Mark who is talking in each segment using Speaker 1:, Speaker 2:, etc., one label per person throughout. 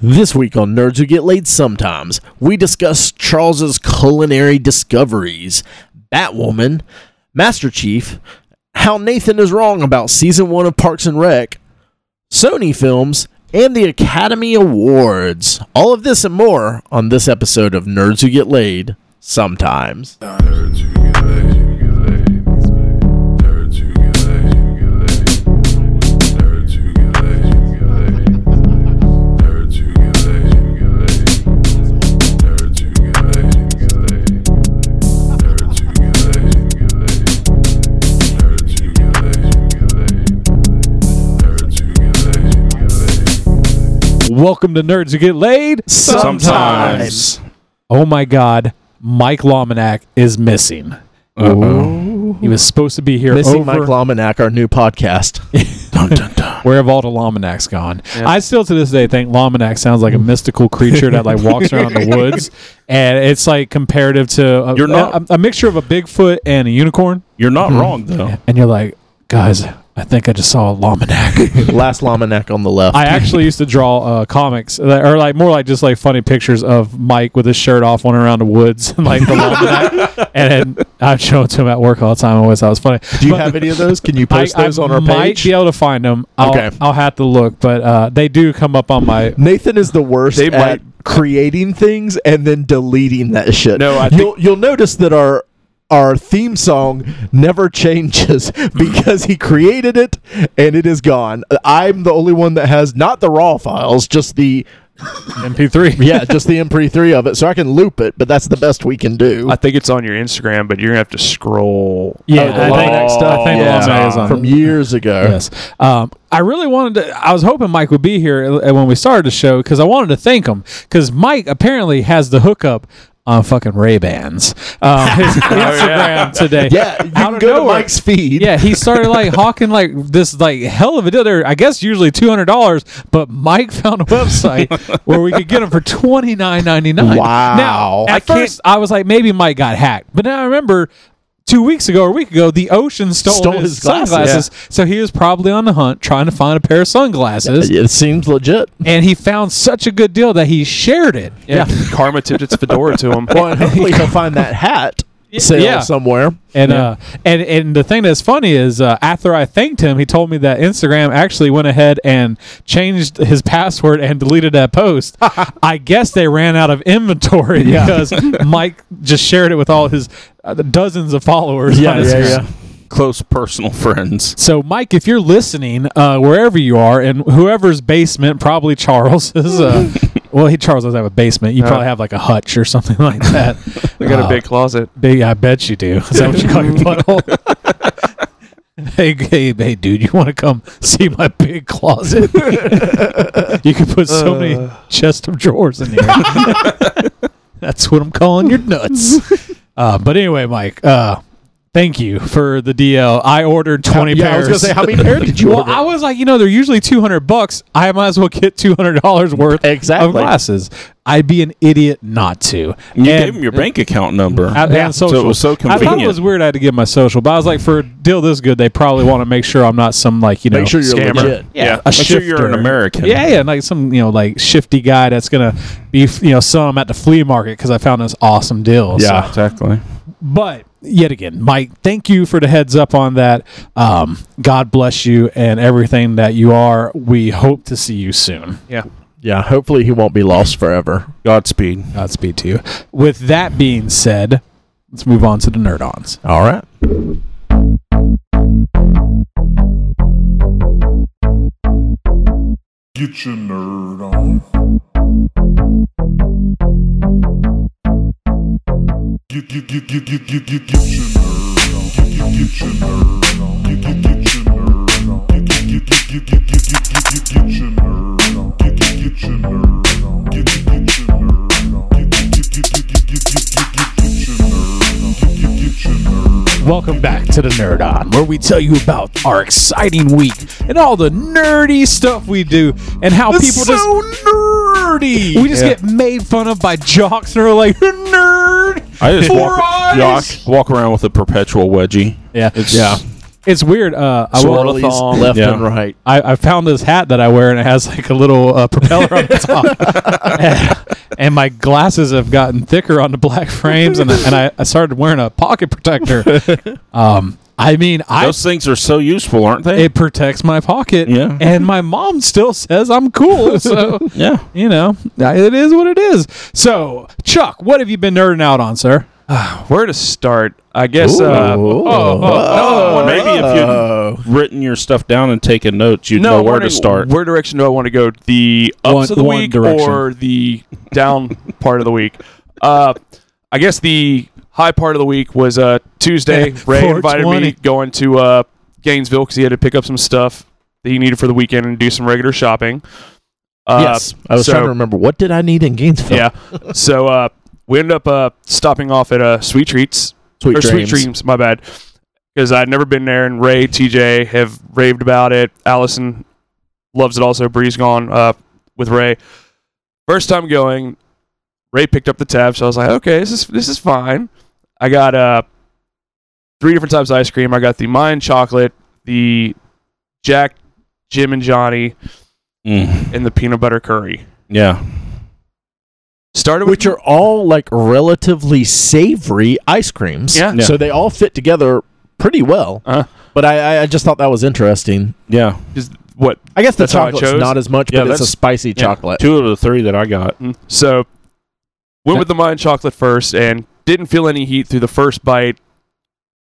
Speaker 1: This week on Nerds Who Get Laid Sometimes, we discuss Charles's culinary discoveries, Batwoman, Master Chief, how Nathan is wrong about season one of Parks and Rec, Sony films, and the Academy Awards. All of this and more on this episode of Nerds Who Get Laid Sometimes.
Speaker 2: Nerds who get laid. Nerds who get laid. Nerds who get laid. Nerds who get laid. Nerds who get laid. Nerds who get laid. Nerds who get laid. Nerds who get laid.
Speaker 3: Welcome to Nerds Who Get Laid.
Speaker 1: Sometimes.
Speaker 3: Oh my God, Mike Lominack is missing. He was supposed to be here
Speaker 1: Missing
Speaker 3: over.
Speaker 1: Mike Lominac, our new podcast. dun, dun, dun.
Speaker 3: Where have all the Lominacks gone? I still to this day think Lominack sounds like a mystical creature that like walks around the woods, and it's like comparative to a,
Speaker 4: You're not-
Speaker 3: a, a mixture of a Bigfoot and a unicorn.
Speaker 4: You're not
Speaker 3: Mm-hmm.
Speaker 4: wrong though.
Speaker 3: And you're like, guys, I think I just saw a Lominack.
Speaker 1: Last Lominac on the left.
Speaker 3: I actually used to draw uh, comics, that, or like more like just like funny pictures of Mike with his shirt off, running around the woods, and like the long night. And then I'd show it to him at work all the time. I always thought it was funny.
Speaker 1: Do you
Speaker 3: But
Speaker 1: have any of those? Can you
Speaker 3: I,
Speaker 1: post those
Speaker 3: I
Speaker 1: on our
Speaker 3: might
Speaker 1: page?
Speaker 3: be able to find them. I'll,
Speaker 1: Okay.
Speaker 3: I'll have to look, but uh, they do come up on my.
Speaker 1: Nathan is the worst
Speaker 4: They
Speaker 1: at
Speaker 4: might-
Speaker 1: creating things and then deleting that shit.
Speaker 4: No, I think-
Speaker 1: you'll you'll notice that our our theme song never changes because he created it and it is gone. I'm the only one that has not the raw files, just the
Speaker 3: MP3.
Speaker 1: yeah, just the MP3 of it, so I can loop it. But that's the best we can do.
Speaker 4: I think it's on your Instagram, but you're gonna have to scroll.
Speaker 3: Yeah,
Speaker 1: Oh, the
Speaker 3: I think,
Speaker 1: Lominack stuff?
Speaker 3: I think
Speaker 1: Yeah.
Speaker 3: the Lominack is on
Speaker 1: from years ago.
Speaker 3: Yes. Um, I really wanted to. I was hoping Mike would be here uh, when we started the show because I wanted to thank him because Mike apparently has the hookup on fucking Ray Bans. Um, his Instagram today.
Speaker 1: Oh, Yeah, you
Speaker 3: Out
Speaker 1: can
Speaker 3: of
Speaker 1: go to
Speaker 3: nowhere.
Speaker 1: Mike's feed.
Speaker 3: Yeah, he started like hawking like this like hell of a deal. There, I guess usually two hundred dollars, but Mike found a website where we could get them for twenty nine ninety nine.
Speaker 1: Wow.
Speaker 3: Now, at
Speaker 4: I can't-
Speaker 3: first, I was like, maybe Mike got hacked, but now I remember two weeks ago or a week ago, the ocean stole,
Speaker 1: Stole
Speaker 3: his,
Speaker 1: his glasses.
Speaker 3: sunglasses. So he was probably on the hunt trying to find a pair of sunglasses,
Speaker 1: It seems legit.
Speaker 3: and he found such a good deal that he shared it.
Speaker 4: Yeah, Karma tipped its fedora to him.
Speaker 1: Well, and hopefully he'll find that hat sale
Speaker 3: yeah.
Speaker 1: somewhere.
Speaker 3: And uh, and and the thing that's funny is uh, after I thanked him, he told me that Instagram actually went ahead and changed his password and deleted that post. I guess they ran out of inventory because Mike just shared it with all his uh, dozens of followers. on Instagram.
Speaker 4: Close personal friends.
Speaker 3: So, Mike, if you're listening, uh, wherever you are, and whoever's basement, probably Charles is. Uh, well, he Charles doesn't have a basement. You probably have like a hutch or something like that.
Speaker 4: Uh. They got
Speaker 3: Uh,
Speaker 4: a big closet.
Speaker 3: Big, I bet you do. Is that what you call your butthole? hey, hey, hey, dude, you want to come see my big closet? you can put
Speaker 1: Uh.
Speaker 3: so many chest of drawers in here. That's what I'm calling your nuts. Uh, but anyway, Mike, uh, thank you for the DL. I ordered 20
Speaker 1: yeah, I was
Speaker 3: pairs.
Speaker 1: gonna say, how many pairs did you
Speaker 3: well,
Speaker 1: order?
Speaker 3: I was like, you know, they're usually 200 bucks. I might as well get $200 worth
Speaker 1: Exactly.
Speaker 3: of glasses. I'd be an idiot not to.
Speaker 4: You
Speaker 3: And-
Speaker 4: gave him your bank account number.
Speaker 3: at
Speaker 1: Yeah.
Speaker 3: yeah. social.
Speaker 4: So it was so
Speaker 3: I thought it
Speaker 4: convenient.
Speaker 3: was weird I had to give my social, but I was like, for a deal this good, they probably want to make sure I'm not some like you know
Speaker 1: Make sure you're
Speaker 4: Scammer.
Speaker 1: legit.
Speaker 4: Yeah,
Speaker 3: Yeah, a
Speaker 4: I'm sure you're an
Speaker 3: shifter.
Speaker 4: American.
Speaker 3: yeah, yeah, like some you know like shifty guy that's gonna be you know some at the flea market because I found this awesome deal. so.
Speaker 4: yeah, exactly.
Speaker 3: but yet again, Mike, thank you for the heads up on that. Um, God bless you and everything that you are. We hope to see you soon.
Speaker 4: Yeah.
Speaker 1: Yeah, hopefully he won't be lost forever.
Speaker 4: Godspeed.
Speaker 3: Godspeed to you. With that being said, let's move on to the nerd ons.
Speaker 1: All right.
Speaker 2: Get your nerd on. Get, get, get, get, get, get, get, get your nerd on. Get, get, get your nerd on. Get, get, get your nerd on. Get, get, get, get, get, get, get, get, get, get, get your nerd on. Get, get, get your nerd on. Get, get, get your nerd on. Get, get, get, get, get, get, get, get, get, get, get your nerd on. Get, get, get your nerd on.
Speaker 3: Welcome back to the Nerd On, where we tell you about our exciting week and all the nerdy stuff we do and how people just
Speaker 1: nerdy.
Speaker 3: we just get made fun of by jocks and are like nerd.
Speaker 4: I just
Speaker 3: Four
Speaker 4: walk,
Speaker 3: eyes!
Speaker 4: walk, walk around with a perpetual wedgie.
Speaker 3: Yeah,
Speaker 4: It's,
Speaker 3: yeah. It's weird. Uh, I, will-
Speaker 1: Swirlies
Speaker 5: thong.
Speaker 1: left
Speaker 4: Yeah.
Speaker 1: and right.
Speaker 3: I, I found this hat that I wear, and it has like a little uh, propeller on the top. and, and my glasses have gotten thicker on the black frames, and, and I, I started wearing a pocket protector. Um, I mean, I
Speaker 4: Those things are so useful, aren't they?
Speaker 3: it protects my pocket.
Speaker 4: Yeah.
Speaker 3: And my mom still says I'm cool. So
Speaker 4: yeah.
Speaker 3: you know, it is what it is. So Chuck, what have you been nerding out on, sir?
Speaker 5: Where to start? I guess. Uh,
Speaker 1: Ooh.
Speaker 5: oh, oh, oh,
Speaker 4: Well, maybe if
Speaker 1: Oh.
Speaker 4: you'd written your stuff down and taken notes, you'd know
Speaker 5: I'm
Speaker 4: where to
Speaker 5: wondering
Speaker 4: start.
Speaker 5: Where direction do I want to go? The ups
Speaker 3: One-
Speaker 5: of the
Speaker 3: one
Speaker 5: week
Speaker 3: direction.
Speaker 5: or the down part of the week? Uh, I guess the high part of the week was uh, Tuesday.
Speaker 3: Yeah,
Speaker 5: Ray invited
Speaker 3: 420.
Speaker 5: me going to uh, Gainesville because he had to pick up some stuff that he needed for the weekend and do some regular shopping. Uh,
Speaker 1: yes, I was
Speaker 5: so-
Speaker 1: trying to remember what did I need in Gainesville.
Speaker 5: Yeah. so uh, we ended up uh, stopping off at uh, Sweet Treats
Speaker 1: sweet
Speaker 5: or
Speaker 1: dreams.
Speaker 5: Sweet Dreams, my bad. Because I'd never been there, and Ray, TJ have raved about it. Allison loves it also. Bree's gone uh, with Ray. First time going, Ray picked up the tab, so I was like, okay, this is this is fine. I got uh, three different types of ice cream. I got the Mayan chocolate, the Jack, Jim and Johnny,
Speaker 4: Mm.
Speaker 5: and the peanut butter curry.
Speaker 4: Yeah.
Speaker 5: Started with
Speaker 1: which are all like relatively savory ice creams.
Speaker 5: Yeah.
Speaker 4: Yeah.
Speaker 1: So they all fit together pretty well.
Speaker 5: Uh-huh.
Speaker 1: But I, I- I just thought that was interesting.
Speaker 4: Yeah.
Speaker 5: what
Speaker 1: I guess the
Speaker 5: That's how I
Speaker 1: chocolate's
Speaker 5: chose.
Speaker 1: not as much,
Speaker 4: Yeah,
Speaker 1: but it's a
Speaker 4: that's-
Speaker 1: spicy
Speaker 5: yeah.
Speaker 1: chocolate.
Speaker 4: Two of the three that I got.
Speaker 5: Mm. So went with the Mayan chocolate first and didn't feel any heat through the first bite.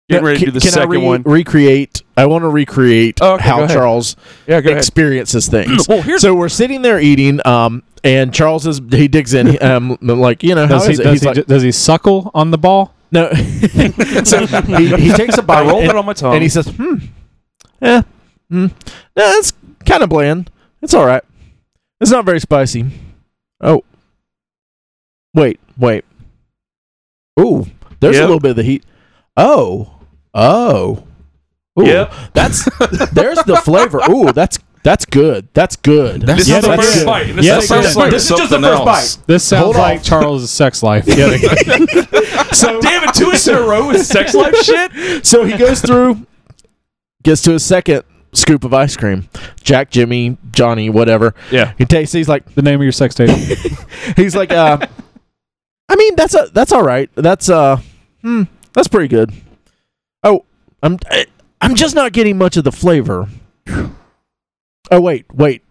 Speaker 5: Getting
Speaker 1: Now,
Speaker 5: ready to
Speaker 1: can-
Speaker 5: do the
Speaker 1: can I
Speaker 5: second
Speaker 1: re-
Speaker 5: one.
Speaker 1: Recreate. I want to recreate
Speaker 5: Oh, okay, go
Speaker 1: how
Speaker 5: ahead.
Speaker 1: Charles
Speaker 5: Yeah, go ahead.
Speaker 1: experiences things.
Speaker 5: Well, here's
Speaker 1: so we're sitting there eating, um, and Charles is he digs in. he- Um, I'm like you know, how
Speaker 3: Does
Speaker 1: is
Speaker 3: he,
Speaker 1: it?
Speaker 3: does,
Speaker 1: He's
Speaker 3: he,
Speaker 1: like,
Speaker 3: ju- does he suckle on the ball?
Speaker 1: no. so he, he takes a
Speaker 5: I
Speaker 1: bite.
Speaker 5: rolled
Speaker 1: and-
Speaker 5: it on my tongue.
Speaker 1: and he says, "Hmm, yeah, hmm, no, that's kind of bland. It's all right. It's not very spicy." Oh, wait, wait. Ooh, there's a
Speaker 5: Yep.
Speaker 1: little bit of the heat. Oh, oh. Ooh,
Speaker 5: Yep.
Speaker 1: that's there's the flavor. Ooh, that's that's good. That's good.
Speaker 5: this
Speaker 3: Yeah,
Speaker 5: is the
Speaker 3: that's
Speaker 5: first
Speaker 3: good.
Speaker 5: bite. This
Speaker 3: Yeah,
Speaker 5: is the first
Speaker 3: that's
Speaker 5: bite.
Speaker 3: good.
Speaker 5: This is just the
Speaker 4: Something
Speaker 5: first
Speaker 4: else.
Speaker 5: bite.
Speaker 3: This sounds
Speaker 1: Hold
Speaker 3: like
Speaker 1: on.
Speaker 3: Charles' sex life. Yeah, they-
Speaker 1: so
Speaker 5: Damn it, two weeks in a row with sex life shit.
Speaker 1: so he goes through, gets to his second scoop of ice cream. Jack, Jimmy, Johnny, whatever.
Speaker 5: Yeah.
Speaker 1: He tastes. He's like,
Speaker 3: the name of your sex tape.
Speaker 1: He's like, uh, I mean, that's a that's all right. That's uh, hmm, that's pretty good. Oh, I'm eh, I'm just not getting much of the flavor. Oh wait, wait.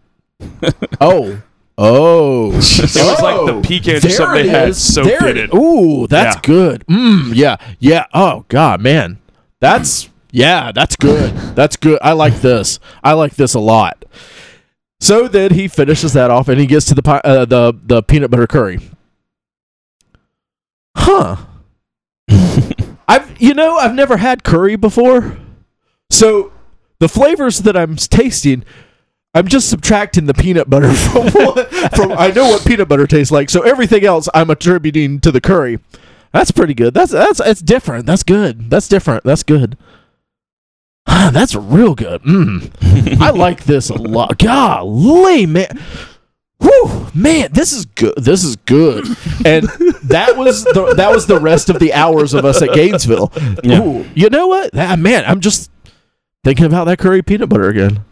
Speaker 1: Oh, oh, it
Speaker 5: It was like the pecan or something they had soaked in it.
Speaker 1: Ooh, that's
Speaker 5: Yeah.
Speaker 1: good. Mm, yeah, yeah. Oh god, man, that's yeah, that's good. That's good. I like this. I like this a lot. So then he finishes that off, and he gets to the pi- uh, the the peanut butter curry. Huh. I've you know I've never had curry before, so the flavors that I'm tasting, I'm just subtracting the peanut butter from what, from I know what peanut butter tastes like, so everything else I'm attributing to the curry. That's pretty good. That's that's it's different. That's good. That's different. That's good. Ah, that's real good. Mm. I like this a lot. Golly, man. Whew, man, this is good. This is good. And that was the that was the rest of the hours of us at Gainesville.
Speaker 4: Yeah.
Speaker 1: Ooh, you know what? Ah, man, I'm just thinking about that curry peanut butter again.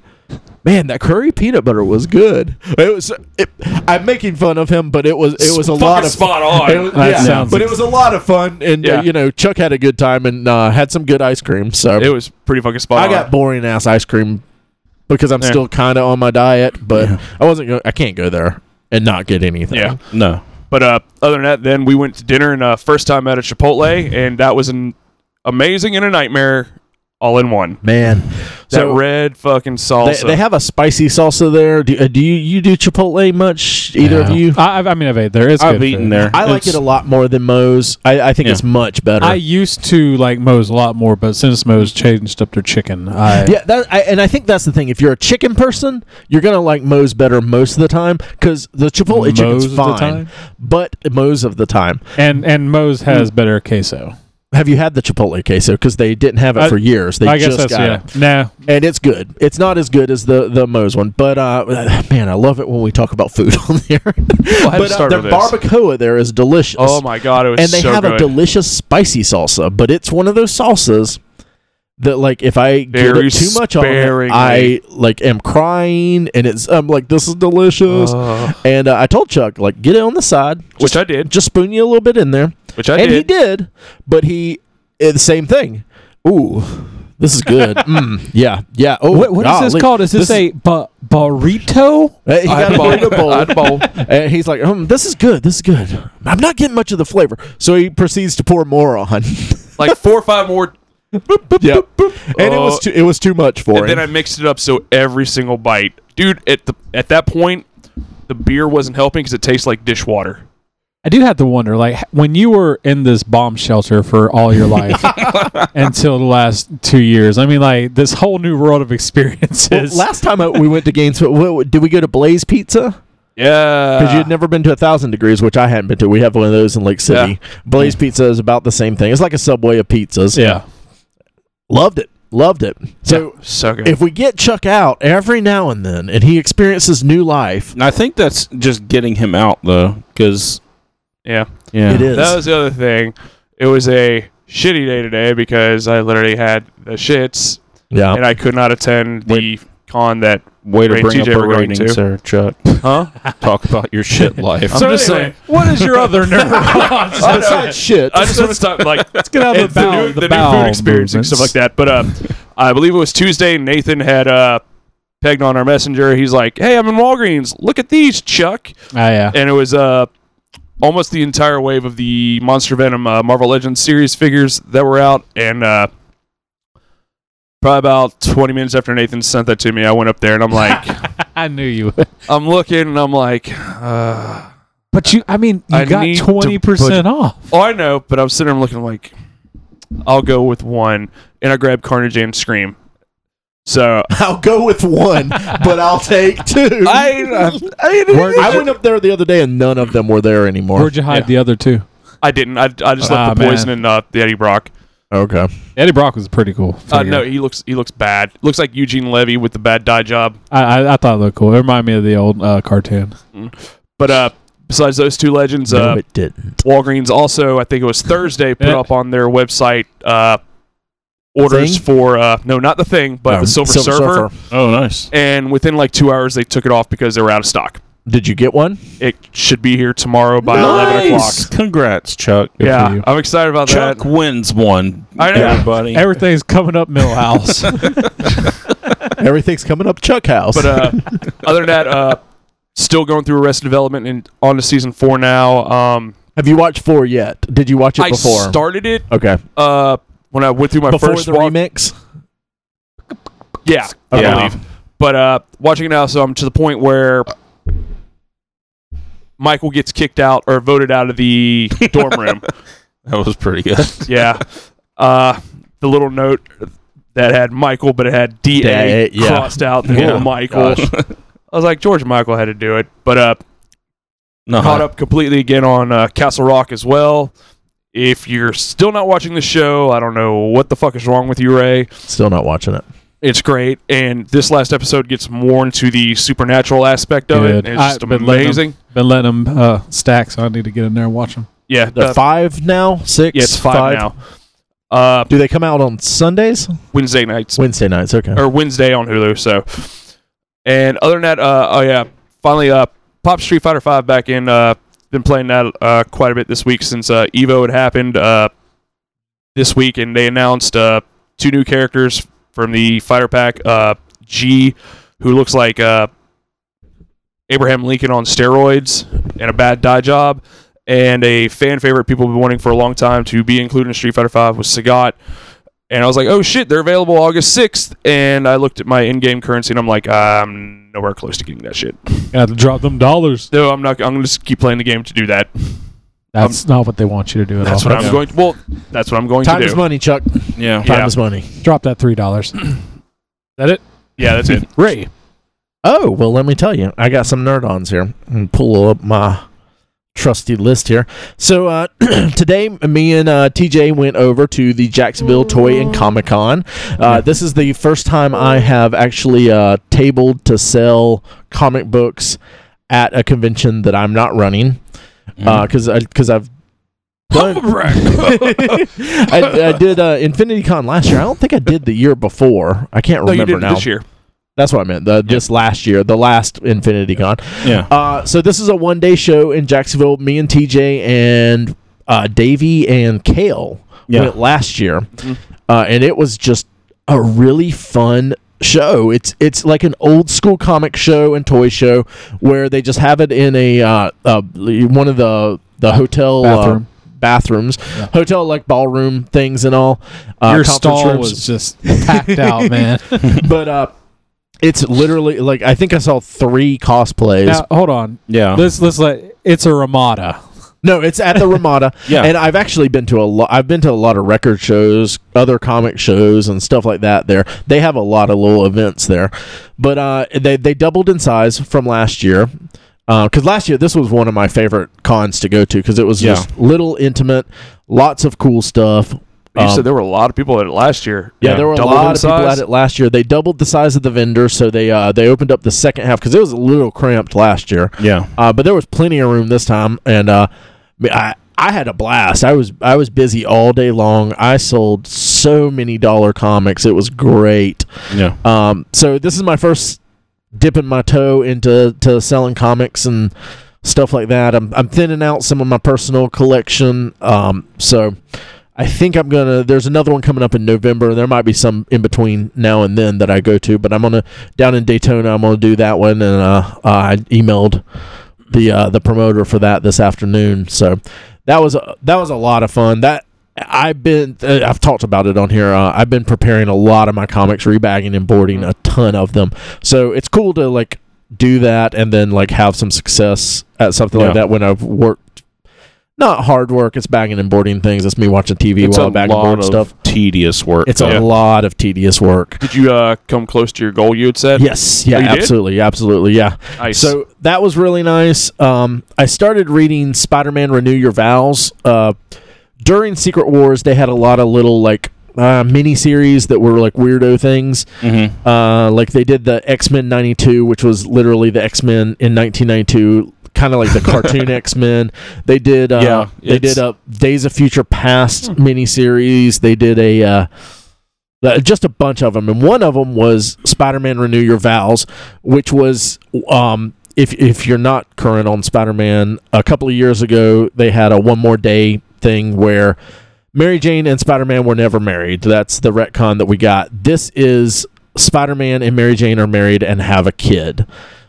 Speaker 1: Man, that curry peanut butter was good. It was. It, I'm making fun of him, but it was. It was a lot of
Speaker 5: spot
Speaker 1: it
Speaker 5: on.
Speaker 1: was-
Speaker 3: That
Speaker 1: yeah,
Speaker 3: sounds
Speaker 1: but it was a lot of fun, and uh,
Speaker 5: Yeah.
Speaker 1: you know, Chuck had a good time and uh, had some good ice cream. So
Speaker 5: It was pretty fucking spot
Speaker 1: I
Speaker 5: on.
Speaker 1: got boring ass ice cream because I'm
Speaker 5: Yeah.
Speaker 1: still kind of on my diet, but
Speaker 4: Yeah.
Speaker 1: I wasn't. Go- I can't go there and not get anything.
Speaker 5: yeah.
Speaker 4: No.
Speaker 5: But uh, other than that, then we went to dinner and uh, first time at a Chipotle, and that was an amazing and a nightmare all in one.
Speaker 1: man.
Speaker 5: That
Speaker 1: So
Speaker 5: red fucking
Speaker 1: they,
Speaker 5: salsa.
Speaker 1: they have a spicy salsa there. Do, uh, do you you do Chipotle much? Either of
Speaker 3: Yeah.
Speaker 1: you?
Speaker 3: I, I've- I mean, I've ate there. It's
Speaker 4: I've
Speaker 3: good
Speaker 4: eaten
Speaker 3: food.
Speaker 4: there.
Speaker 1: I like it
Speaker 4: It's-
Speaker 1: a lot more than Moe's. I, I think
Speaker 4: Yeah.
Speaker 1: it's much better.
Speaker 3: I used to like Moe's a lot more, but since Moe's changed up their chicken, I
Speaker 1: Yeah, that, I, and I think that's the thing. If you're a chicken person, you're gonna like Moe's better most of the time because the Chipotle
Speaker 3: Moe's of
Speaker 1: chicken's
Speaker 3: the
Speaker 1: fine,
Speaker 3: time?
Speaker 1: but Moe's of the time.
Speaker 3: and and Moe's has better queso.
Speaker 1: Have you had the Chipotle queso? Because they didn't have it
Speaker 3: I-
Speaker 1: for years. They
Speaker 3: I guess
Speaker 1: just
Speaker 3: that's
Speaker 1: got
Speaker 3: yeah.
Speaker 1: it,
Speaker 3: Nah,
Speaker 1: and it's good. It's not as good as the the Moe's one, but uh, man, I love it when we talk about food on there.
Speaker 5: had to
Speaker 1: but uh,
Speaker 5: start
Speaker 1: their
Speaker 5: with this.
Speaker 1: barbacoa there is delicious.
Speaker 5: oh my god, it was
Speaker 1: and they
Speaker 5: so
Speaker 1: have a
Speaker 5: good.
Speaker 1: delicious spicy salsa, but it's one of those salsas that like if I get
Speaker 5: Very
Speaker 1: it too much on it,
Speaker 5: sparingly.
Speaker 1: I like am crying and it's I'm like this is delicious. and uh, I told Chuck like get it on the side,
Speaker 5: which I did.
Speaker 1: just spoon you a little bit in there,
Speaker 5: Which I
Speaker 1: and
Speaker 5: did.
Speaker 1: he did. But he eh, the same thing. Ooh, this is good. mm, yeah, yeah. Oh,
Speaker 3: What, what is
Speaker 1: golly.
Speaker 3: this called? Is this,
Speaker 1: This
Speaker 3: a bu- burrito?
Speaker 1: Uh, He got a bowl. a bowl.
Speaker 5: I had a bowl.
Speaker 1: And he's like, um, this is good. This is good. I'm not getting much of the flavor. So he proceeds to pour more on.
Speaker 5: like four or five more.
Speaker 1: yeah. And it
Speaker 5: Oh.
Speaker 1: was too, it was too much for
Speaker 5: And
Speaker 1: him.
Speaker 5: then I mixed it up so every single bite, dude. At the at that point, the beer wasn't helping because it tastes like dishwater.
Speaker 3: I do have to wonder, like h- when you were in this bomb shelter for all your life until the last two years. I mean, like this whole new world of
Speaker 1: Well,
Speaker 3: experiences.
Speaker 1: last time I, we went to Gainesville, what, what- did we go to Blaze Pizza?
Speaker 5: Yeah,
Speaker 1: Because you had never been to a thousand degrees, which I hadn't been to. We have one of those in Lake City. Blaze Pizza is about the same thing. It's like a subway of pizzas.
Speaker 3: yeah,
Speaker 1: Loved it. Loved it. So
Speaker 5: so good.
Speaker 1: if we get Chuck out every now and then and he experiences new life,
Speaker 4: And I think that's just getting him out though, because
Speaker 5: yeah,
Speaker 4: yeah,
Speaker 1: it is.
Speaker 5: that was the other thing. It was a shitty day today because I literally had the shits
Speaker 1: yeah.
Speaker 5: and I could not attend the con that.
Speaker 4: Way to
Speaker 5: Great
Speaker 4: bring
Speaker 5: TJ
Speaker 4: up
Speaker 5: we're
Speaker 4: our
Speaker 5: going
Speaker 4: ratings,
Speaker 5: to.
Speaker 4: sir, Chuck.
Speaker 5: Huh?
Speaker 4: Talk about your shit life.
Speaker 5: I'm just saying.
Speaker 3: What is your other neurons?
Speaker 1: Besides shit.
Speaker 5: I just want to stop. Like,
Speaker 3: Let's get out of
Speaker 5: it's
Speaker 3: the
Speaker 5: the,
Speaker 3: bowel.
Speaker 5: new, the, new food experience and stuff like that. But uh, I believe it was Tuesday. Nathan had uh, pegged on our messenger. He's like, "Hey, I'm in Walgreens. Look at these, Chuck."
Speaker 3: Ah, yeah.
Speaker 5: And it was uh, almost the entire wave of the Monster Venom uh, Marvel Legends series figures that were out, and uh, probably about 20 minutes after Nathan sent that to me, I went up there and I'm like,
Speaker 3: I knew you. would.
Speaker 5: I'm looking and I'm like, uh,
Speaker 3: But you, I mean, you
Speaker 5: I
Speaker 3: got
Speaker 5: need to
Speaker 3: twenty percent off.
Speaker 5: oh, I know, but I'm sitting there, I'm looking like, I'll go with one, and I grabbed Carnage and Scream. So
Speaker 1: I'll go with one, but I'll take two.
Speaker 5: I, uh, I,
Speaker 3: Where'd
Speaker 1: I
Speaker 3: you-
Speaker 1: went up there the other day and none of them were there anymore.
Speaker 3: Where'd you hide
Speaker 5: Yeah.
Speaker 3: the other two?
Speaker 5: I didn't. I, I just left
Speaker 3: Ah,
Speaker 5: the poison
Speaker 3: man.
Speaker 5: in uh, the Eddie Brock.
Speaker 1: Okay.
Speaker 3: Eddie Brock was pretty cool.
Speaker 5: Uh,
Speaker 3: figure.
Speaker 5: no, he looks he looks bad. Looks like Eugene Levy with the bad dye job.
Speaker 3: I, I, I thought it looked cool. It reminded me of the old uh, cartoon.
Speaker 5: But uh, besides those two legends, uh,
Speaker 1: no, it didn't.
Speaker 5: Walgreens also I think it was Thursday put
Speaker 3: Yeah.
Speaker 5: up on their website uh, orders
Speaker 1: Thing?
Speaker 5: for uh, no not the thing but
Speaker 1: Um,
Speaker 5: the Silver, Surfer.
Speaker 4: oh, nice.
Speaker 5: And within like two hours, they took it off because they were out of stock.
Speaker 1: Did you get one?
Speaker 5: It should be here tomorrow by eleven o'clock.
Speaker 4: Nice. Congrats, Chuck.
Speaker 3: Good for
Speaker 5: yeah,
Speaker 3: you.
Speaker 5: I'm excited about
Speaker 4: Chuck
Speaker 5: that.
Speaker 4: wins one.
Speaker 5: I know.
Speaker 4: Everybody.
Speaker 3: Everything's coming up Millhouse.
Speaker 1: Everything's coming up Chuck House.
Speaker 5: But uh, other than that, uh, still going through Arrested Development and on to season four now. Um,
Speaker 1: Have you watched four yet? Did you watch it
Speaker 5: I
Speaker 1: before?
Speaker 5: started it
Speaker 1: okay.
Speaker 5: uh, when I went through my
Speaker 1: before
Speaker 5: first
Speaker 1: the
Speaker 5: walk.
Speaker 1: remix?
Speaker 5: Yeah, I
Speaker 1: Okay.
Speaker 5: believe. But uh, watching it now, so I'm to the point where Michael gets kicked out or voted out of the dorm room.
Speaker 4: that was pretty good.
Speaker 5: Yeah, uh, the little note that had Michael, but it had DA
Speaker 1: Da- yeah.
Speaker 5: crossed out. The
Speaker 4: Yeah.
Speaker 5: little Michael.
Speaker 4: Gosh.
Speaker 5: I was like, George Michael had to do it, but uh,
Speaker 4: No.
Speaker 5: caught up completely again on uh, Castle Rock as well. If you're still not watching the show, I don't know what the fuck is wrong with you, Ray.
Speaker 1: Still not watching it.
Speaker 5: It's great, and this last episode gets more into the supernatural aspect of
Speaker 3: Good.
Speaker 5: it. and It's
Speaker 3: I-
Speaker 5: just
Speaker 3: but let 'em-
Speaker 5: amazing.
Speaker 3: Been letting them uh, stack, so I need to get in there and watch them.
Speaker 5: Yeah,
Speaker 1: They're
Speaker 5: uh,
Speaker 1: five now? Six?
Speaker 5: yeah, it's five, now. Uh,
Speaker 1: Do they come out on Sundays?
Speaker 5: Wednesday nights
Speaker 1: Wednesday nights, okay.
Speaker 5: or Wednesday on Hulu. So, and other than that, uh, oh yeah, finally, uh, pop Street Fighter Five back in. Uh, been playing that uh, quite a bit this week since uh, Evo had happened uh, this week, and they announced uh, two new characters from the Fighter Pack. Uh, G, who looks like uh, Abraham Lincoln on steroids and a bad dye job. And a fan favorite people have been wanting for a long time to be included in Street Fighter Five was Sagat, and I was like, oh shit, they're available August 6th. And I looked at my in game currency and I'm like, I'm nowhere close to getting that shit.
Speaker 3: Gonna have to drop them dollars.
Speaker 5: No, I'm not. I'm going to just keep playing the game to do that.
Speaker 3: That's not what they want you to do at
Speaker 5: Um, That's
Speaker 3: all.
Speaker 5: what I'm going to. Well, that's what I'm going
Speaker 1: Oh, Time
Speaker 5: to
Speaker 1: is
Speaker 5: do.
Speaker 1: money, Chuck. Time
Speaker 4: Yeah.
Speaker 5: Yeah.
Speaker 1: is money.
Speaker 3: Drop that three dollars. that it,
Speaker 5: Yeah, that's it.
Speaker 3: Ray?
Speaker 1: Oh, well, let me tell you. I got some nerd ons here. And pull up my trusty list here. So, uh, today, me and uh, TJ went over to the Jacksonville Toy and Comic Con. Uh, this is the first time I have actually uh, tabled to sell comic
Speaker 5: Mm-hmm.
Speaker 4: Mm-hmm.
Speaker 1: Uh, books at a convention that I'm not running because I because I've I, I did uh, Infinity Con last year. I don't think I did the year before. I can't
Speaker 5: No, you
Speaker 1: remember
Speaker 5: did it
Speaker 1: now.
Speaker 5: this year.
Speaker 1: That's what I meant. The, Just last year, the last Infinity Con.
Speaker 4: Yeah.
Speaker 1: Uh, so this is a one day show in Jacksonville. Me and TJ and uh, Davey and Kale
Speaker 4: Yeah.
Speaker 1: went last year,
Speaker 3: Mm-hmm.
Speaker 1: uh, and it was just a really fun show. It's it's like an old school comic show and toy show where they just have it in a uh, uh, one of the the hotel
Speaker 3: Bathroom.
Speaker 1: Uh, bathrooms, hotel like ballroom things and all. Uh,
Speaker 3: Your
Speaker 1: conference
Speaker 3: stall
Speaker 1: rooms
Speaker 3: was just packed out, man.
Speaker 1: but uh it's literally like I think I saw three cosplays.
Speaker 3: now, hold on.
Speaker 1: Oh.
Speaker 4: Yeah.
Speaker 3: Let's let's let. It's a Ramada.
Speaker 1: no, it's at the Ramada.
Speaker 4: Yeah.
Speaker 1: and I've actually been to a lot. I've been to a lot of record shows, other comic shows, and stuff like that. There, they have a lot of little events there, but uh, they they doubled in size from last year. Because last year this was one of my favorite cons to go to because it was
Speaker 4: Yeah.
Speaker 1: just little intimate, lots of cool stuff.
Speaker 5: You
Speaker 1: Um,
Speaker 5: said there were a lot of people at it last year.
Speaker 1: Yeah, there were a
Speaker 5: Doubled in
Speaker 1: lot of people
Speaker 5: size?
Speaker 1: at it last year. They doubled the size of the vendor, so they uh, they opened up the second half because it was a little cramped last year.
Speaker 4: Yeah.
Speaker 1: Uh, but there was plenty of room this time, and uh, I I had a blast. I was I was busy all day long. I sold so many dollar comics. It was great.
Speaker 4: Yeah.
Speaker 1: Um, so this is my first dipping my toe into to selling comics and stuff like that. I'm I'm thinning out some of my personal collection. Um, so I think I'm gonna. There's another one coming up in November. There might be some in between now and then that I go to, but I'm gonna down in Daytona. I'm gonna do that one, and uh, I emailed the uh, the promoter for that this afternoon. So that was a, that was a lot of fun. That I've been uh, I've talked about it on here. Uh, I've been preparing a lot of my comics, rebagging and boarding a ton of them. So it's cool to like do that and then like have some success at something
Speaker 4: Yeah.
Speaker 1: like that when I've worked. Not hard work. It's bagging and boarding things. It's me watching TV
Speaker 4: It's
Speaker 1: while
Speaker 4: a
Speaker 1: I bag and board
Speaker 4: lot of
Speaker 1: stuff.
Speaker 4: tedious work.
Speaker 1: It's a
Speaker 4: though.
Speaker 1: lot of tedious work.
Speaker 5: Did you uh, come close to your goal you had
Speaker 4: Uh,
Speaker 5: set?
Speaker 1: Yes.
Speaker 4: oh,
Speaker 1: Yeah.
Speaker 5: you did?
Speaker 1: absolutely. Absolutely. Yeah.
Speaker 5: Nice.
Speaker 1: So that was really nice. Um, I started reading Spider Man Renew Your Vows. Uh, during Secret Wars, they had a lot of little, like, uh, mini series that were like weirdo things.
Speaker 4: Mhm.
Speaker 1: Uh, like they did the X Men 92, which was literally the X Men in 1992, kind of like the cartoon X Men. They did, uh,
Speaker 4: Yeah,
Speaker 1: they did
Speaker 4: it's-
Speaker 1: a Days of Future Past miniseries. They did a, uh, uh, just a bunch of them, and one of them was Spider-Man: Renew Your Vows, which was um, if if you're not current on Spider-Man, a couple of years ago they had a one more day thing where Mary Jane and Spider-Man were never married. That's the retcon that we got. This is Spider-Man and Mary Jane are married and have a kid.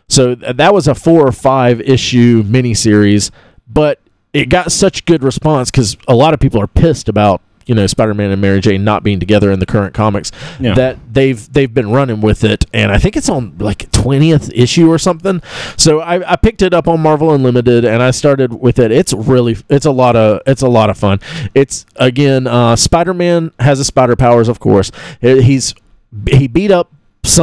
Speaker 1: So th- that was a four or five issue miniseries, but it got such good response because a lot of people are pissed about you know Spider-Man and Mary Jane not being together in the current comics
Speaker 4: Yeah.
Speaker 1: that they've they've been running with it, and I think it's on like twentieth issue or something. So I, I picked it up on Marvel Unlimited and I started with it. It's really it's a lot of it's a lot of fun. It's again uh, Spider-Man has his spider powers, of course. He- He's he beat up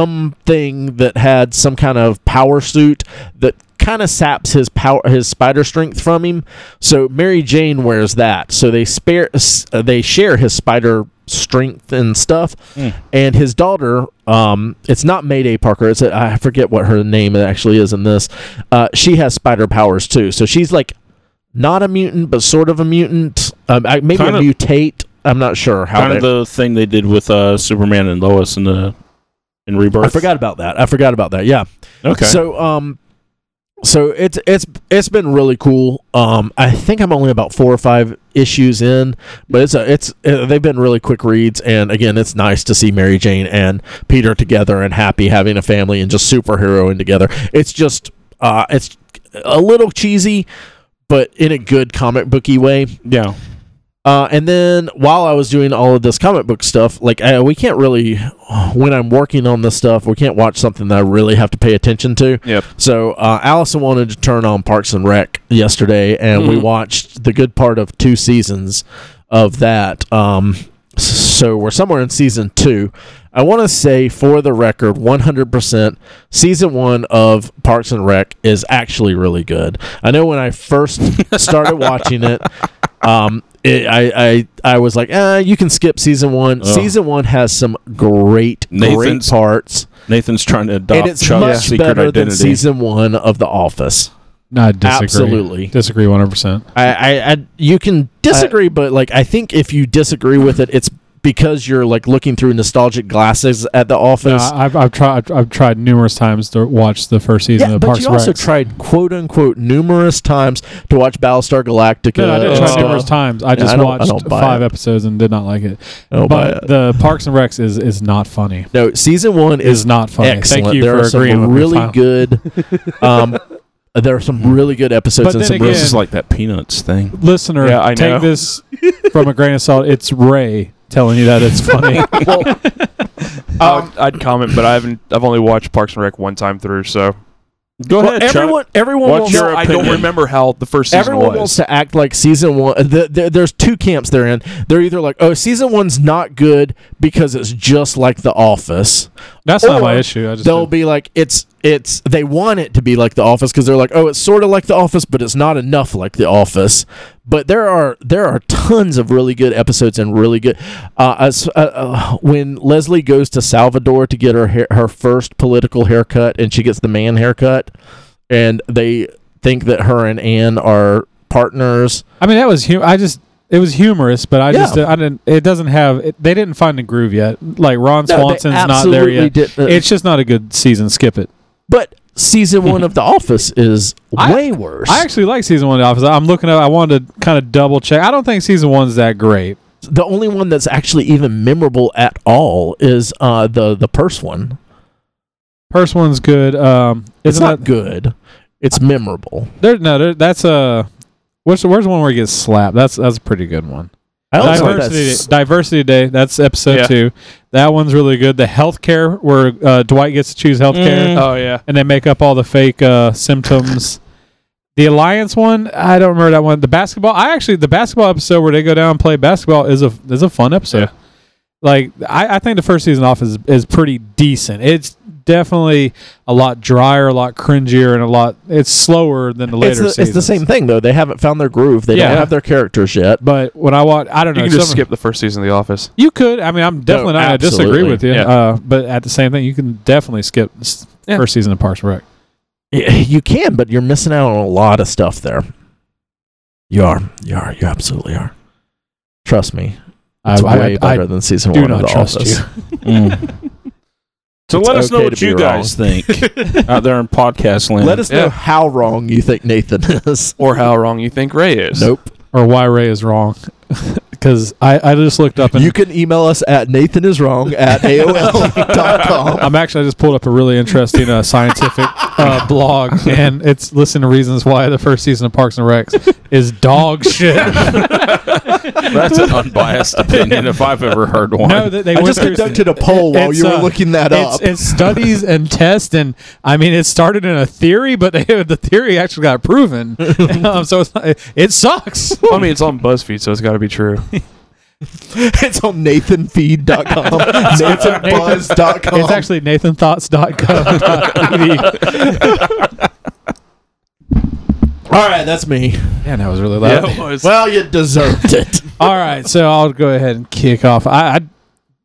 Speaker 1: something that had some kind of power suit that kind of saps his power his spider strength from him so mary jane wears that so they spare s- uh, they share his spider strength and stuff
Speaker 4: Mm.
Speaker 1: and his daughter um it's not mayday parker it's a, i forget what her name actually is in this uh she has spider powers too so she's like not a mutant but sort of a mutant um, I- maybe
Speaker 4: Kinda-
Speaker 1: a mutate i'm not sure how
Speaker 4: kind
Speaker 1: they-
Speaker 4: of the thing they did with uh, Superman and Lois in the in Rebirth.
Speaker 1: i forgot about that i forgot about that yeah
Speaker 4: Okay.
Speaker 1: So um so it's it's it's been really cool. Um I think I'm only about 4 or 5 issues in, but it's a, it's uh, they've been really quick reads and again it's nice to see Mary Jane and Peter together and happy having a family and just superheroing together. It's just uh it's a little cheesy but in a good comic booky way.
Speaker 4: yeah.
Speaker 1: Uh, and then while I was doing all of this comic book stuff, like I, we can't really, when I'm working on this stuff, we can't watch something that I really have to pay attention to.
Speaker 5: Yep.
Speaker 1: So uh, Allison wanted to turn on Parks and Rec yesterday, and we
Speaker 4: Mm-hmm.
Speaker 1: watched the good part of two seasons of that. Um, s- so we're somewhere in season two. I want to say, for the record, 100% season one of Parks and Rec is actually really good. I know when I first started watching it, um, it, I, I I was like, eh, you can skip season one.
Speaker 4: Ugh.
Speaker 1: Season one has some great, great
Speaker 4: Nathan's-
Speaker 1: parts
Speaker 4: Nathan's trying to
Speaker 1: and
Speaker 4: adopt
Speaker 1: it's
Speaker 4: Chuck's
Speaker 1: much
Speaker 4: secret
Speaker 1: better
Speaker 4: identity.
Speaker 1: than season one of The Office.
Speaker 3: I disagree.
Speaker 1: Absolutely.
Speaker 3: Disagree 100%.
Speaker 1: I, I, I you can disagree, but like I think if you disagree with it, it's because you're like looking through nostalgic glasses at the
Speaker 3: No,
Speaker 1: office.
Speaker 3: I- Uh, I've, I've tried. I've, I've tried numerous times to watch the first season
Speaker 1: yeah,
Speaker 3: of
Speaker 1: but
Speaker 3: Parks
Speaker 1: you
Speaker 3: and
Speaker 1: also
Speaker 3: Rec.
Speaker 1: tried quote unquote numerous times to watch Battlestar Galactica.
Speaker 3: No, I did try
Speaker 1: and
Speaker 3: numerous
Speaker 1: stuff.
Speaker 3: times. I just
Speaker 1: I don't- I
Speaker 3: watched
Speaker 1: don't buy
Speaker 3: five
Speaker 1: it.
Speaker 3: episodes and did not like it.
Speaker 1: I don't buy
Speaker 3: but the Parks and Recs is is not funny.
Speaker 1: No, season one is
Speaker 3: Is not funny.
Speaker 1: excellent.
Speaker 3: Thank you
Speaker 1: there
Speaker 3: for
Speaker 1: are some
Speaker 3: agreeing with me,
Speaker 1: really
Speaker 3: Kyle.
Speaker 1: good. Um, there are some really good episodes
Speaker 3: But
Speaker 1: and
Speaker 3: then
Speaker 1: some
Speaker 3: again-
Speaker 1: really
Speaker 4: This is like that Peanuts thing.
Speaker 3: Listener,
Speaker 5: Yeah, I know.
Speaker 3: take this from a grain of salt. It's Ray telling you that it's funny.
Speaker 1: um,
Speaker 5: I'd, I'd comment, but I haven't. I've only watched Parks and Rec one time through, so
Speaker 4: Go
Speaker 1: Well,
Speaker 4: ahead,
Speaker 1: everyone, everyone
Speaker 4: What's
Speaker 1: wants
Speaker 4: your
Speaker 5: I don't
Speaker 4: opinion?
Speaker 5: remember how the first season
Speaker 1: Everyone
Speaker 5: was.
Speaker 1: wants to act like season one. The, the, there's two camps they're in. They're either like, "Oh, season one's not good because it's just like The Office."
Speaker 3: That's not my
Speaker 1: Or
Speaker 3: issue. I just
Speaker 1: They'll be like, "It's it's." They want it to be like The Office because they're like, "Oh, it's sort of like The Office, but it's not enough like The Office." But there are there are tons of really good episodes and really good. Uh, as, uh, uh, when Leslie goes to Salvador to get her hair, her first political haircut, and she gets the man haircut, and they think that her and Anne are partners.
Speaker 3: I mean, that was hu- I just it was humorous, but I just
Speaker 1: Yeah.
Speaker 3: I didn't. It doesn't have. It, they didn't find the groove yet. Like
Speaker 1: No,
Speaker 3: Ron
Speaker 1: they
Speaker 3: Swanson's not there
Speaker 1: absolutely
Speaker 3: yet.
Speaker 1: didn't.
Speaker 3: it's just not a good season. Skip it.
Speaker 1: But season one of The Office is
Speaker 3: I-
Speaker 1: way worse.
Speaker 3: I actually like season one of The Office. I'm looking up. I wanted to kind of double check. I don't think season one's that great.
Speaker 1: the only one that's actually even memorable at all is uh, the the purse one.
Speaker 3: First one's good. Um,
Speaker 1: It's
Speaker 3: isn't
Speaker 1: not
Speaker 3: that-
Speaker 1: good. It's memorable.
Speaker 3: there? No, there, that's a. Where's the, where's the one where he gets slapped? That's that's a pretty good one.
Speaker 1: I don't know if
Speaker 3: Diversity
Speaker 1: that's-
Speaker 3: Day, Diversity Day. That's episode
Speaker 5: Yeah.
Speaker 3: two. That one's really good. The healthcare where uh, Dwight gets to choose healthcare,
Speaker 1: Mm-hmm.
Speaker 4: Mm.
Speaker 5: Oh yeah,
Speaker 3: and they make up all the fake uh, symptoms. the Alliance one, I don't remember that one. The basketball, I actually the basketball episode where they go down and play basketball is a is a fun episode.
Speaker 5: Yeah.
Speaker 3: Like I, I think the first season off is is pretty decent. It's definitely a lot drier, a lot cringier, and a lot it's slower than the later
Speaker 1: it's, the, it's the
Speaker 3: seasons.
Speaker 1: same thing though. They haven't found their groove. They
Speaker 3: Yeah.
Speaker 1: don't have their characters yet.
Speaker 3: But when I watch, I don't
Speaker 5: you
Speaker 3: know.
Speaker 5: can just
Speaker 3: some-
Speaker 5: skip the first season of The Office.
Speaker 3: You could. I mean, I'm definitely not going to disagree
Speaker 1: Oh, absolutely.
Speaker 3: with you.
Speaker 5: Yeah.
Speaker 3: Uh, but at the same thing, you can definitely skip s
Speaker 5: Yeah.
Speaker 3: first season of Parks and Rec.
Speaker 1: Y- You can, but you're missing out on a lot of stuff there. You are. You are. You absolutely are. Trust me. It's
Speaker 3: I,
Speaker 1: way
Speaker 3: I- I
Speaker 1: better than season
Speaker 3: do
Speaker 1: one of
Speaker 3: not
Speaker 1: The
Speaker 3: trust
Speaker 1: Office.
Speaker 3: you.
Speaker 4: Mm. so
Speaker 1: It's
Speaker 4: let us know
Speaker 1: okay
Speaker 4: what
Speaker 1: to be
Speaker 4: you guys think out there in podcast land.
Speaker 1: Let us
Speaker 5: Yeah.
Speaker 1: know how wrong you think Nathan is.
Speaker 5: Or how wrong you think Ray is.
Speaker 1: Nope.
Speaker 3: or why Ray is wrong. Because I, I just looked up and
Speaker 1: You can email us at nathaniswrong at AOL.com.
Speaker 3: I'm actually I just pulled up a really interesting uh, scientific uh, blog, and it's listing the reasons why the first season of Parks and Rec is dog shit.
Speaker 4: That's an unbiased opinion if I've ever heard one.
Speaker 3: no, that they
Speaker 1: I
Speaker 3: went
Speaker 1: just
Speaker 3: through-
Speaker 1: conducted a poll while
Speaker 3: it's,
Speaker 1: you were
Speaker 3: uh,
Speaker 1: looking that
Speaker 3: it's,
Speaker 1: up.
Speaker 3: it's studies and tests, and I mean, it started in a theory, but they, the theory actually got proven. um, so it's not, it sucks.
Speaker 5: I mean, it's on BuzzFeed, so it's got to be true.
Speaker 1: It's, on nathanfeed.com. nathanbuzz.com.
Speaker 3: It's actually nathanthoughts.gov.
Speaker 1: All right, that's me.
Speaker 3: Man, that was really loud.
Speaker 1: Well, you deserved it.
Speaker 3: All right, so I'll go ahead and kick off. I, I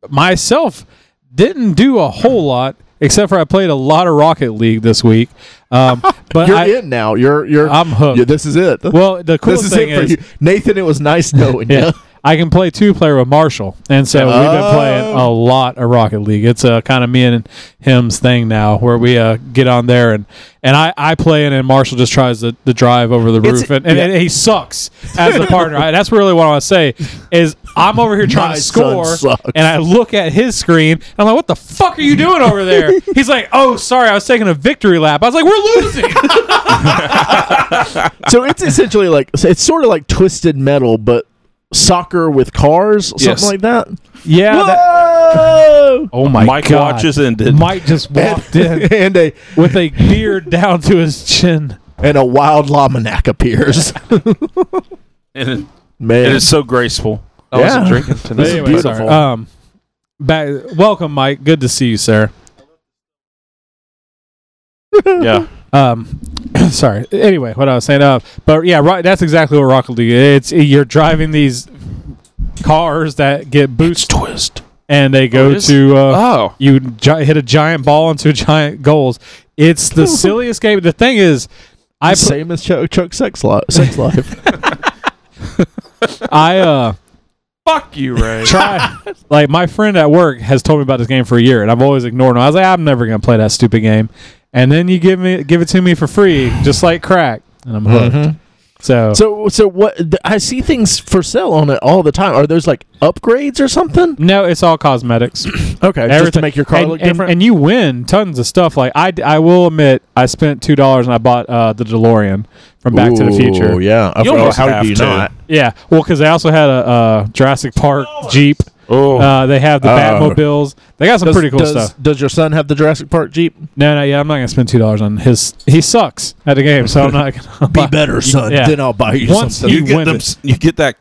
Speaker 3: myself didn't do a whole lot except for I played a lot of Rocket League this week. Um, but
Speaker 1: You're
Speaker 3: I,
Speaker 1: in now. You're you're
Speaker 3: I'm hooked.
Speaker 1: yeah, this is it.
Speaker 3: well, the coolest
Speaker 1: this is
Speaker 3: thing
Speaker 1: it for
Speaker 3: is
Speaker 1: you. Nathan, it was nice knowing
Speaker 3: Yeah.
Speaker 1: you.
Speaker 3: I can play two player with Marshall, and so we've been
Speaker 1: Oh.
Speaker 3: playing a lot of Rocket League. It's uh, kind of me and him's thing now, where we uh, get on there and and I, I play it, and Marshall just tries to, to drive over the
Speaker 1: It's-
Speaker 3: roof, and, and,
Speaker 1: yeah.
Speaker 3: and he sucks as a partner. I, that's really what I want to say is I'm over here trying
Speaker 1: My
Speaker 3: to
Speaker 1: son
Speaker 3: score,
Speaker 1: sucks.
Speaker 3: and I look at his screen, and I'm like, "What the fuck are you doing over there?" He's like, "Oh, sorry, I was taking a victory lap." I was like, "We're losing."
Speaker 1: So it's essentially like it's sort of like twisted metal, but soccer with cars, something
Speaker 5: Yes.
Speaker 1: like that.
Speaker 3: yeah. that-
Speaker 1: Whoa!
Speaker 3: oh my
Speaker 4: Mike
Speaker 3: god.
Speaker 4: watches ended.
Speaker 3: Mike just walked in.
Speaker 1: and, and a
Speaker 3: with a beard down to his chin.
Speaker 1: and a wild Lamanak appears.
Speaker 4: and it-
Speaker 1: Man,
Speaker 4: it is so graceful.
Speaker 5: I
Speaker 1: Yeah.
Speaker 5: wasn't drinking tonight.
Speaker 1: This is
Speaker 5: but-
Speaker 1: beautiful.
Speaker 3: Um, back, welcome, Mike. Good to see you, sir.
Speaker 4: Yeah.
Speaker 3: Um, sorry. Anyway, what I was saying. Uh, but yeah, right. That's exactly what Rocket League. is. It's you're driving these cars that get boost
Speaker 4: twist.
Speaker 3: and they go
Speaker 5: it is?
Speaker 3: to uh,
Speaker 5: Oh,
Speaker 3: you gi- hit a giant ball into giant goals. It's the silliest game. The thing is, I put,
Speaker 1: Same as Chuck, Chuck sex, li- sex life.
Speaker 3: I uh
Speaker 5: Fuck you, Ray.
Speaker 3: try like my friend at work has told me about this game for a year and I've always ignored him. I was like, I'm never gonna play that stupid game. And then you give me give it to me for free, just like crack, and I'm
Speaker 1: Mm-hmm.
Speaker 3: hooked. So,
Speaker 1: So, so what? th- I see things for sale on it all the time. Are those like upgrades or something?
Speaker 3: no, it's all cosmetics.
Speaker 1: Okay, just to
Speaker 3: Mm-hmm. Everything.
Speaker 1: make your car
Speaker 3: and,
Speaker 1: look
Speaker 3: and-
Speaker 1: different.
Speaker 3: and you win tons of stuff. Like I, d- I will admit, I spent two dollars and I bought uh, the DeLorean from Back to the Future.
Speaker 1: Ooh, Yeah,
Speaker 3: Yeah,
Speaker 1: I
Speaker 4: You
Speaker 1: forgot-
Speaker 4: almost
Speaker 1: how
Speaker 4: have
Speaker 1: do you
Speaker 4: to.
Speaker 1: not?
Speaker 3: well, because they also had a uh, Jurassic Park Jeep.
Speaker 4: Oh,
Speaker 3: Uh, they have the
Speaker 1: Oh.
Speaker 3: Batmobiles. They got some
Speaker 1: Does-
Speaker 3: pretty cool
Speaker 1: does-
Speaker 3: stuff.
Speaker 1: Does your son have the Jurassic Park Jeep?
Speaker 3: No, no, yeah, I'm not gonna spend two dollars on his. He sucks at the game, so I'm not gonna buy-
Speaker 1: better, son.
Speaker 3: yeah.
Speaker 1: I'll buy you
Speaker 3: Once
Speaker 4: you
Speaker 3: you
Speaker 4: get
Speaker 3: win
Speaker 4: them,
Speaker 3: it.
Speaker 4: you get that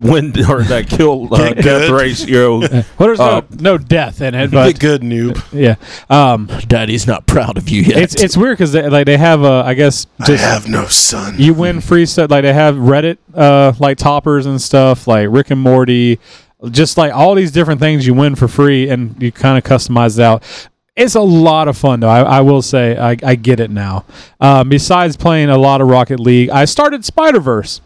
Speaker 4: win or that kill uh, death ratio.
Speaker 3: Well, there's
Speaker 4: Uh,
Speaker 3: no, no death in it, but
Speaker 6: good, noob.
Speaker 3: yeah, um,
Speaker 1: Daddy's not proud of you yet.
Speaker 3: it's it's weird because they, like they have uh, I guess
Speaker 6: I
Speaker 3: just
Speaker 6: have no son.
Speaker 3: you win free stuff like they have reddit uh like toppers and stuff like rick and morty just like all these different things you win for free and you kind of customize it out it's a lot of fun though i, I will say I, I get it now um, besides playing a lot of rocket league i started spider-verse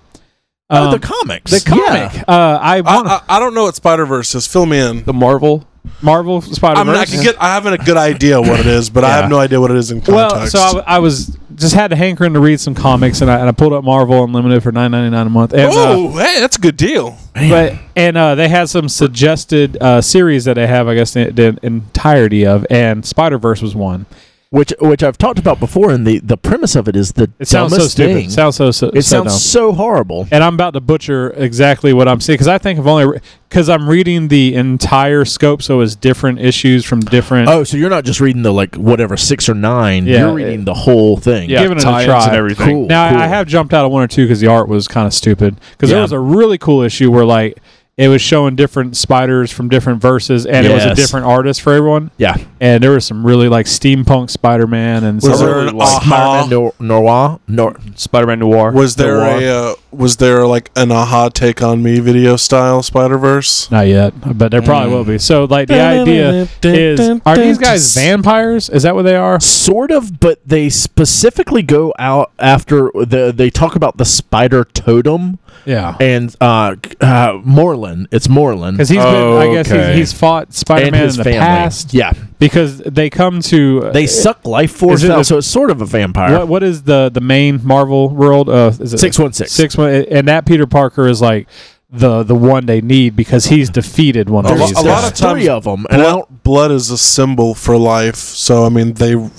Speaker 1: oh, the
Speaker 3: Um,
Speaker 1: comics.
Speaker 3: the
Speaker 1: Yeah.
Speaker 3: comic uh, i want
Speaker 6: I, I, I don't know what Spider Verse is. Fill me in.
Speaker 4: the Marvel.
Speaker 3: marvel
Speaker 6: I
Speaker 3: spider-verse
Speaker 6: mean, I can get. I have a good idea what it is, but I
Speaker 3: Yeah.
Speaker 6: have no idea what it is in
Speaker 3: Well,
Speaker 6: context.
Speaker 3: so I, w- I was just had a hankering to read some comics, and I, and I pulled up Marvel Unlimited for nine ninety nine a month. And, uh,
Speaker 6: oh, hey, that's a good deal.
Speaker 3: but and uh, they had some suggested uh, series that they have, I guess, the, the entirety of, and Spider Verse was one.
Speaker 1: which which I've talked about before, and the, the premise of it is the
Speaker 3: It sounds
Speaker 1: dumbest
Speaker 3: so stupid.
Speaker 1: thing.
Speaker 3: Sounds so so.
Speaker 1: it
Speaker 3: so
Speaker 1: sounds
Speaker 3: dumb.
Speaker 1: so horrible.
Speaker 3: And I'm about to butcher exactly what I'm seeing because I think I've only because I'm reading the entire scope, so it's different issues from different.
Speaker 1: Oh, so you're not just reading the like whatever six or nine.
Speaker 3: Yeah.
Speaker 1: you're reading the whole thing.
Speaker 3: Yeah. Giving it a
Speaker 5: Tie-ins
Speaker 3: try.
Speaker 5: and everything.
Speaker 1: Cool.
Speaker 3: Now I I have jumped out of one or two because the art was kind of stupid. Because
Speaker 1: Yeah.
Speaker 3: there was a really cool issue where like it was showing different spiders from different verses, and it was a
Speaker 1: Yes.
Speaker 3: different artist for everyone.
Speaker 1: Yeah.
Speaker 3: And there was some really like steampunk Spider Man and
Speaker 6: Was
Speaker 3: some-
Speaker 6: there an
Speaker 5: like
Speaker 6: aha?
Speaker 1: Spider-Man Nor- Noir. Nor-
Speaker 5: Spider-Man Noir.
Speaker 6: Was there
Speaker 1: Noir.
Speaker 6: a uh, was there like an aha take on me video style Spider Verse?
Speaker 3: Not yet, but there probably will
Speaker 1: Mm.
Speaker 3: be. So like the idea is, are these guys vampires? Is that what they are?
Speaker 1: sort of, but they specifically go out after the. They talk about the spider totem
Speaker 3: Yeah.
Speaker 1: and uh, uh, Moreland. It's Moreland
Speaker 3: Because he's
Speaker 4: Oh,
Speaker 3: been, I guess
Speaker 4: okay.
Speaker 3: he's, he's fought Spider
Speaker 1: and
Speaker 3: Man
Speaker 1: his
Speaker 3: in the
Speaker 1: family.
Speaker 3: past
Speaker 1: Yeah,
Speaker 3: because they come to
Speaker 1: they suck life force
Speaker 3: it
Speaker 1: out,
Speaker 3: a-
Speaker 1: so it's sort of a vampire.
Speaker 3: what, what is the the main Marvel world? Uh, is it
Speaker 1: Six one six.
Speaker 3: six one? And that Peter Parker is like the the one they need because he's defeated one of
Speaker 6: lo-
Speaker 3: these.
Speaker 6: a lot
Speaker 3: guys.
Speaker 6: of
Speaker 1: There's three
Speaker 6: times-
Speaker 1: of them, and I don't.
Speaker 6: Blood, blood is a symbol for life, so I mean they l-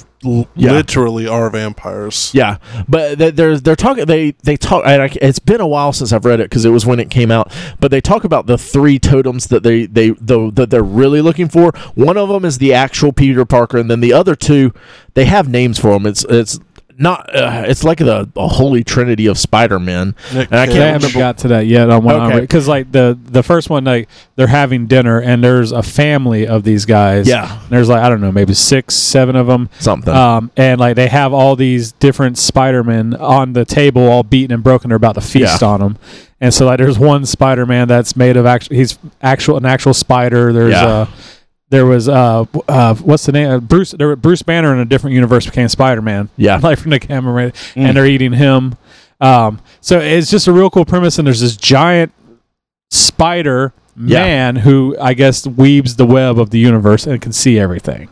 Speaker 1: Yeah.
Speaker 6: literally are vampires.
Speaker 1: Yeah, but they- they're they're talking. They they talk. And I, it's been a while since I've read it because it was when it came out. But they talk about the three totems that they they the, that they're really looking for. One of them is the actual Peter Parker, and then the other two, they have names for them. It's it's not. Uh, it's like the a holy trinity of Spider Men.
Speaker 6: Nick
Speaker 1: And I
Speaker 6: Cage.
Speaker 1: can't
Speaker 3: they haven't got to that yet on one
Speaker 1: Okay.
Speaker 3: because like the the first one like they're having dinner and there's a family of these guys
Speaker 1: Yeah.
Speaker 3: And there's like i don't know maybe six seven of them
Speaker 1: Something.
Speaker 3: um and like they have all these different spider-men on the table all beaten and broken they're about to feast
Speaker 1: Yeah.
Speaker 3: on them and so like there's one spider-man that's made of actual he's actual an actual spider there's
Speaker 1: Yeah.
Speaker 3: uh there was uh, w- uh what's the name Uh, Bruce there were- Bruce Banner in a different universe became Spider Man
Speaker 1: Yeah. Mm.
Speaker 3: like from the camera right? and they're eating him um so it's just a real cool premise and there's this giant spider
Speaker 1: Yeah.
Speaker 3: man who I guess weaves the web of the universe and can see everything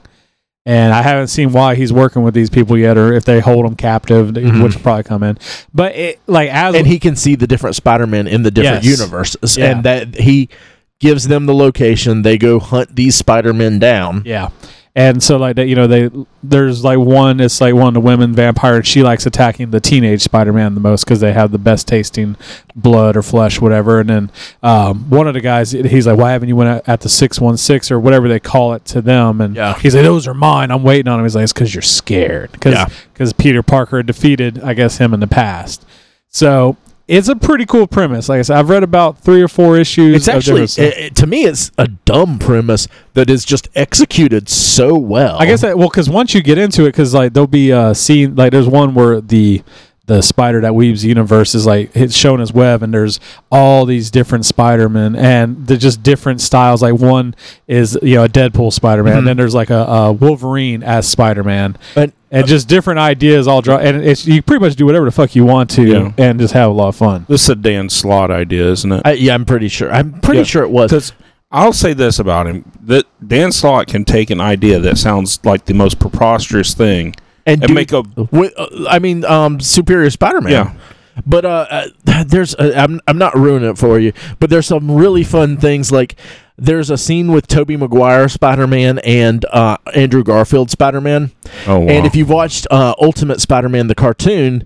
Speaker 3: and I haven't seen why he's working with these people yet or if they hold him captive
Speaker 1: Mhm.
Speaker 3: which will probably come in but it like as
Speaker 1: and he can see the different Spider Men in the different
Speaker 3: Yes.
Speaker 1: universes,
Speaker 3: Yeah.
Speaker 1: and that he gives them the location. They go hunt these Spider Men down.
Speaker 3: Yeah. And so like that, you know, they there's like one. It's like one of the women vampire. and She likes attacking the teenage Spider-Man the most because they have the best tasting blood or flesh, whatever. And then um, one of the guys, he's like, "Why haven't you went at- at the six one six or whatever they call it to them?" And
Speaker 1: Yeah.
Speaker 3: he's like, "Those are mine. I'm waiting on him." He's like, "It's because you're scared because
Speaker 1: Yeah.
Speaker 3: Peter Parker defeated, I guess, him in the past." So it's a pretty cool premise. Like I said, I've read about three or four issues.
Speaker 1: It's
Speaker 3: of
Speaker 1: actually,
Speaker 3: different stuff.
Speaker 1: it, it- to me, it's a dumb premise that is just executed so well.
Speaker 3: I guess that well, because once you get into it, because like there'll be uh scene like there's one where the the spider that weaves the universe is like it's shown his web, and there's all these different Spider Men and they're just different styles. Like one is you know a Deadpool Spider Man, and then there's like a, a Wolverine as Spider Man,
Speaker 1: But-
Speaker 3: and just different ideas all draw. And it's you pretty much do whatever the fuck you want to,
Speaker 4: Yeah.
Speaker 3: and just have a lot of fun.
Speaker 4: This is a Dan Slot idea, isn't it?
Speaker 1: I, yeah, I'm pretty sure. I'm pretty
Speaker 4: Yeah.
Speaker 1: sure it was.
Speaker 4: Because I'll say this about him: that Dan Slott can take an idea that sounds like the most preposterous thing and
Speaker 1: do-
Speaker 4: make a
Speaker 1: Wi- uh, I mean, um, Superior Spider-Man.
Speaker 4: yeah.
Speaker 1: But uh, uh, there's uh, I'm I'm not ruining it for you, but there's some really fun things like there's a scene with Toby Maguire Spider-Man and uh, Andrew Garfield Spider-Man.
Speaker 4: Oh, wow.
Speaker 1: And if you've watched uh, Ultimate Spider-Man the cartoon,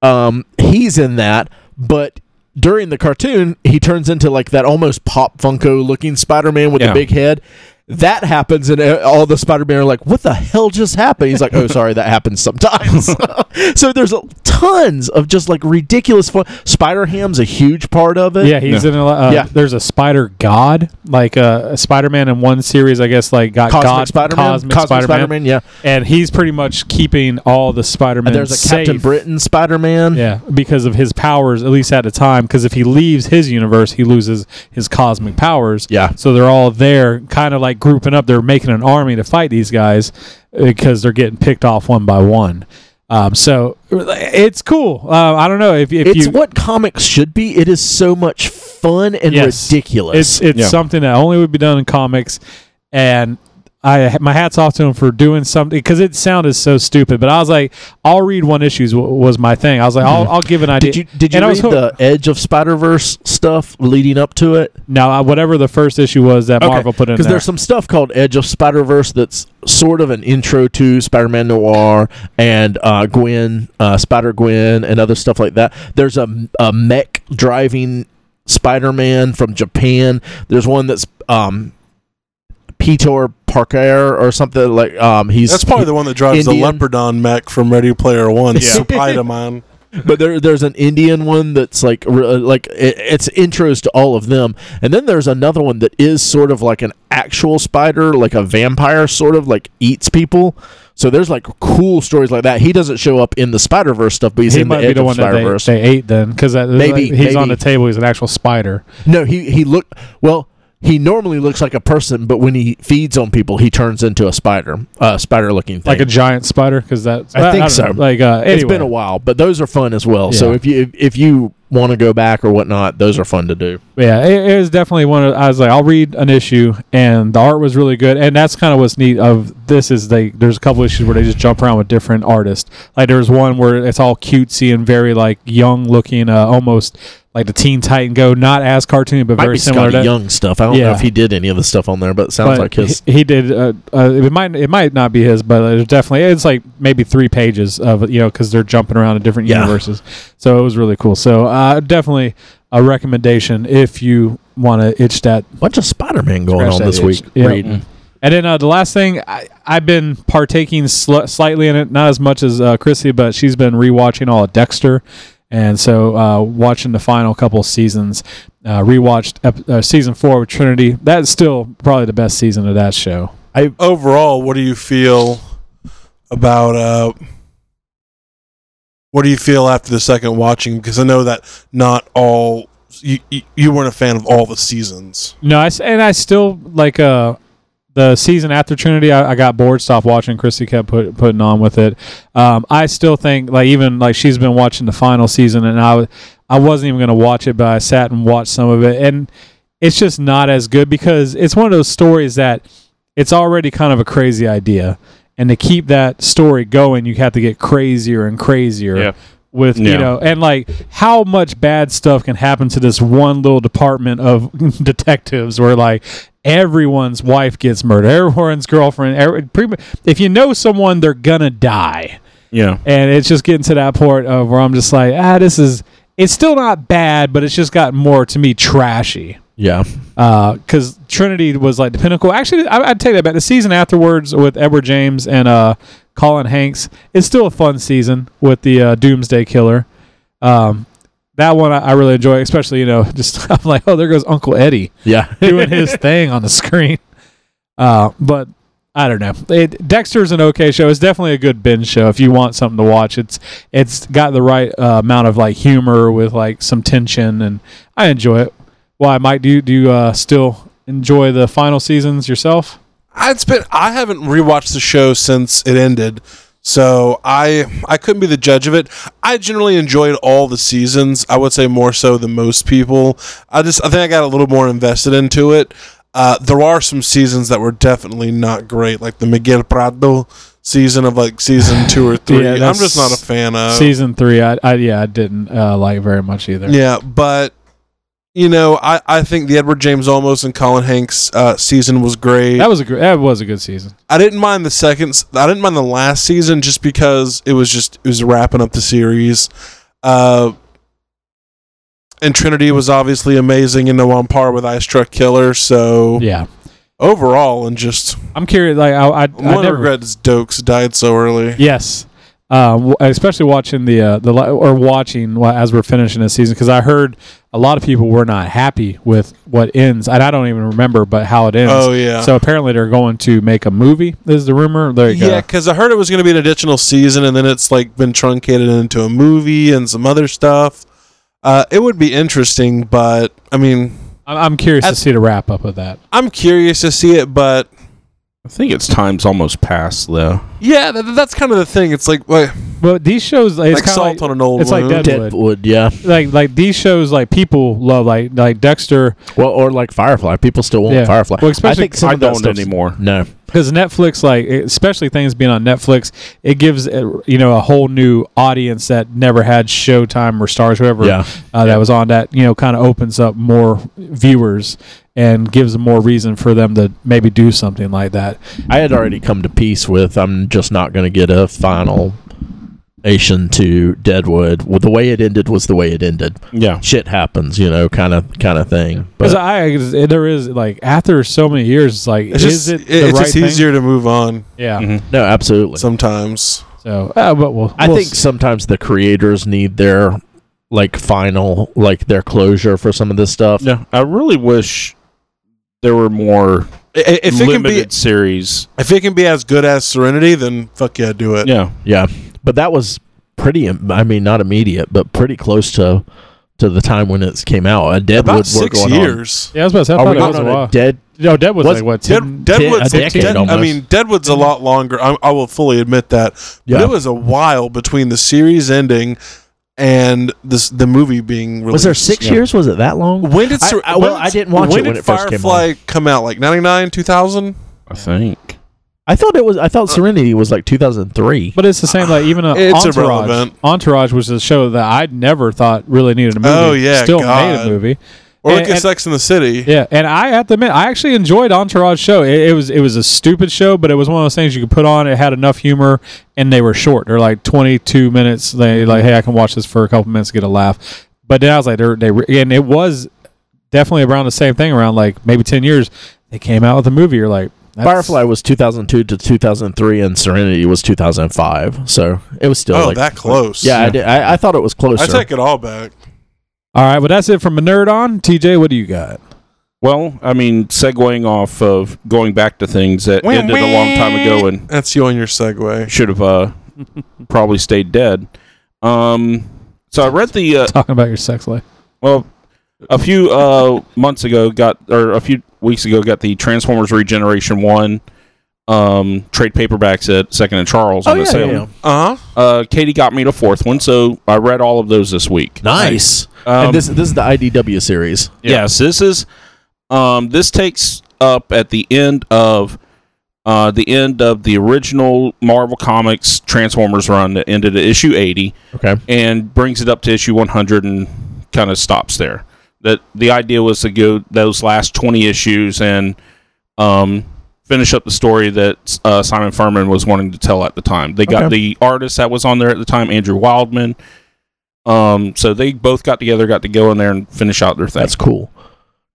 Speaker 1: um, he's in that, but during the cartoon, he turns into like that almost pop Funko looking Spider-Man with
Speaker 4: Yeah.
Speaker 1: the big head. That happens, and uh, all the Spider-Man are like, "What the hell just happened?" He's like, "Oh, sorry, that happens sometimes." so there's a, tons of just like ridiculous fun. Spider Ham's a huge part of it.
Speaker 3: Yeah, he's in a. lo- Uh,
Speaker 1: Yeah.
Speaker 3: there's a Spider God, like uh, Spider Man in one series, I guess. Like got
Speaker 1: Cosmic
Speaker 3: God,
Speaker 1: Spider-Man,
Speaker 3: Cosmic, Spider-Man,
Speaker 1: Spider-Man, yeah.
Speaker 3: and he's pretty much keeping all the Spider Man.
Speaker 1: And there's a Captain Britain Spider-Man.
Speaker 3: Yeah, because of his powers, at least at the time. Because if he leaves his universe, he loses his cosmic powers.
Speaker 1: Yeah.
Speaker 3: So they're all there, kind of like grouping up. They're making an army to fight these guys because they're getting picked off one by one. Um, so it's cool. Uh, I don't know if, if
Speaker 1: It's
Speaker 3: you.
Speaker 1: what comics should be. It is so much fun and
Speaker 3: Yes.
Speaker 1: ridiculous.
Speaker 3: It's it's
Speaker 4: Yeah.
Speaker 3: something that only would be done in comics, and I my hats off to him for doing something because it sounded so stupid. But I was like, I'll read one issues w- was my thing. I was like, I'll, I'll give an idea.
Speaker 1: Did you did you
Speaker 3: And I
Speaker 1: read
Speaker 3: was hooked.
Speaker 1: the Edge of Spider Verse stuff leading up to it?
Speaker 3: No, I- whatever the first issue was that Marvel put in
Speaker 1: Because
Speaker 3: there.
Speaker 1: there's some stuff called Edge of Spider Verse that's sort of an intro to Spider Man Noir and uh, Gwen, uh, Spider Gwen, and other stuff like that. There's a, a mech driving Spider Man from Japan. There's one that's um, Peter Parker or something like um, he's
Speaker 6: That's probably the one that drives
Speaker 1: Indian.
Speaker 6: the Leopardon mech from Ready Player One.
Speaker 4: Yeah.
Speaker 6: Yeah. Spider-Man.
Speaker 1: but there, there's an Indian one that's like re- uh, like it, it's intros to all of them, and then there's another one that is sort of like an actual spider, like a vampire, sort of like eats people. So there's like cool stories like that. He doesn't show up in the Spider Verse stuff, but he's
Speaker 3: he
Speaker 1: in the
Speaker 3: might be
Speaker 1: Edge
Speaker 3: the
Speaker 1: of
Speaker 3: one that
Speaker 1: Spider
Speaker 3: they,
Speaker 1: Verse.
Speaker 3: they ate then, because
Speaker 1: Maybe,
Speaker 3: maybe he's on
Speaker 1: maybe.
Speaker 3: the table. He's an actual spider.
Speaker 1: No, he he looked well. He normally looks like a person, but when he feeds on people, he turns into a spider, uh, spider looking thing.
Speaker 3: like a giant spider because that's
Speaker 1: I think
Speaker 3: don't
Speaker 1: so.
Speaker 3: know. like uh anyway.
Speaker 1: It's been a while, but those are fun as well. So
Speaker 3: Yeah.
Speaker 1: if you if, if you want to go back or whatnot, those are fun to do.
Speaker 3: yeah it, it was definitely one of i was like i'll read an issue and the art was really good and that's kind of what's neat of this is they there's a couple issues where they just jump around with different artists like there's one where it's all cutesy and very like young looking uh almost like the teen titan go not as cartoony but
Speaker 1: Might
Speaker 3: very
Speaker 1: be
Speaker 3: similar
Speaker 1: Scotty
Speaker 3: to
Speaker 1: Young stuff. I don't know
Speaker 3: Yeah.
Speaker 1: if he did any of the stuff on there, but it sounds
Speaker 3: but
Speaker 1: like his.
Speaker 3: he, he did uh, uh it might it might not be his but it's definitely it's like maybe three pages of you know because they're jumping around in different
Speaker 1: Yeah.
Speaker 3: universes so it was really cool so uh definitely a recommendation if you want to itch that
Speaker 1: bunch of Spider Man going
Speaker 3: Scratch
Speaker 1: on
Speaker 3: that
Speaker 1: this
Speaker 3: itch.
Speaker 1: week.
Speaker 3: Yeah.
Speaker 4: Mm.
Speaker 1: Reed.
Speaker 3: and then uh, the last thing I, i've been partaking sl- slightly in it not as much as uh, chrissy but she's been rewatching all of dexter and so uh, watching the final couple seasons uh, rewatched ep- uh, season four with trinity that's still probably the best season of that show
Speaker 6: Overall, what do you feel about uh what do you feel after the second watching? Because I know that not all you, you, you weren't a fan of all the seasons.
Speaker 3: No, I s and I still like uh the season after Trinity. I, I got bored, stopped watching. Christy kept put, putting on with it. Um, I still think like even like she's been watching the final season, and I w- I wasn't even gonna watch it, but I sat and watched some of it, and it's just not as good because it's one of those stories that it's already kind of a crazy idea, and to keep that story going, you have to get crazier and crazier
Speaker 5: Yeah.
Speaker 3: with
Speaker 4: Yeah.
Speaker 3: you know and like how much bad stuff can happen to this one little department of detectives where like everyone's wife gets murdered everyone's girlfriend every, pretty, mu- if you know someone they're gonna die
Speaker 4: yeah.
Speaker 3: and it's just getting to that point of where i'm just like ah this is it's still not bad but it's just gotten more to me trashy
Speaker 1: Yeah.
Speaker 3: because Uh, Trinity was like the pinnacle. Actually, I, I'd take that back. The season afterwards with Edward James and uh, Colin Hanks is still a fun season with the uh, Doomsday Killer. Um, that one I, I really enjoy, especially you know, just I'm like, oh, there goes Uncle Eddie
Speaker 1: Yeah.
Speaker 3: doing his thing on the screen. Uh, but I don't know. It, Dexter's an okay show. It's definitely a good binge show if you want something to watch. It's it's got the right uh, amount of like humor with like some tension, and I enjoy it. Why, Mike? Do you, do you uh, still enjoy the final seasons yourself?
Speaker 6: I'd spent I haven't rewatched the show since it ended. So I I couldn't be the judge of it. I generally enjoyed all the seasons. I would say more so than most people. I just I think I got a little more invested into it. Uh, there are some seasons that were definitely not great, like the Miguel Prado season of like season two or three.
Speaker 3: Yeah,
Speaker 6: I'm
Speaker 3: that's-
Speaker 6: just not a fan of.
Speaker 3: Season three, I, I yeah, I didn't uh, like very much either.
Speaker 6: Yeah, but you know, I, I think the Edward James Olmos and Colin Hanks uh, season was great.
Speaker 3: That was a gr- that was a good season.
Speaker 6: I didn't mind the second. s- I didn't mind the last season just because it was just it was wrapping up the series. Uh, and Trinity was obviously amazing and on par with Ice Truck Killer. So
Speaker 3: Yeah,
Speaker 6: overall, and just
Speaker 3: I'm curious. Like I, I, I
Speaker 6: one
Speaker 3: never-
Speaker 6: regret is Dokes died so early.
Speaker 3: Yes. Uh, w- especially watching the uh, the li- or watching wh- as we're finishing the season because I heard a lot of people were not happy with what ends and I don't even remember but how it ends.
Speaker 6: Oh yeah.
Speaker 3: So apparently they're going to make a movie. Is the rumor? There you
Speaker 6: Yeah,
Speaker 3: go.
Speaker 6: because I heard it was going to be an additional season, and then it's like been truncated into a movie and some other stuff. Uh, it would be interesting, but I mean,
Speaker 3: I- I'm curious to
Speaker 6: That's-
Speaker 3: see the wrap up of that.
Speaker 6: I'm curious to see it. But
Speaker 4: I think its time's almost past, though.
Speaker 6: yeah, th- th- that's kind of the thing. It's like like,
Speaker 3: But these shows, it's
Speaker 6: like
Speaker 3: kinda
Speaker 6: salt
Speaker 3: like,
Speaker 6: on an old
Speaker 3: it's like Dead-
Speaker 6: wound.
Speaker 3: Deadwood.
Speaker 1: Deadwood, yeah.
Speaker 3: like like these shows, like people love, like like Dexter,
Speaker 1: Well, or like Firefly. People still want
Speaker 3: Yeah.
Speaker 1: Firefly.
Speaker 3: Well, especially-
Speaker 1: I, think some
Speaker 4: I
Speaker 1: of that
Speaker 4: don't
Speaker 1: stuff's-
Speaker 4: anymore.
Speaker 1: No.
Speaker 3: because Netflix, like e, especially things being on Netflix, it gives uh, you know a whole new audience that never had Showtime or Stars, whoever
Speaker 1: Yeah.
Speaker 3: uh, that was on. That you know kind of opens up more viewers and gives more reason for them to maybe do something like that.
Speaker 1: I had already come to peace with I'm just not going to get a final Asian to Deadwood. Well, the way it ended was the way it ended.
Speaker 4: Yeah.
Speaker 1: Shit happens, you know, kind of kind of thing.
Speaker 3: Because
Speaker 1: But
Speaker 3: I there is like after so many years, it's like
Speaker 6: It's
Speaker 3: is
Speaker 6: just
Speaker 3: it
Speaker 6: it,
Speaker 3: the
Speaker 6: it's
Speaker 3: right
Speaker 6: just
Speaker 3: thing?
Speaker 6: easier Mm-hmm. to move on
Speaker 3: Yeah.
Speaker 4: Mhm.
Speaker 1: no, absolutely.
Speaker 6: sometimes.
Speaker 3: So, uh, but we'll,
Speaker 1: I
Speaker 3: we'll
Speaker 1: think
Speaker 3: s-
Speaker 1: sometimes the creators need their like final like their closure for some of this stuff.
Speaker 4: Yeah. I really wish there were more
Speaker 6: I- I- If it can be
Speaker 4: limited series.
Speaker 6: if it can be as good as Serenity, then fuck yeah, do it.
Speaker 4: Yeah.
Speaker 1: Yeah, but that was pretty. im- I mean, not immediate, but pretty close to to the time when it came out. A Deadwood
Speaker 6: About
Speaker 1: were
Speaker 6: six
Speaker 1: going
Speaker 6: years.
Speaker 3: Yeah, I was about to say, I
Speaker 1: on. Are
Speaker 3: thought
Speaker 1: Oh, we
Speaker 3: it
Speaker 1: going
Speaker 3: was a
Speaker 1: on a
Speaker 3: while.
Speaker 1: dead?
Speaker 3: No, Dead was,
Speaker 1: Was-
Speaker 3: like what?
Speaker 6: Dead,
Speaker 3: 10
Speaker 6: Deadwood's
Speaker 1: a decade
Speaker 6: Dead- I
Speaker 1: almost.
Speaker 6: mean, Deadwood's a lot longer. I'm, I will fully admit that.
Speaker 1: Yeah.
Speaker 6: But it was a while between the series ending and this the movie being released.
Speaker 1: Was there six years? Was it that long?
Speaker 6: When did
Speaker 1: I-
Speaker 6: Ser-
Speaker 1: I- well,
Speaker 6: when
Speaker 1: I didn't watch it when
Speaker 6: did
Speaker 1: it first came
Speaker 6: Firefly come out? Like 99, 2000?
Speaker 4: I think.
Speaker 1: I thought it was. I
Speaker 6: Uh,
Speaker 1: thought Serenity was like 2003.
Speaker 3: But it's the same. Like even uh,
Speaker 6: It's
Speaker 3: Entourage.
Speaker 6: irrelevant.
Speaker 3: Entourage was a show that I never thought really needed a movie.
Speaker 6: Oh, yeah,
Speaker 3: still made
Speaker 6: God.
Speaker 3: a movie.
Speaker 6: Or
Speaker 3: And-
Speaker 6: look at
Speaker 3: and-
Speaker 6: Sex in the City.
Speaker 3: Yeah, and I have to admit, I actually enjoyed Entourage show. It, it was it was a stupid show, but it was one of those things you could put on. It had enough humor, and they were short. They're like twenty two minutes. They like, hey, I can watch this for a couple minutes, to get a laugh. But then I was like, they're, they re- and it was definitely around the same thing. Around like maybe ten years, they came out with a movie. You're like that's-
Speaker 1: Firefly was 2002 to 2003, and Serenity was 2005. So it was still
Speaker 6: Oh,
Speaker 1: like
Speaker 6: that close.
Speaker 1: Yeah, I, did, I, I thought it was closer.
Speaker 6: I take it all back.
Speaker 3: All right, but that's it from a nerd on. TJ, what do you got?
Speaker 4: Well, I mean, segueing off of going back to things that
Speaker 6: Wah,
Speaker 4: ended a long time ago and
Speaker 6: That's you on your segue.
Speaker 4: should have uh, probably stayed dead. Um, so I read the uh,
Speaker 3: Talking about your sex life.
Speaker 4: Well, a few uh, months ago, got or a few weeks ago, got the Transformers Regeneration One um, trade paperbacks at Second and Charles
Speaker 1: Oh,
Speaker 4: on the sale.
Speaker 6: Uh huh.
Speaker 4: Uh, Katie got me the fourth one, so I read all of those this week.
Speaker 1: Nice.
Speaker 4: Um,
Speaker 1: and this this is the IDW series.
Speaker 4: Yes, this is. Um, this takes up at the end of. Uh, the end of the original Marvel Comics Transformers run that ended at issue 80,
Speaker 1: Okay.
Speaker 4: and brings it up to issue 100 and kind of stops there. That the idea was to go those last 20 issues and um, finish up the story that uh, Simon Furman was wanting to tell at the time. They got
Speaker 1: Okay.
Speaker 4: the artist that was on there at the time, Andrew Wildman. Um, so they both got together, got to go in there and finish out their thing.
Speaker 1: That's cool.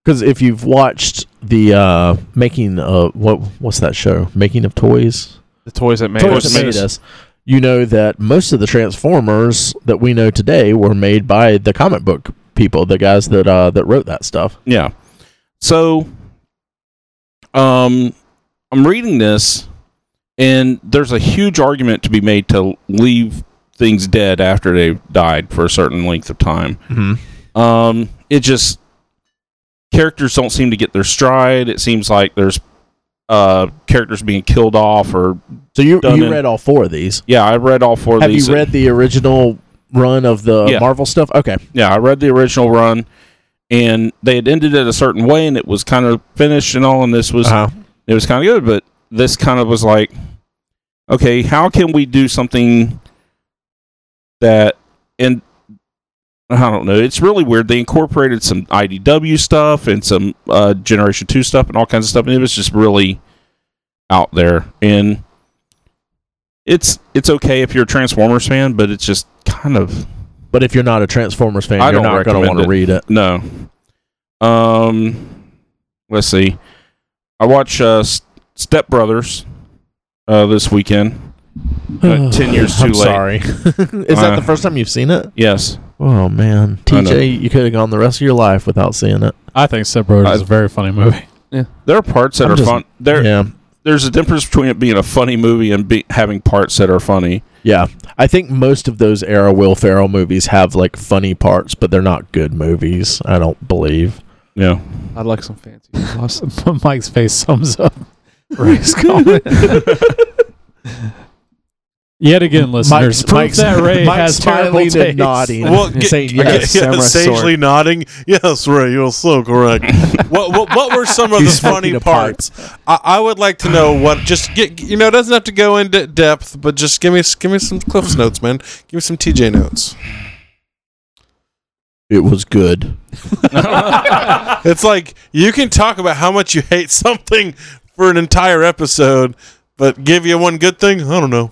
Speaker 1: Because if you've watched the uh, making of what what's that show? Making of toys.
Speaker 5: The toys that made
Speaker 1: toys
Speaker 5: us.
Speaker 1: that made us. You know that most of the Transformers that we know today were made by the comic book people, the guys that uh, that wrote that stuff.
Speaker 4: Yeah. So, um, I'm reading this, and there's a huge argument to be made to leave things dead after they've died for a certain length of time.
Speaker 1: Mm-hmm.
Speaker 4: Um, it just characters don't seem to get their stride. It seems like there's uh, characters being killed off or
Speaker 1: So you
Speaker 4: Done
Speaker 1: you
Speaker 4: in-
Speaker 1: read all four of these.
Speaker 4: yeah, I read all four of
Speaker 1: Have
Speaker 4: these. uh,
Speaker 1: you read the original run of the
Speaker 4: Yeah.
Speaker 1: Marvel stuff? Okay.
Speaker 4: yeah, I read the original run, and they had ended it a certain way, and it was kind of finished and all, and this was it was kind of good, but this kind of was like, okay, how can we do something that and I don't know, it's really weird. They incorporated some IDW stuff and some uh, Generation Two stuff and all kinds of stuff, and it was just really out there. And it's it's okay if you're a Transformers fan, but it's just kind of
Speaker 1: But if you're not a Transformers fan,
Speaker 4: I
Speaker 1: you're
Speaker 4: don't
Speaker 1: not going to
Speaker 4: recommend
Speaker 1: want to read it.
Speaker 4: no. Um, let's see. I watch uh, S- Step Brothers uh, this weekend. Uh, Ten years too
Speaker 1: I'm
Speaker 4: late.
Speaker 1: Sorry. Is that
Speaker 4: Uh,
Speaker 1: the first time you've seen it?
Speaker 4: Yes,
Speaker 1: Oh man,
Speaker 4: I know.
Speaker 1: TJ, you could have gone the rest of your life without seeing it.
Speaker 3: I think Step Brothers
Speaker 4: I-
Speaker 3: is a very funny movie.
Speaker 4: there are parts that
Speaker 1: I'm
Speaker 4: are
Speaker 1: just-
Speaker 4: fun. There,
Speaker 1: yeah,
Speaker 4: there's a difference between it being a funny movie and be- having parts that are funny.
Speaker 1: yeah. I think most of those era Will Ferrell movies have like funny parts, but they're not good movies. I don't believe.
Speaker 4: Yeah.
Speaker 5: I'd like some fancy sauce.
Speaker 3: Mike's face sums up Ray's comment. Yet again, listeners, proof that Ray has terrible
Speaker 1: smiles and
Speaker 3: taste.
Speaker 1: nodding,
Speaker 6: Well,
Speaker 1: and
Speaker 6: get-
Speaker 1: saying
Speaker 5: I
Speaker 1: yes.
Speaker 5: guess- samurai
Speaker 6: sagely
Speaker 5: sword.
Speaker 6: nodding. Yes, Ray, you're so correct. what, what what were some of the
Speaker 1: He's
Speaker 6: funny
Speaker 1: picking apart.
Speaker 6: parts? I, I would like to know what. Just get you know, it doesn't have to go into depth, but just give me s- give me some Cliff's notes, man. Give me some TJ notes.
Speaker 1: It was good.
Speaker 6: It's like you can talk about how much you hate something for an entire episode, but give you one good thing. I don't know.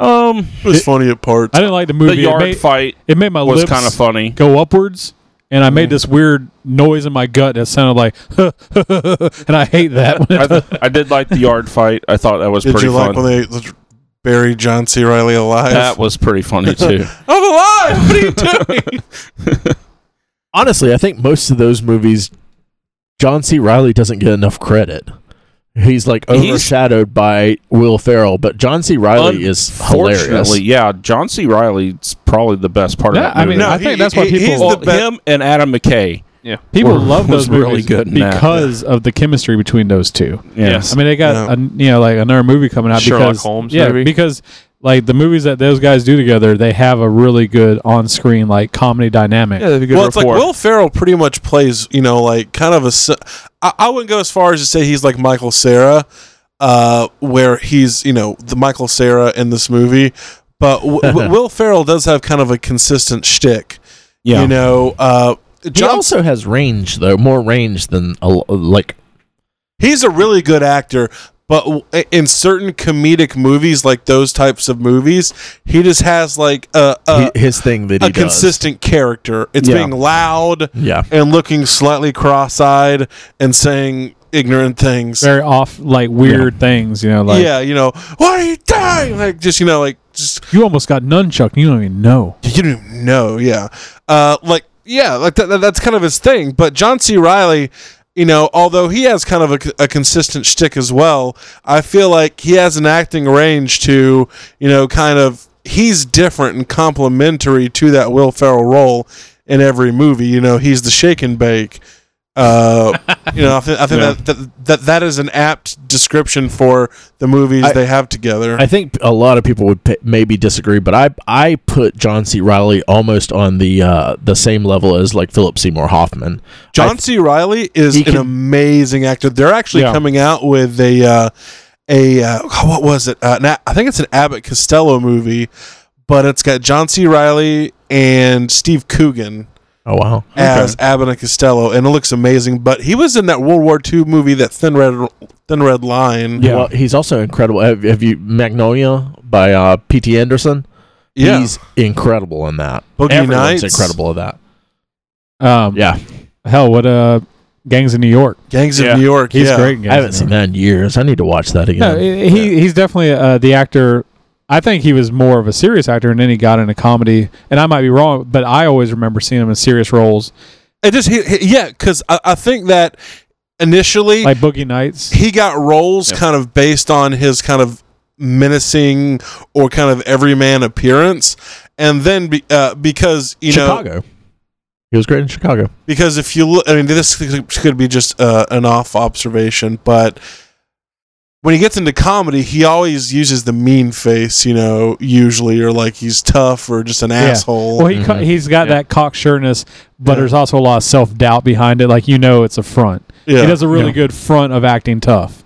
Speaker 4: Um,
Speaker 6: It was funny at parts.
Speaker 3: I didn't like the
Speaker 4: the
Speaker 3: movie. it,
Speaker 4: yard
Speaker 3: made,
Speaker 4: fight
Speaker 3: it made my
Speaker 4: was Mm.
Speaker 3: lips
Speaker 4: kind of funny.
Speaker 3: go upwards, and I made this weird noise in my gut that sounded like, and I hate that.
Speaker 4: I, I did like the yard fight. I thought that was
Speaker 6: Did
Speaker 4: pretty
Speaker 6: you like
Speaker 4: fun.
Speaker 6: when they buried John C. Riley alive?
Speaker 4: that was pretty funny too.
Speaker 6: I'm alive. What are you doing?
Speaker 1: Honestly, I think most of those movies, John C. Riley doesn't get enough credit. He's like
Speaker 4: He's-
Speaker 1: overshadowed by Will Ferrell, but John C. Riley is hilarious.
Speaker 4: Fortunately, yeah, John C. Riley's probably the best part
Speaker 3: Yeah,
Speaker 4: of that
Speaker 3: I
Speaker 4: movie.
Speaker 3: mean, I think that's why people-
Speaker 6: he's
Speaker 4: Well,
Speaker 6: the best.
Speaker 4: him and Adam McKay.
Speaker 3: People
Speaker 4: were-
Speaker 3: love
Speaker 4: was
Speaker 3: those
Speaker 4: really
Speaker 3: movies
Speaker 4: good in that.
Speaker 3: because of the chemistry between those two.
Speaker 4: Yes.
Speaker 3: I mean, they got
Speaker 6: Yeah.
Speaker 3: a, you know like another movie coming out.
Speaker 5: Sherlock
Speaker 3: because,
Speaker 5: Holmes
Speaker 3: yeah,
Speaker 5: movie?
Speaker 3: because like the movies that those guys do together, they have a really good on-screen like comedy dynamic.
Speaker 5: Yeah, that'd be good
Speaker 6: well, it's
Speaker 5: rapport.
Speaker 6: like Will Ferrell pretty much plays, you know, like kind of a. s- I, I wouldn't go as far as to say he's like Michael Sarah, uh, where he's you know the Michael Sarah in this movie, but w- w- Will Ferrell does have kind of a consistent shtick,
Speaker 4: yeah.
Speaker 6: you know. Uh,
Speaker 1: he
Speaker 6: John,
Speaker 1: also has range though, more range than a, l- like
Speaker 6: he's a really good actor. But w- in certain comedic movies, like those types of movies, he just has like a, a,
Speaker 1: hi- his thing that he
Speaker 6: Uh, a
Speaker 1: does.
Speaker 6: consistent character. It's
Speaker 4: Yeah.
Speaker 6: being loud
Speaker 1: yeah,
Speaker 6: and looking slightly cross-eyed and saying ignorant things.
Speaker 3: Very off, like weird things. You know, like
Speaker 6: yeah, you know, why are you dying? Like just you know, like just
Speaker 3: you almost got nunchuck. And you don't even know.
Speaker 6: you don't even know. Yeah, uh, like yeah, like that, that- that's kind of his thing. But John C. Riley, you know, although he has kind of a, a consistent shtick as well, I feel like he has an acting range to you know, kind of he's different and complementary to that Will Ferrell role in every movie. You know, he's the shake and bake. Uh, you know, I, thi- I think
Speaker 4: Yeah.
Speaker 6: that, that that that is an apt description for the movies
Speaker 1: I-
Speaker 6: they have together.
Speaker 1: I think a lot of people would p- maybe disagree, but I I put John C. Riley almost on the uh, the same level as like Philip Seymour Hoffman.
Speaker 6: John C. Riley is
Speaker 1: He
Speaker 6: an
Speaker 1: can-
Speaker 6: amazing actor. They're actually
Speaker 4: Yeah.
Speaker 6: coming out with a uh, a uh, oh, what was it? Uh, an a- I think it's an Abbott Costello movie, but it's got John C. Riley and Steve Coogan
Speaker 1: Oh wow,
Speaker 6: as Abbott and Costello, and it looks amazing. But he was in that World War II movie, that Thin Red Thin Red Line.
Speaker 1: Well, he's also incredible. Have, have you Magnolia by uh, P.T. Anderson?
Speaker 6: yeah.
Speaker 1: he's incredible in that.
Speaker 6: Boogie
Speaker 1: Everyone's
Speaker 6: Nights,
Speaker 1: incredible in that.
Speaker 3: Um,
Speaker 1: Yeah,
Speaker 3: Hell, what uh, gangs in New York?
Speaker 6: Gangs of
Speaker 5: Yeah.
Speaker 6: New York.
Speaker 3: He's
Speaker 6: yeah.
Speaker 3: great. in Gangs
Speaker 1: I
Speaker 3: of
Speaker 1: haven't
Speaker 3: New
Speaker 1: seen that in years. I need to watch that again.
Speaker 3: No, he he- he's definitely uh, the actor. I think he was more of a serious actor, and then he got into comedy. And I might be wrong, but I always remember seeing him in serious roles,
Speaker 6: It just he, he- yeah, because I, I think that initially
Speaker 3: like Boogie Nights.
Speaker 6: he got roles
Speaker 4: Yeah.
Speaker 6: kind of based on his kind of menacing or kind of everyman appearance and then be, uh, because you know
Speaker 1: Chicago. he was great in Chicago.
Speaker 6: because if you look i mean this could be just uh, an off observation but when he gets into comedy, he always uses the mean face, you know, usually, or like he's tough or just an asshole.
Speaker 3: Well, he co he's got
Speaker 5: Yeah.
Speaker 3: that cocksureness, but
Speaker 6: Yeah.
Speaker 3: there's also a lot of self doubt behind it. Like you know, it's a front.
Speaker 6: yeah.
Speaker 3: He does a really
Speaker 4: Yeah.
Speaker 3: good front of acting tough,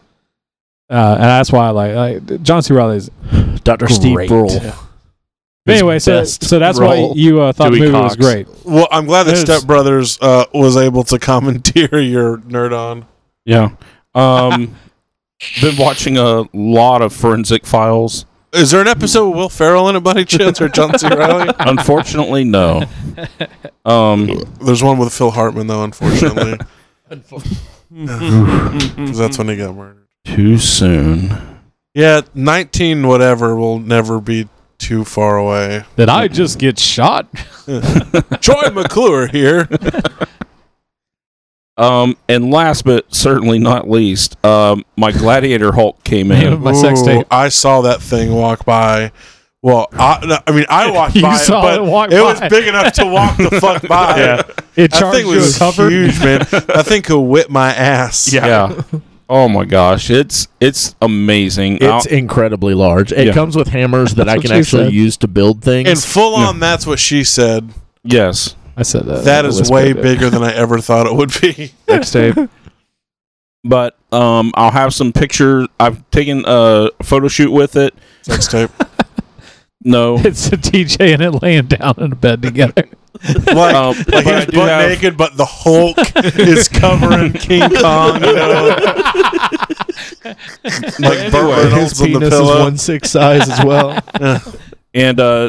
Speaker 3: uh, and that's why I like, like John C. Riley is.
Speaker 1: Dr. Steve
Speaker 3: Great.
Speaker 1: Brule.
Speaker 3: But anyway, so,
Speaker 1: best
Speaker 3: so that's why
Speaker 1: role.
Speaker 3: you uh, thought
Speaker 5: Dewey
Speaker 3: the movie
Speaker 5: Cox.
Speaker 3: was great.
Speaker 6: well, I'm glad that
Speaker 3: There's-
Speaker 6: Step Brothers uh, was able to commandeer your nerd on.
Speaker 4: Yeah. Um, been watching a lot of forensic files.
Speaker 6: Is there an episode with Will Ferrell in it, Buddy Chance or John C. Riley?
Speaker 4: Unfortunately, no. Um,
Speaker 6: There's one with Phil Hartman though, unfortunately, because that's when he got murdered.
Speaker 4: too soon.
Speaker 6: Yeah, 19 whatever will never be too far away.
Speaker 3: Did I just get shot?
Speaker 6: Troy McClure here.
Speaker 4: Um, and last but certainly not least, um, my Gladiator Hulk came in.
Speaker 3: My sex
Speaker 6: Ooh,
Speaker 3: tape.
Speaker 6: I saw that thing walk by. Well, I, no, I mean, I walked
Speaker 3: You
Speaker 6: by, it,
Speaker 3: saw
Speaker 6: but
Speaker 3: it walk
Speaker 6: it
Speaker 3: by.
Speaker 6: was big enough to walk the fuck by.
Speaker 5: Yeah.
Speaker 3: It
Speaker 6: That
Speaker 3: charged
Speaker 6: thing
Speaker 3: you
Speaker 6: was
Speaker 3: a cover.
Speaker 6: huge, man. That thing could whip my ass.
Speaker 4: yeah. Oh my gosh, it's it's amazing. I'll-
Speaker 1: It's incredibly large. It
Speaker 4: Yeah.
Speaker 1: comes with hammers that I
Speaker 3: what
Speaker 1: can
Speaker 3: she
Speaker 1: actually
Speaker 3: said.
Speaker 1: use to build things.
Speaker 6: And full on, that's what she said.
Speaker 4: yes.
Speaker 3: I said that.
Speaker 6: That is
Speaker 3: Whisper
Speaker 6: way
Speaker 3: bit.
Speaker 6: bigger than I ever thought it would be.
Speaker 5: Next tape.
Speaker 4: But um, I'll have some pictures. I've taken a photo shoot with it.
Speaker 6: Sex tape.
Speaker 4: No,
Speaker 3: It's a TJ and it laying down in a bed together.
Speaker 6: Like,
Speaker 4: um,
Speaker 6: like
Speaker 4: but I
Speaker 6: he's
Speaker 4: do
Speaker 6: butt
Speaker 4: have-
Speaker 6: naked, but the Hulk is covering King Kong. You know? like Burt
Speaker 4: Anyway,
Speaker 6: Reynolds on the pillow.
Speaker 1: six size as well.
Speaker 4: and uh,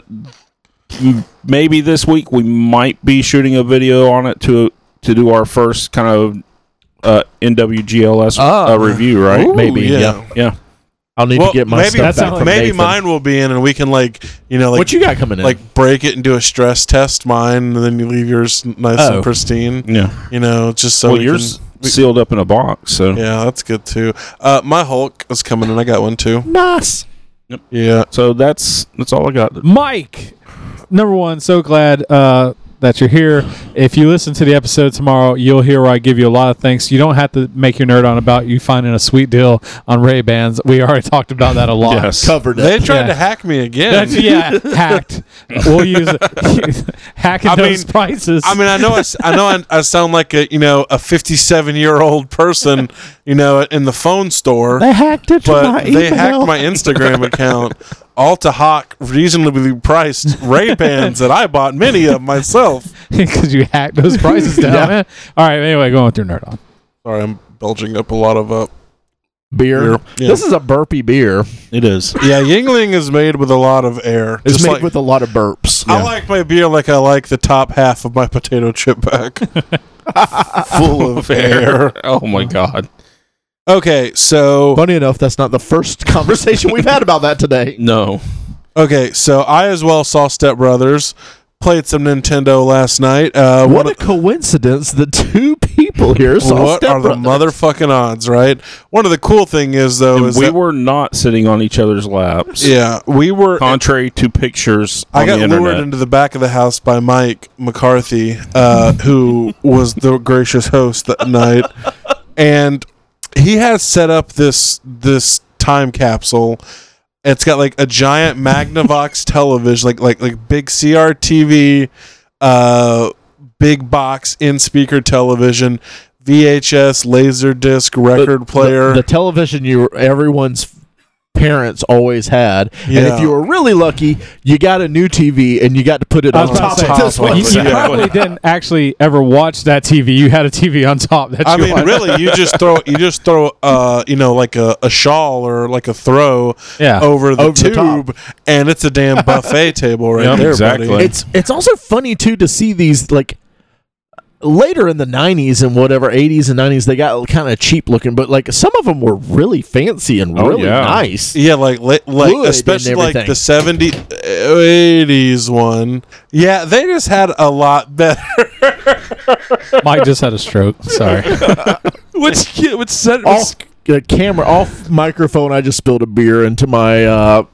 Speaker 4: m- maybe this week we might be shooting a video on it to to do our first kind of uh, NWGLS
Speaker 1: Ah.
Speaker 4: uh, review, right?
Speaker 6: Ooh,
Speaker 1: Maybe, yeah.
Speaker 4: Yeah.
Speaker 1: I'll need
Speaker 6: Well,
Speaker 1: to get my
Speaker 6: maybe-
Speaker 1: stuff
Speaker 3: That
Speaker 1: back
Speaker 3: sounds-
Speaker 1: from
Speaker 6: Maybe
Speaker 1: Nathan.
Speaker 6: mine will be in, and we can like you know like
Speaker 1: what you got coming in?
Speaker 6: like break it into a stress test mine, and then you leave yours nice
Speaker 1: Oh.
Speaker 6: and pristine.
Speaker 4: Yeah.
Speaker 6: You know, just so
Speaker 4: well,
Speaker 6: we
Speaker 4: yours
Speaker 6: can- we-
Speaker 4: sealed up in a box, so
Speaker 6: yeah, that's good too. Uh, my Hulk is coming, and I got one too.
Speaker 1: nice.
Speaker 6: Yeah,
Speaker 4: so that's that's all I got.
Speaker 3: Mike, number one, so glad uh, that you're here. If you listen to the episode tomorrow, you'll hear where I give you a lot of thanks. You don't have to make your nerd on about you finding a sweet deal on Ray Bans. We already talked about that a lot.
Speaker 4: Yes.
Speaker 1: Covered
Speaker 6: they
Speaker 1: it.
Speaker 6: tried
Speaker 3: Yeah.
Speaker 6: to hack me again.
Speaker 3: That's, yeah, hacked. We'll use hacking
Speaker 6: I
Speaker 3: those
Speaker 6: mean-
Speaker 3: prices.
Speaker 6: I mean, I know, I, s- I know, I, I sound like a you know a fifty-seven-year-old person, you know, in the phone store.
Speaker 3: they hacked it.
Speaker 6: but
Speaker 3: from my
Speaker 6: they
Speaker 3: email.
Speaker 6: hacked my Instagram account. All to hawk reasonably priced Ray Bans that I bought many of myself.
Speaker 3: because you hacked those prices down.
Speaker 1: Yeah.
Speaker 3: Man. All right. Anyway, going with your nerd on.
Speaker 6: Sorry, I'm belching up a lot of uh,
Speaker 1: Beer.
Speaker 6: beer. Yeah.
Speaker 1: This is a burpy beer.
Speaker 4: It is.
Speaker 6: yeah, Yingling is made with a lot of air.
Speaker 1: It's
Speaker 6: Just
Speaker 1: made
Speaker 6: like-
Speaker 1: with a lot of burps.
Speaker 6: I like my beer like I like the top half of my potato chip bag, full of air.
Speaker 4: Oh my god.
Speaker 6: Okay, so
Speaker 1: Funny enough, that's not the first conversation we've had about that today.
Speaker 4: No.
Speaker 6: okay, so I as well saw Step Brothers. Played some Nintendo last night. Uh, one
Speaker 1: What
Speaker 6: of-
Speaker 1: a coincidence! The two people here saw
Speaker 6: what
Speaker 1: Step
Speaker 6: are the
Speaker 1: Brothers.
Speaker 6: motherfucking odds, right? One of the cool thing is though
Speaker 4: And
Speaker 6: Oh, is
Speaker 4: we
Speaker 6: that,
Speaker 4: were not sitting on each other's laps.
Speaker 6: yeah we were.
Speaker 4: Contrary to pictures on
Speaker 6: I got
Speaker 4: the
Speaker 6: lured
Speaker 4: internet.
Speaker 6: into the back of the house by Mike McCarthy, uh, who was the gracious host that night, and he has set up this this time capsule. It's got like a giant Magnavox television, like like like big CRTV, uh, big box in speaker television, VHS, laser disc, record player.
Speaker 1: The, the television you everyone's parents always had, and
Speaker 6: Yeah.
Speaker 1: if you were really lucky, you got a new TV and you got to put it on
Speaker 3: was about
Speaker 1: top of
Speaker 3: to say,
Speaker 1: this
Speaker 6: top
Speaker 1: one.
Speaker 6: of
Speaker 3: You,
Speaker 6: it.
Speaker 3: you
Speaker 6: Yeah.
Speaker 3: probably didn't actually ever watch that TV. You had a TV on top that you
Speaker 6: I mean,
Speaker 3: watched.
Speaker 6: really, you just throw you just throw uh you know like a, a shawl or like a throw
Speaker 3: Yeah.
Speaker 6: over the
Speaker 1: Over the
Speaker 6: tube,
Speaker 1: top.
Speaker 6: and it's a damn buffet table right
Speaker 4: Yeah,
Speaker 6: there,
Speaker 4: exactly.
Speaker 6: buddy.
Speaker 1: It's it's also funny too to see these like later in the 90s and whatever 80s and 90s they got kind of cheap looking but like some of them were really fancy and
Speaker 4: Oh,
Speaker 1: really
Speaker 4: yeah.
Speaker 1: nice
Speaker 6: yeah, like li- like
Speaker 1: Wood and
Speaker 6: especially like the
Speaker 1: everything.
Speaker 6: 70s, 80s one. Yeah, they just had a lot better.
Speaker 3: Mike just had a stroke. Sorry.
Speaker 5: What's yeah, what's set?
Speaker 1: off uh, camera off microphone i just spilled a beer into my uh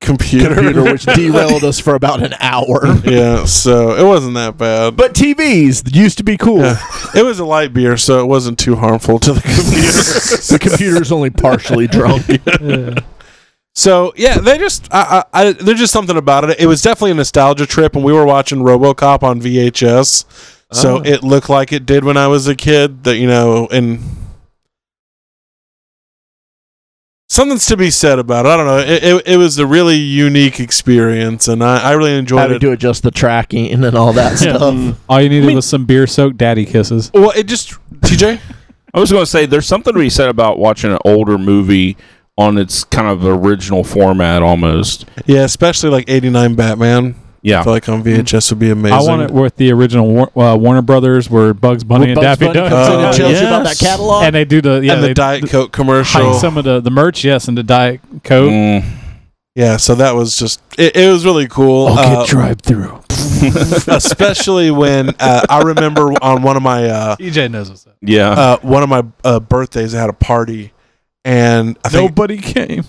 Speaker 6: computer.
Speaker 1: computer, which derailed us for about an hour.
Speaker 6: yeah, so it wasn't that bad.
Speaker 1: But TVs used to be cool.
Speaker 6: Yeah. it was a light beer, so it wasn't too harmful to the computer.
Speaker 1: the computer's only partially drunk.
Speaker 6: so yeah, they just I, I, I, there's just something about it. It was definitely a nostalgia trip, and we were watching RoboCop on VHS,
Speaker 3: Oh.
Speaker 6: so it looked like it did when I was a kid. That you know, and something's to be said about it. I don't know. It, it, it was a really unique experience, and I, I really
Speaker 1: How
Speaker 6: enjoyed
Speaker 1: to
Speaker 6: it.
Speaker 1: do adjust the tracking and all that
Speaker 3: Yeah.
Speaker 1: stuff.
Speaker 3: All you needed was some beer soaked daddy kisses.
Speaker 6: Well, it just TJ.
Speaker 4: I was going to say there's something to be said about watching an older movie on its kind of original format almost.
Speaker 6: Yeah, especially like '89 Batman. I
Speaker 4: Yeah.
Speaker 6: feel like on VHS would be amazing.
Speaker 3: Mm-hmm. I want it with the original War- uh, Warner Brothers, where Bugs Bunny
Speaker 1: When
Speaker 3: and
Speaker 1: Bugs
Speaker 3: Daffy
Speaker 1: Bunny
Speaker 3: Duck, Uh,
Speaker 1: comes in
Speaker 6: Oh,
Speaker 1: and tells you about
Speaker 3: yes.
Speaker 1: that catalog.
Speaker 3: and they do the yeah,
Speaker 6: and
Speaker 3: they-
Speaker 6: the Diet Coke commercial.
Speaker 3: hide some of the the merch, yes, and the Diet Coke.
Speaker 4: Mm.
Speaker 6: yeah, so that was just it, it was really cool. Uh,
Speaker 1: drive through.
Speaker 4: Mm.
Speaker 6: especially when uh, I remember on one of my uh,
Speaker 1: E
Speaker 3: EJ knows what's up.
Speaker 4: Yeah.
Speaker 6: uh, one of my uh, birthdays, I had a party, and I think
Speaker 3: Nobody came.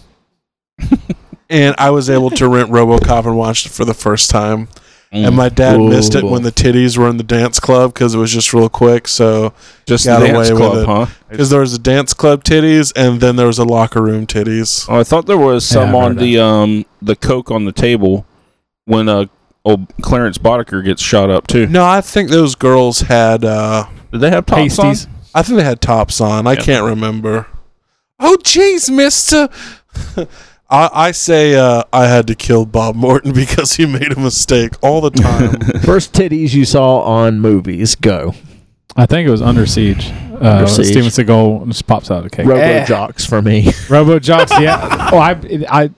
Speaker 6: and I was able to rent RoboCop and watch it for the first time.
Speaker 4: Mm.
Speaker 6: And my dad
Speaker 1: Whoa.
Speaker 6: missed it when the titties were in the dance club because it was just real quick. So
Speaker 4: Just
Speaker 6: got
Speaker 4: the
Speaker 6: away
Speaker 4: dance
Speaker 6: with
Speaker 4: club,
Speaker 6: it.
Speaker 4: huh?
Speaker 6: because there was a dance club titties, and then there was a locker room titties.
Speaker 4: Oh, I thought there was
Speaker 3: Yeah,
Speaker 4: some
Speaker 3: I
Speaker 4: on
Speaker 3: heard
Speaker 4: the um the coke on the table when uh old Clarence Boddicker gets shot up too.
Speaker 6: No, I think those girls had. Uh,
Speaker 4: Did they have tops
Speaker 3: Pasties.
Speaker 4: on?
Speaker 6: I think they had tops on. I
Speaker 4: Yeah.
Speaker 6: can't remember. Oh, jeez, mister. I, I say uh, I had to kill Bob Morton because he made a mistake all the time.
Speaker 1: First titties you saw on movies. Go.
Speaker 3: I think it was Under Siege. Uh,
Speaker 1: Under Siege.
Speaker 3: Steven Seagal just pops out of the cake.
Speaker 1: Robo jocks for me.
Speaker 3: Robo Jocks, yeah. Oh, I, I,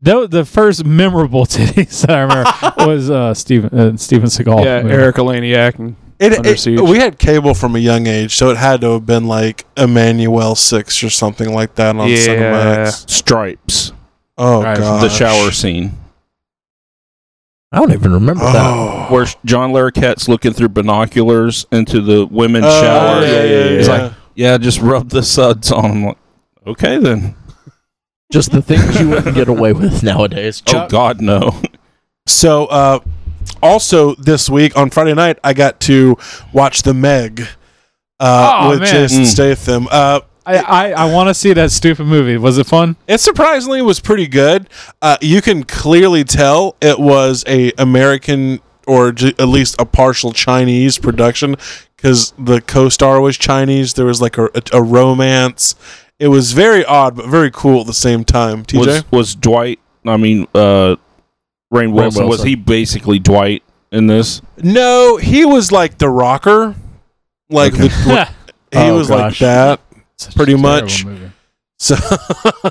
Speaker 3: the, the first memorable titties that I remember was uh, Steven uh, Steven Seagal.
Speaker 5: yeah, Eric Alaniak and
Speaker 6: it,
Speaker 5: Under
Speaker 6: it-
Speaker 5: siege.
Speaker 6: we had cable from a young age, so it had to have been like Emmanuel Six or something like that on
Speaker 5: Yeah.
Speaker 6: Cinemax.
Speaker 4: Stripes.
Speaker 6: Oh
Speaker 3: Right,
Speaker 6: god,
Speaker 4: The shower scene.
Speaker 1: I don't even remember that.
Speaker 6: Oh,
Speaker 4: Where John Larroquette's looking through binoculars into the women's
Speaker 6: Oh,
Speaker 4: shower.
Speaker 6: yeah, yeah,
Speaker 4: He's
Speaker 6: yeah.
Speaker 4: like, Yeah, just rub the suds on. I'm like, okay then.
Speaker 1: Just the things you wouldn't get away with nowadays.
Speaker 4: Oh God, no.
Speaker 6: So, uh, also this week on Friday night, I got to watch The Meg uh,
Speaker 3: Oh,
Speaker 6: with
Speaker 3: man.
Speaker 6: Jason
Speaker 4: Mm.
Speaker 6: Statham. Uh,
Speaker 3: I, I, I want to see that stupid movie. Was it fun?
Speaker 6: it surprisingly was pretty good. Uh, you can clearly tell it was a American or j- at least a partial Chinese production because the co-star was Chinese. There was like a, a, a romance. It was very odd, but very cool at the same time. TJ,
Speaker 4: Was was Dwight? I mean, uh, Rain Wilson, Was
Speaker 1: Wilson.
Speaker 4: he basically Dwight in this?
Speaker 6: no, he was like the rocker, like the, he
Speaker 1: Oh,
Speaker 6: was
Speaker 1: gosh.
Speaker 6: like that.
Speaker 3: Such a
Speaker 6: Pretty
Speaker 3: terrible
Speaker 6: much.
Speaker 3: movie.
Speaker 6: So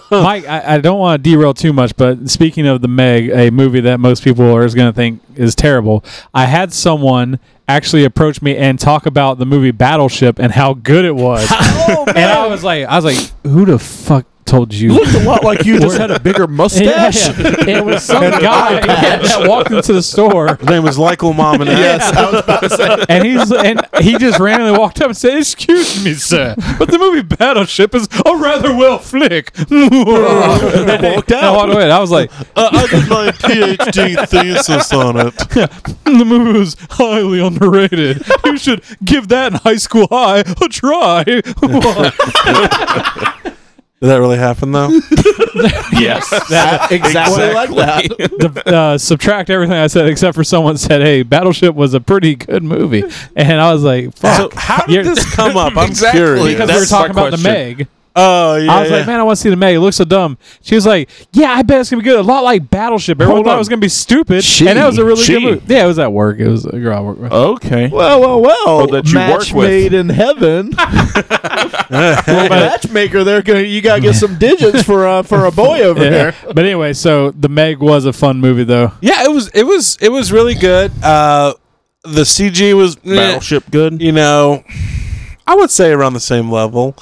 Speaker 3: Mike, I, I don't want to derail too much, but speaking of the Meg, a movie that most people are going to think is terrible, I had someone actually approach me and talk about the movie Battleship and how good it was,
Speaker 1: Oh,
Speaker 3: and I was like, I was like, who the fuck told you?
Speaker 1: Looked a lot like you just had a bigger
Speaker 3: Yeah,
Speaker 1: mustache.
Speaker 3: yeah. It was some guy that walked into the store
Speaker 6: His name was Lykel Mom and
Speaker 1: Yes, I was about to say.
Speaker 3: and he's and he just randomly walked up and said, "Excuse me, sir, but the movie Battleship is a rather well flick." and
Speaker 1: Walked
Speaker 3: I
Speaker 1: out.
Speaker 3: walked away. And I was like,
Speaker 6: uh, I did my PhD thesis on it.
Speaker 3: "The movie was highly underrated. You should give that in high school high a try."
Speaker 6: Did that really happen though?
Speaker 4: Yes.
Speaker 1: That- exactly, like that.
Speaker 3: The- uh, subtract everything I said except for someone said, "Hey, Battleship was a pretty good movie," and I was like,
Speaker 6: So
Speaker 3: "Fuck."
Speaker 6: how did
Speaker 3: You're-
Speaker 6: this come up? I'm
Speaker 4: Exactly.
Speaker 6: curious.
Speaker 3: because
Speaker 4: that's
Speaker 3: we were talking
Speaker 4: my
Speaker 3: about the
Speaker 4: question.
Speaker 3: Meg.
Speaker 6: oh yeah.
Speaker 3: I was like, man, I want to see the Meg. It looks so dumb. She was like, yeah, I bet it's gonna be good. A lot like Battleship. Everyone
Speaker 4: Hold
Speaker 3: thought
Speaker 4: on.
Speaker 3: it was gonna be stupid,
Speaker 1: She-
Speaker 3: and that was a really
Speaker 4: she-
Speaker 3: good movie. Yeah, it was at work. It was a girl I worked with.
Speaker 4: Okay.
Speaker 1: Well, well, well.
Speaker 4: Oh, that you
Speaker 1: match
Speaker 4: work with.
Speaker 1: made in heaven. Well, matchmaker, there gonna- you gotta get some digits for uh, for a boy over
Speaker 3: Yeah.
Speaker 1: there.
Speaker 3: But anyway, so the Meg was a fun movie though.
Speaker 6: yeah, it was it was it was really good. Uh, the CG was meh,
Speaker 4: Battleship good.
Speaker 6: you know, I would say around the same level.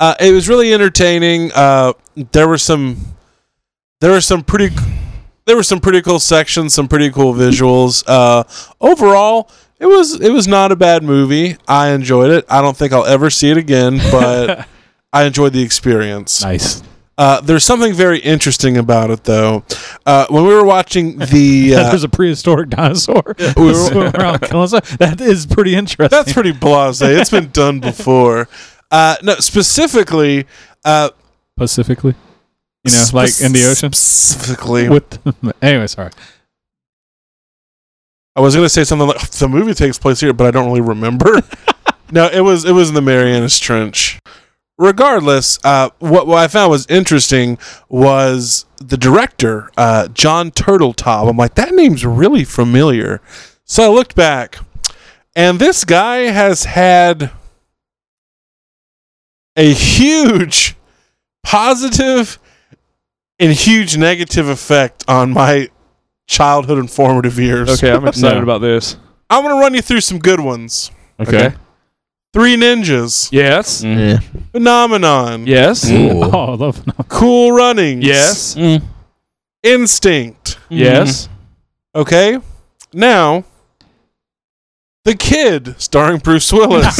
Speaker 6: Uh, it was really entertaining. Uh, there were some there were some pretty there were some pretty cool sections, some pretty cool visuals. Uh, overall, it was it was not a bad movie. I enjoyed it. I don't think I'll ever see it again, but I enjoyed the experience.
Speaker 3: Nice.
Speaker 6: Uh, there's something very interesting about it, though. Uh, when we were watching the, uh,
Speaker 3: There's a prehistoric dinosaur.
Speaker 6: we were-
Speaker 3: swimming around killing stuff. That is pretty interesting.
Speaker 6: That's pretty blase. It's been done before. Uh, no, specifically, uh,
Speaker 3: Pacifically, you know, like in the ocean.
Speaker 6: Specifically,
Speaker 3: With anyway, sorry.
Speaker 6: I was going to say something like the movie takes place here, but I don't really remember. no, it was it was in the Marianas Trench. Regardless, uh, what, what I found was interesting was the director, uh, John Turtletop. I'm like, that name's really familiar. So I looked back, and this guy has had a huge positive and huge negative effect on my childhood and formative years.
Speaker 5: Okay, I'm excited
Speaker 4: No.
Speaker 5: about this.
Speaker 6: I'm gonna run you through some good ones.
Speaker 4: Okay.
Speaker 6: Three Ninjas,
Speaker 5: Yes.
Speaker 4: Mm.
Speaker 1: Yeah.
Speaker 6: Phenomenon,
Speaker 5: Yes.
Speaker 4: Mm.
Speaker 3: Oh, I love.
Speaker 6: Cool Runnings,
Speaker 5: Yes.
Speaker 4: Mm.
Speaker 6: Instinct.
Speaker 5: Yes.
Speaker 6: Okay, now The Kid, starring Bruce Willis.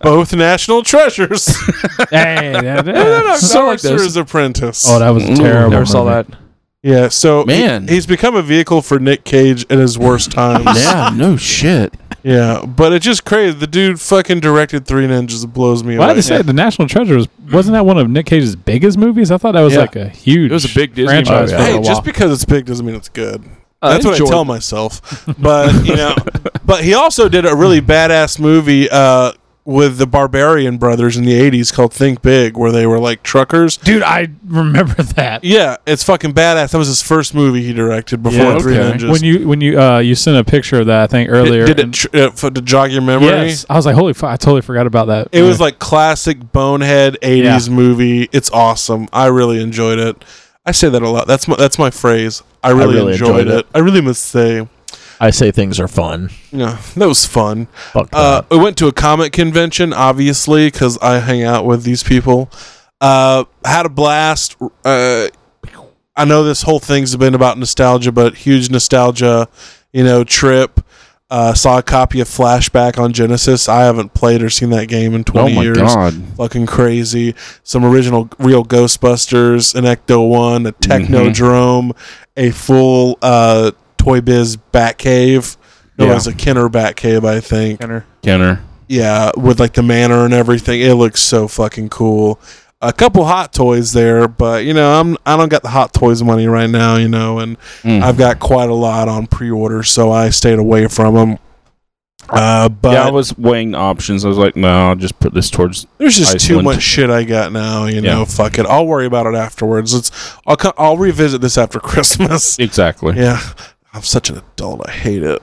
Speaker 6: Both national treasures.
Speaker 3: hey, that-
Speaker 5: I like those.
Speaker 6: Sorcerer's Apprentice.
Speaker 3: oh, that was
Speaker 4: Ooh,
Speaker 3: terrible.
Speaker 5: Never saw
Speaker 3: movie.
Speaker 5: that.
Speaker 6: yeah, so
Speaker 4: Man.
Speaker 6: he- he's become a vehicle for Nick Cage at his worst times.
Speaker 4: yeah, no shit.
Speaker 6: yeah, but it's just crazy. The dude fucking directed Three Ninjas. It blows me
Speaker 3: Well, I
Speaker 6: away.
Speaker 3: had to say, the National Treasure was wasn't that one of Nick Cage's biggest movies? I thought that was
Speaker 5: Yeah.
Speaker 3: like a huge.
Speaker 5: It was a big Disney
Speaker 3: franchise
Speaker 5: movie.
Speaker 3: for a
Speaker 6: Hey,
Speaker 3: while. Uh,
Speaker 6: just because it's big doesn't mean it's good.
Speaker 5: I
Speaker 6: That's what I
Speaker 5: enjoyed
Speaker 6: tell myself. But you know, but he also did a really badass movie uh, with the Barbarian Brothers in the '80s called Think Big, where they were like truckers.
Speaker 3: dude, I remember that.
Speaker 6: Yeah, it's fucking badass. That was his first movie he directed before
Speaker 3: Yeah,
Speaker 6: Three
Speaker 4: okay.
Speaker 6: Ninjas.
Speaker 3: when you when you uh you sent a picture of that I think earlier.
Speaker 6: did, it
Speaker 3: and-
Speaker 6: tr- uh, for, to jog your memory,
Speaker 3: yes, I was like, holy fuck! I totally forgot about that.
Speaker 6: it was like classic bonehead '80s movie. It's awesome. I really enjoyed it. I say that a lot. That's my that's my phrase. I really,
Speaker 1: really
Speaker 6: enjoyed,
Speaker 1: enjoyed
Speaker 6: it.
Speaker 1: it.
Speaker 6: I really must say,
Speaker 1: I say things are fun.
Speaker 6: yeah, that was fun.
Speaker 1: Fuck that.
Speaker 6: Uh, I went to a comic convention, obviously, because I hang out with these people. Uh, had a blast. Uh, I know this whole thing's been about nostalgia, but huge nostalgia, you know, trip. Uh, saw a copy of Flashback on Genesis. I haven't played or seen that game in 20 years.
Speaker 4: Oh god.
Speaker 6: Fucking crazy. Some original real Ghostbusters, an Ecto 1, a
Speaker 4: Mm-hmm.
Speaker 6: Technodrome, a full uh, Toy Biz Batcave. No,
Speaker 4: Yeah.
Speaker 6: it was a Kenner Batcave, I think.
Speaker 5: Kenner.
Speaker 4: Kenner.
Speaker 6: Yeah, with like the manor and everything. It looks so fucking cool. A couple hot toys there, but you know, I'm I don't got the hot toys money right now, you know, and
Speaker 4: Mm.
Speaker 6: I've got quite a lot on pre-order, so I stayed away from them. Uh, but
Speaker 4: yeah, I was weighing options. I was like, no, I'll just put this towards.
Speaker 6: there's just too
Speaker 4: Iceland.
Speaker 6: much shit I got now, you know.
Speaker 4: Yeah.
Speaker 6: Fuck it, I'll worry about it afterwards. It's I'll co- I'll revisit this after Christmas.
Speaker 4: Exactly.
Speaker 6: yeah, I'm such an adult. I hate it.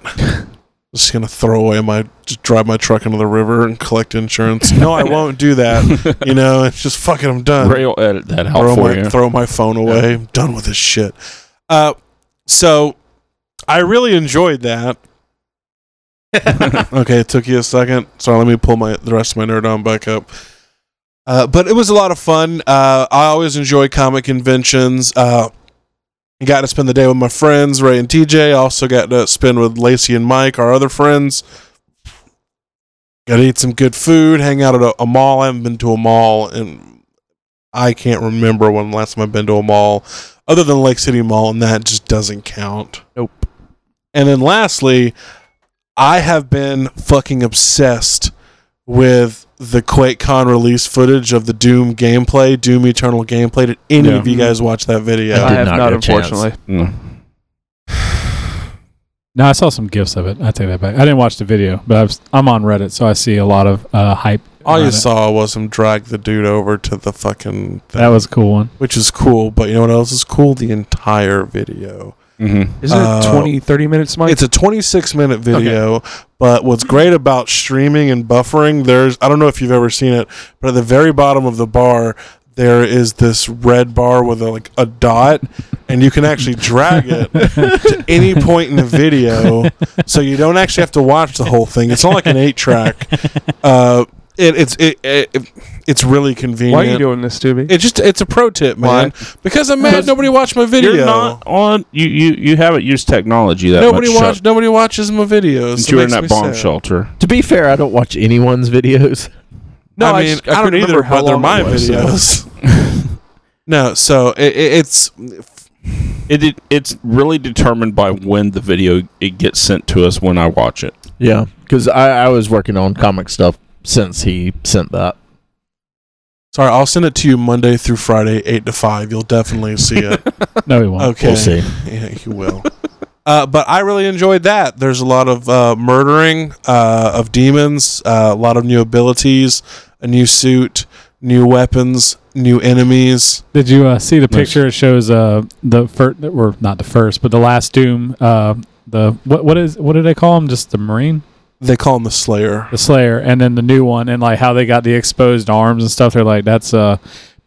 Speaker 6: just gonna throw away my just drive my truck into the river and collect insurance. No, I won't do that. You know, it's just fucking. I'm done.
Speaker 4: Ray will edit that out
Speaker 6: throw
Speaker 4: for
Speaker 6: my
Speaker 4: you.
Speaker 6: throw my phone away. I'm done with this shit. Uh, so I really enjoyed that. okay, it took you a second. Sorry, let me pull my the rest of my nerd on back up. Uh, but it was a lot of fun. Uh, I always enjoy comic conventions. Uh, I got to spend the day with my friends Ray and TJ. I also got to spend with Lacey and Mike, our other friends. Got to eat some good food, hang out at a, a mall. I haven't been to a mall in I can't remember when last time I've been to a mall other than Lake City Mall, and that just doesn't count.
Speaker 5: Nope.
Speaker 6: And then lastly, I have been fucking obsessed with the QuakeCon release footage of the Doom gameplay, Doom Eternal gameplay. Did any
Speaker 4: Yeah.
Speaker 6: of you guys watch that video?
Speaker 1: I
Speaker 5: I
Speaker 1: did
Speaker 5: have
Speaker 1: not
Speaker 5: not,
Speaker 1: get a chance.
Speaker 5: unfortunately.
Speaker 4: Mm.
Speaker 3: No, I saw some gifs of it. I take that back. I didn't watch the video, but I was, I'm on Reddit, so I see a lot of uh, hype.
Speaker 6: All you
Speaker 3: around it.
Speaker 6: saw was him drag the dude over to the fucking thing,
Speaker 3: That was a cool one.
Speaker 6: which is cool. But you know what else is cool? The entire video.
Speaker 4: Mm-hmm.
Speaker 5: Isn't
Speaker 6: Uh,
Speaker 5: it 20, 30 minutes, Mike?
Speaker 6: It's a 26 minute video, but what's great about streaming and buffering, there's I don't know if you've ever seen it, but at the very bottom of the bar there is this red bar with a, like a dot and you can actually drag it to any point in the video so you don't actually have to watch the whole thing. It's not like an 8 track. Uh it, it's it, it it's really convenient.
Speaker 5: Why are you doing this to me?
Speaker 6: it just it's a pro tip, man. Because I'm mad
Speaker 4: Because
Speaker 6: nobody watched my video.
Speaker 4: You're not on. You, you you haven't used technology that
Speaker 6: nobody
Speaker 4: much.
Speaker 6: watch
Speaker 4: Chuck,
Speaker 6: nobody watches my videos.
Speaker 4: since
Speaker 6: It
Speaker 4: you were in
Speaker 6: makes me
Speaker 4: that bomb
Speaker 6: sad.
Speaker 4: shelter.
Speaker 1: to be fair, I don't watch anyone's videos.
Speaker 5: no,
Speaker 6: I mean,
Speaker 5: just-
Speaker 6: I, don't
Speaker 5: couldn't
Speaker 6: either,
Speaker 5: remember how
Speaker 6: but they're
Speaker 5: long
Speaker 6: my
Speaker 5: it was, so-
Speaker 6: videos. No, so it, it, it's
Speaker 4: It, it it's really determined by when the video it gets sent to us when I watch it.
Speaker 1: Yeah, because I, I was working on comic stuff since he sent that.
Speaker 6: sorry. I'll send it to you Monday through Friday, eight to five. You'll definitely see it.
Speaker 3: No, he won't.
Speaker 6: Okay,
Speaker 1: We'll see.
Speaker 6: Yeah, you will. Uh, but I really enjoyed that. There's a lot of uh, murdering uh, of demons, uh, a lot of new abilities, a new suit, new weapons, new enemies.
Speaker 3: Did you uh, see the picture? It shows uh, the first, or not the first, but the last Doom. Uh, the what? What is? What do they call him? Just the Marine,
Speaker 6: They call him the Slayer.
Speaker 3: the Slayer, and then the new one, and like how they got the exposed arms and stuff. They're like, that's uh,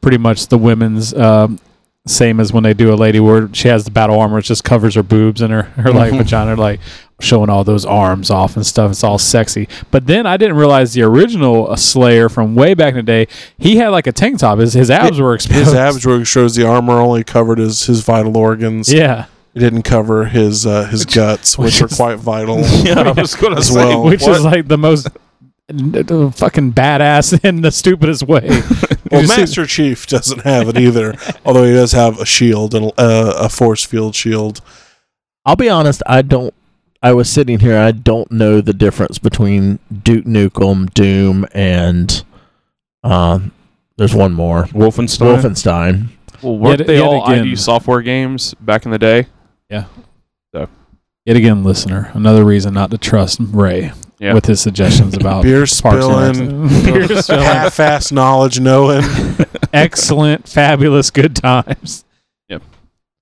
Speaker 3: pretty much the women's. Um, same as when they do a lady where she has the battle armor, it just covers her boobs and her, her like vagina, like showing all those arms off and stuff. It's all sexy. But then I didn't realize the original uh, Slayer from way back in the day, he had like a tank top. His, his abs were exposed.
Speaker 6: His abs were shows the armor only covered his, his vital organs.
Speaker 3: Yeah.
Speaker 6: It didn't cover his uh, his guts, which,
Speaker 3: which
Speaker 6: are quite vital.
Speaker 4: Yeah, I was gonna
Speaker 6: As
Speaker 4: say
Speaker 6: well.
Speaker 3: which is
Speaker 4: what?
Speaker 3: like the most n- n- fucking badass in the stupidest way.
Speaker 6: Well,
Speaker 3: You see-
Speaker 6: Master Chief doesn't have it either, although he does have a shield and uh, a force field shield.
Speaker 1: I'll be honest. I don't. I was sitting here. I don't know the difference between Duke Nukem, Doom, and um. There's one more.
Speaker 4: Wolfenstein.
Speaker 1: Wolfenstein.
Speaker 5: Well, weren't
Speaker 3: Yet-
Speaker 5: they
Speaker 3: yet
Speaker 5: all
Speaker 3: again.
Speaker 5: ID software games back in the day?
Speaker 3: Yet again, listener, another reason not to trust Ray
Speaker 5: Yeah.
Speaker 3: with his suggestions about
Speaker 6: Beer
Speaker 3: Oh, Parks and
Speaker 6: spilling,
Speaker 3: Rec.
Speaker 6: half-ass knowledge knowing.
Speaker 3: Excellent, fabulous, good times.
Speaker 5: Yep.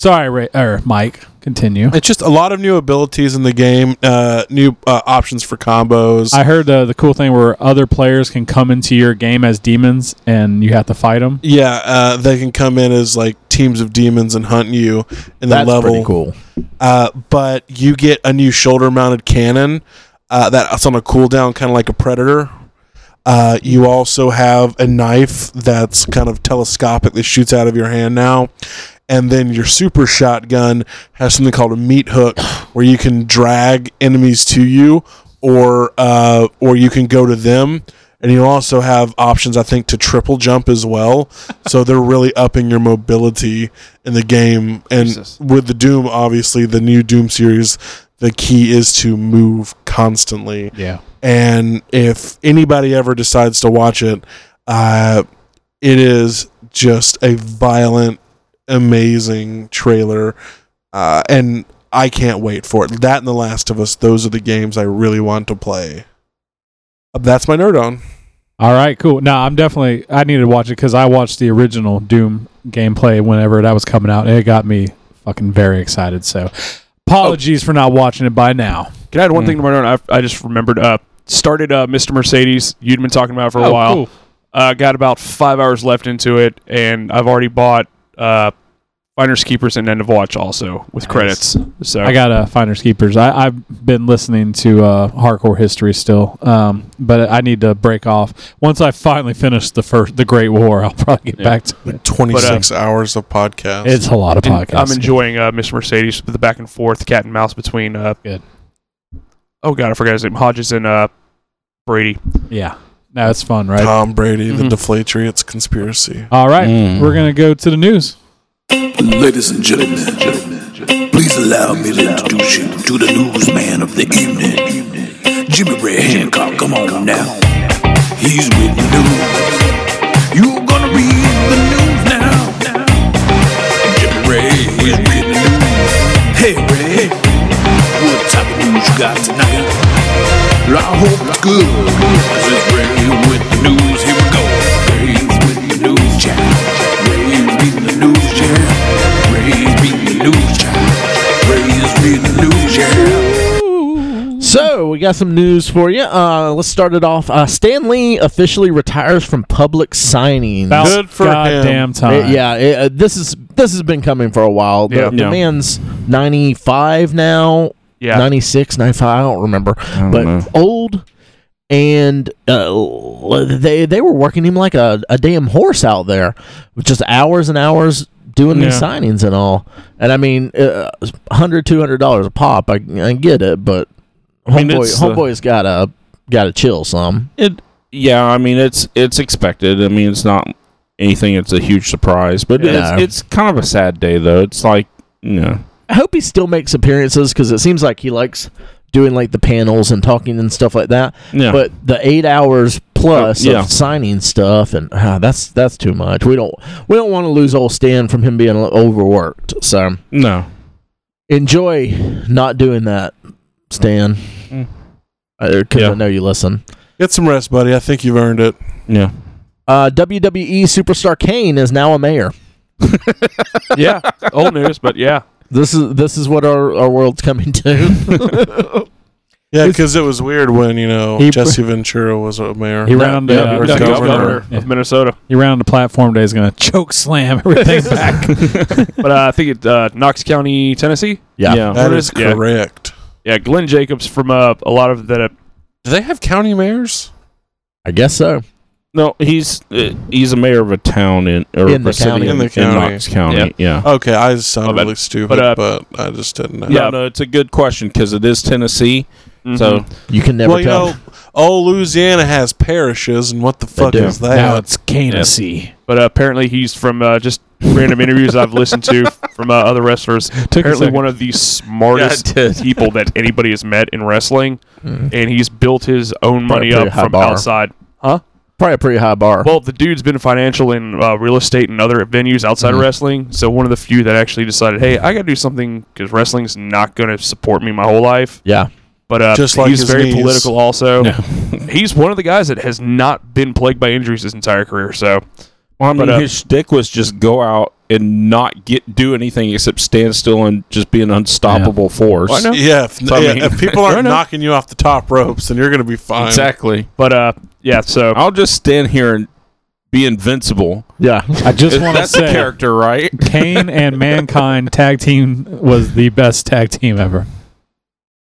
Speaker 3: Sorry, Ray or Mike. Continue.
Speaker 6: It's just a lot of new abilities in the game, uh, new uh, options for combos.
Speaker 3: I heard uh, the the cool thing where other players can come into your game as demons and you have to fight them.
Speaker 6: yeah, uh, they can come in as like teams of demons and hunt you in the
Speaker 1: That's
Speaker 6: level.
Speaker 1: pretty cool.
Speaker 6: Uh, but you get a new shoulder-mounted cannon uh, that's on a cooldown, kind of like a predator. Uh, you also have a knife that's kind of telescopic that shoots out of your hand now. And then your super shotgun has something called a meat hook where you can drag enemies to you or uh, or you can go to them. And you also have options, I think, to triple jump as well. so they're really upping your mobility in the game. And
Speaker 5: Jesus.
Speaker 6: with the Doom, obviously, the new Doom series, the key is to move constantly
Speaker 3: Yeah.
Speaker 6: and if anybody ever decides to watch it, uh, it is just a violent, amazing trailer, uh, and I can't wait for it. That and The Last of Us; those are the games I really want to play. That's my nerd on.
Speaker 3: All right, cool. No, I'm definitely. I need to watch it because I watched the original Doom gameplay whenever that was coming out, and it got me fucking very excited. So,
Speaker 5: Oh.
Speaker 3: apologies for not watching it by now.
Speaker 5: Can I add one
Speaker 4: Mm.
Speaker 5: thing to my own? I, I just remembered. Uh, started uh, Mr. Mercedes. You'd been talking about for a
Speaker 3: Oh,
Speaker 5: while. Uh, got about five hours left into it, and I've already bought uh, Finders Keepers and End of Watch also with credits. So
Speaker 3: I got uh, Finders Keepers. I, I've been listening to uh, Hardcore History still, um, but I need to break off. Once I finally finish the first, the Great War, I'll probably get
Speaker 5: Yeah.
Speaker 3: back to it.
Speaker 6: Twenty six hours of podcast.
Speaker 3: It's a lot of
Speaker 5: and
Speaker 3: podcasts.
Speaker 5: I'm enjoying uh, Mr. Mercedes with the back and forth, cat and mouse between. Uh,
Speaker 3: Good.
Speaker 5: Oh God, I forgot his name. Hodges and uh, Brady.
Speaker 3: Yeah. No, it's fun, right?
Speaker 6: Tom Brady, the
Speaker 5: Mhm.
Speaker 6: Deflatriates conspiracy.
Speaker 3: All right,
Speaker 4: Mm.
Speaker 3: we're gonna go to the news.
Speaker 7: Ladies and gentlemen, please allow me to introduce you to the newsman of the evening. Jimmy Ray Hancock, come on now. He's with the news. You're gonna read the news now. Jimmy Ray is with the news. Hey Ray, what type of news you got tonight? Well, I hope it's good. This is Ray with the news. Here we go. Ray's with the news chat. Ray's with the news chat. Ray's with the news chat. Ray's with the news chat.
Speaker 1: So we got some news for you. Uh, let's start it off. Uh, Stan Lee officially retires from public signings.
Speaker 3: About
Speaker 6: Good for him.
Speaker 3: goddamn time.
Speaker 1: Uh, yeah, it, uh, this is this has been coming for a while. The,
Speaker 5: Yeah.
Speaker 1: the
Speaker 4: Yeah.
Speaker 1: man's 95 now,
Speaker 5: Yeah.
Speaker 1: 96, 95, I don't remember,
Speaker 4: don't
Speaker 1: but
Speaker 4: know.
Speaker 1: old and uh, they they were working him like a, a damn horse out there, with just hours and hours doing these
Speaker 5: Yeah.
Speaker 1: signings and all. And I mean, uh, 100 dollars a pop, I, I get it, but
Speaker 4: mean,
Speaker 1: homeboy
Speaker 4: it's the-
Speaker 1: homeboy's got to got to chill some.
Speaker 4: It yeah, I mean it's it's expected. I mean it's not anything that's a huge surprise. But
Speaker 3: Yeah.
Speaker 4: it's, it's kind of a sad day, though. It's like, you know,
Speaker 1: I hope he still makes appearances because it seems like he likes doing like the panels and talking and stuff like that.
Speaker 4: Yeah.
Speaker 1: But the eight hours plus
Speaker 4: Oh, yeah.
Speaker 1: of signing stuff and ah, that's that's too much. We don't we don't want to lose old Stan from him being overworked. So
Speaker 4: no.
Speaker 1: enjoy not doing that, Stan.
Speaker 4: Mm.
Speaker 1: Because
Speaker 4: Yeah.
Speaker 1: I know you listen.
Speaker 6: Get some rest, buddy. I think you've earned it.
Speaker 4: Yeah.
Speaker 1: Uh, WWE superstar Kane is now a mayor.
Speaker 5: yeah, old news, but yeah.
Speaker 1: This is this is what our, our world's coming to.
Speaker 6: Yeah, because it was weird when you know
Speaker 1: He-
Speaker 6: Jesse Ventura was a mayor.
Speaker 3: He round the,
Speaker 6: yeah,
Speaker 3: uh,
Speaker 6: or
Speaker 3: the
Speaker 6: governor.
Speaker 3: governor.
Speaker 5: of Minnesota.
Speaker 3: He round the platform day is going to choke slam everything back.
Speaker 5: But uh, I think it's uh, Knox County, Tennessee.
Speaker 1: yeah.
Speaker 6: that is
Speaker 5: Yeah.
Speaker 6: correct.
Speaker 5: Yeah, Glenn Jacobs from uh, a lot of the
Speaker 6: Do they have county mayors?
Speaker 1: I guess so.
Speaker 4: No, he's uh, he's a mayor of a town in or
Speaker 1: In the
Speaker 4: a city
Speaker 1: county.
Speaker 6: In the county. Uh,
Speaker 4: Knox County.
Speaker 5: Yeah.
Speaker 4: Yeah.
Speaker 6: Okay, I sound
Speaker 5: My bad.
Speaker 6: really stupid,
Speaker 5: But,
Speaker 6: but,
Speaker 5: uh,
Speaker 6: I just didn't know.
Speaker 4: Yeah, no, it's a good question because it is Tennessee.
Speaker 5: Mm-hmm.
Speaker 4: So
Speaker 1: You can never
Speaker 6: well, you
Speaker 1: tell.
Speaker 6: know, oh, Louisiana has parishes, and what the fuck
Speaker 1: do.
Speaker 6: is
Speaker 3: now
Speaker 6: that?
Speaker 3: it's Canasy.
Speaker 5: but uh, apparently he's from uh, just random interviews I've listened to from uh, other wrestlers.
Speaker 3: a
Speaker 5: apparently
Speaker 3: second.
Speaker 5: one of the smartest
Speaker 4: Yeah, it did.
Speaker 5: people that anybody has met in wrestling,
Speaker 1: Mm.
Speaker 5: and he's built his own money
Speaker 1: pretty
Speaker 5: up
Speaker 1: high
Speaker 5: from
Speaker 1: bar.
Speaker 5: outside. Huh?
Speaker 1: Probably a pretty high bar.
Speaker 5: Well, the dude's been financial in uh, real estate and other venues outside of wrestling. So one of the few that actually decided, hey, I got to do something because wrestling's not going to support me my whole life.
Speaker 1: yeah.
Speaker 5: But uh,
Speaker 6: Just like
Speaker 5: he's
Speaker 6: his
Speaker 5: very
Speaker 6: knees.
Speaker 5: political. Also, he's one of the guys that has not been plagued by injuries his entire career. So
Speaker 4: Well, I mean,
Speaker 5: But, uh,
Speaker 4: his shtick was just go out and not get do anything except stand still and just be an unstoppable force.
Speaker 5: Well, I know.
Speaker 6: Yeah, if,
Speaker 4: I
Speaker 6: yeah,
Speaker 4: mean-
Speaker 6: if people
Speaker 4: I
Speaker 6: aren't
Speaker 4: know.
Speaker 6: knocking you off the top ropes, then you're going to be fine.
Speaker 4: Exactly.
Speaker 5: But uh, yeah. So
Speaker 4: I'll just stand here and be invincible.
Speaker 1: Yeah.
Speaker 3: I just want to
Speaker 4: That's the
Speaker 3: say,
Speaker 4: character, right?
Speaker 3: Kane and Mankind tag team was the best tag team ever.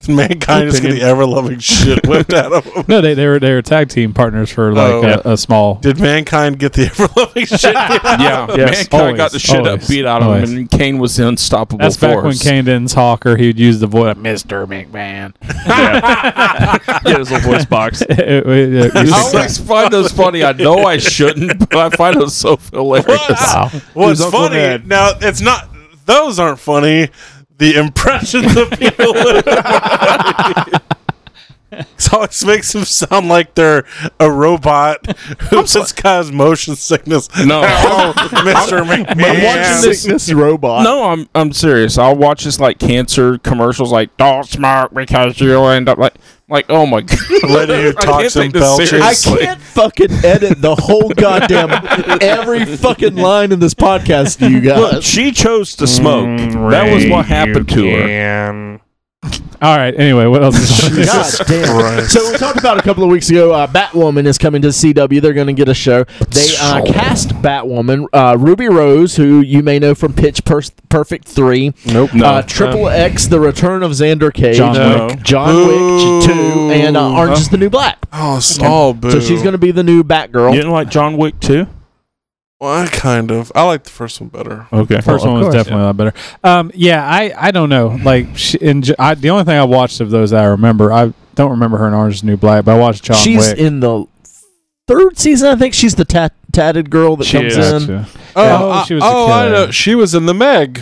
Speaker 6: Mankind is getting the ever loving shit whipped out of him.
Speaker 3: No, they, they were they were tag team partners for like
Speaker 6: Oh.
Speaker 3: a, a small.
Speaker 6: Did mankind get the ever loving shit?
Speaker 4: yeah.
Speaker 5: Yes,
Speaker 4: Mankind got the
Speaker 3: always,
Speaker 4: shit
Speaker 3: always,
Speaker 4: up beat out of
Speaker 3: always.
Speaker 4: him, and Kane was the unstoppable
Speaker 3: That's
Speaker 4: force.
Speaker 3: back when Kane didn't talk or he'd use the voice, Mister McMahon.
Speaker 5: yeah, his little voice box.
Speaker 3: It- it- it- it-
Speaker 4: I always find those funny. I know I shouldn't, but I find those so hilarious.
Speaker 3: wow.
Speaker 6: What's
Speaker 5: Uncle
Speaker 6: funny
Speaker 5: Ned.
Speaker 6: now? It's not; those aren't funny. The impressions of people. It always makes them sound like they're a robot who just has motion sickness.
Speaker 4: No.
Speaker 6: oh, Mr. McMahon.
Speaker 4: this-
Speaker 1: Sickness robot.
Speaker 4: No, I'm I'm serious. I'll watch this like cancer commercials, like don't smoke because you'll end up like like oh my god,
Speaker 6: Lady who
Speaker 4: I can't
Speaker 6: talks
Speaker 4: take
Speaker 6: and
Speaker 4: this
Speaker 6: belches.
Speaker 1: I
Speaker 4: seriously.
Speaker 1: can't fucking edit the whole goddamn every fucking line in this podcast to you guys.
Speaker 4: Look, she chose to smoke.
Speaker 5: Mm,
Speaker 4: that was what happened to her.
Speaker 5: And
Speaker 3: All right. Anyway, what else? Is
Speaker 1: God damn. So we talked about a couple of weeks ago. Uh, Batwoman is coming to CW. They're going to get a show. They uh, cast Batwoman, uh, Ruby Rose, who you may know from Pitch Per- Perfect Three.
Speaker 4: Nope. No.
Speaker 1: Uh, Triple X, The Return of Xander Cage,
Speaker 3: John
Speaker 4: No.
Speaker 3: Wick.
Speaker 1: John
Speaker 6: Boo.
Speaker 1: Wick Two, and uh, Orange is the New Black.
Speaker 6: Oh, small boo.
Speaker 1: So she's going to be the new Batgirl.
Speaker 4: you didn't like John Wick too?
Speaker 6: Well, I kind of. I like the first one better.
Speaker 4: Okay.
Speaker 3: First
Speaker 1: Well, of
Speaker 3: one was
Speaker 1: course.
Speaker 3: definitely a lot better. Um, yeah, I, I don't know. Like, she, in, J- I, the only thing I watched of those that I remember, I don't remember her in Orange is the New Black, but I watched John
Speaker 1: she's
Speaker 3: Wick.
Speaker 1: in the third season, I think. She's the tat- tatted girl that
Speaker 5: She
Speaker 1: comes
Speaker 5: is.
Speaker 1: in.
Speaker 3: Gotcha.
Speaker 6: Oh,
Speaker 3: Yeah.
Speaker 6: I,
Speaker 3: She was the
Speaker 6: oh, I
Speaker 3: killer.
Speaker 6: know. She was in the Meg.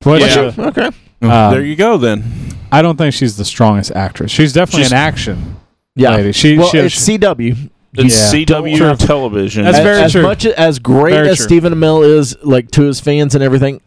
Speaker 3: But
Speaker 4: Yeah.
Speaker 3: she-
Speaker 4: Yeah.
Speaker 1: Okay.
Speaker 3: Um,
Speaker 4: there you go then.
Speaker 3: I don't think she's the strongest actress. She's definitely
Speaker 4: She's-
Speaker 3: an action
Speaker 1: Yeah.
Speaker 3: lady. She,
Speaker 1: well,
Speaker 3: she,
Speaker 1: it's
Speaker 3: she-
Speaker 1: CW.
Speaker 4: It's
Speaker 3: Yeah.
Speaker 4: CW
Speaker 3: True.
Speaker 4: television.
Speaker 3: That's
Speaker 1: as,
Speaker 3: very
Speaker 1: as
Speaker 3: true.
Speaker 1: much as great
Speaker 3: Very
Speaker 1: as
Speaker 3: true.
Speaker 1: Stephen Amell is, like to his fans and everything,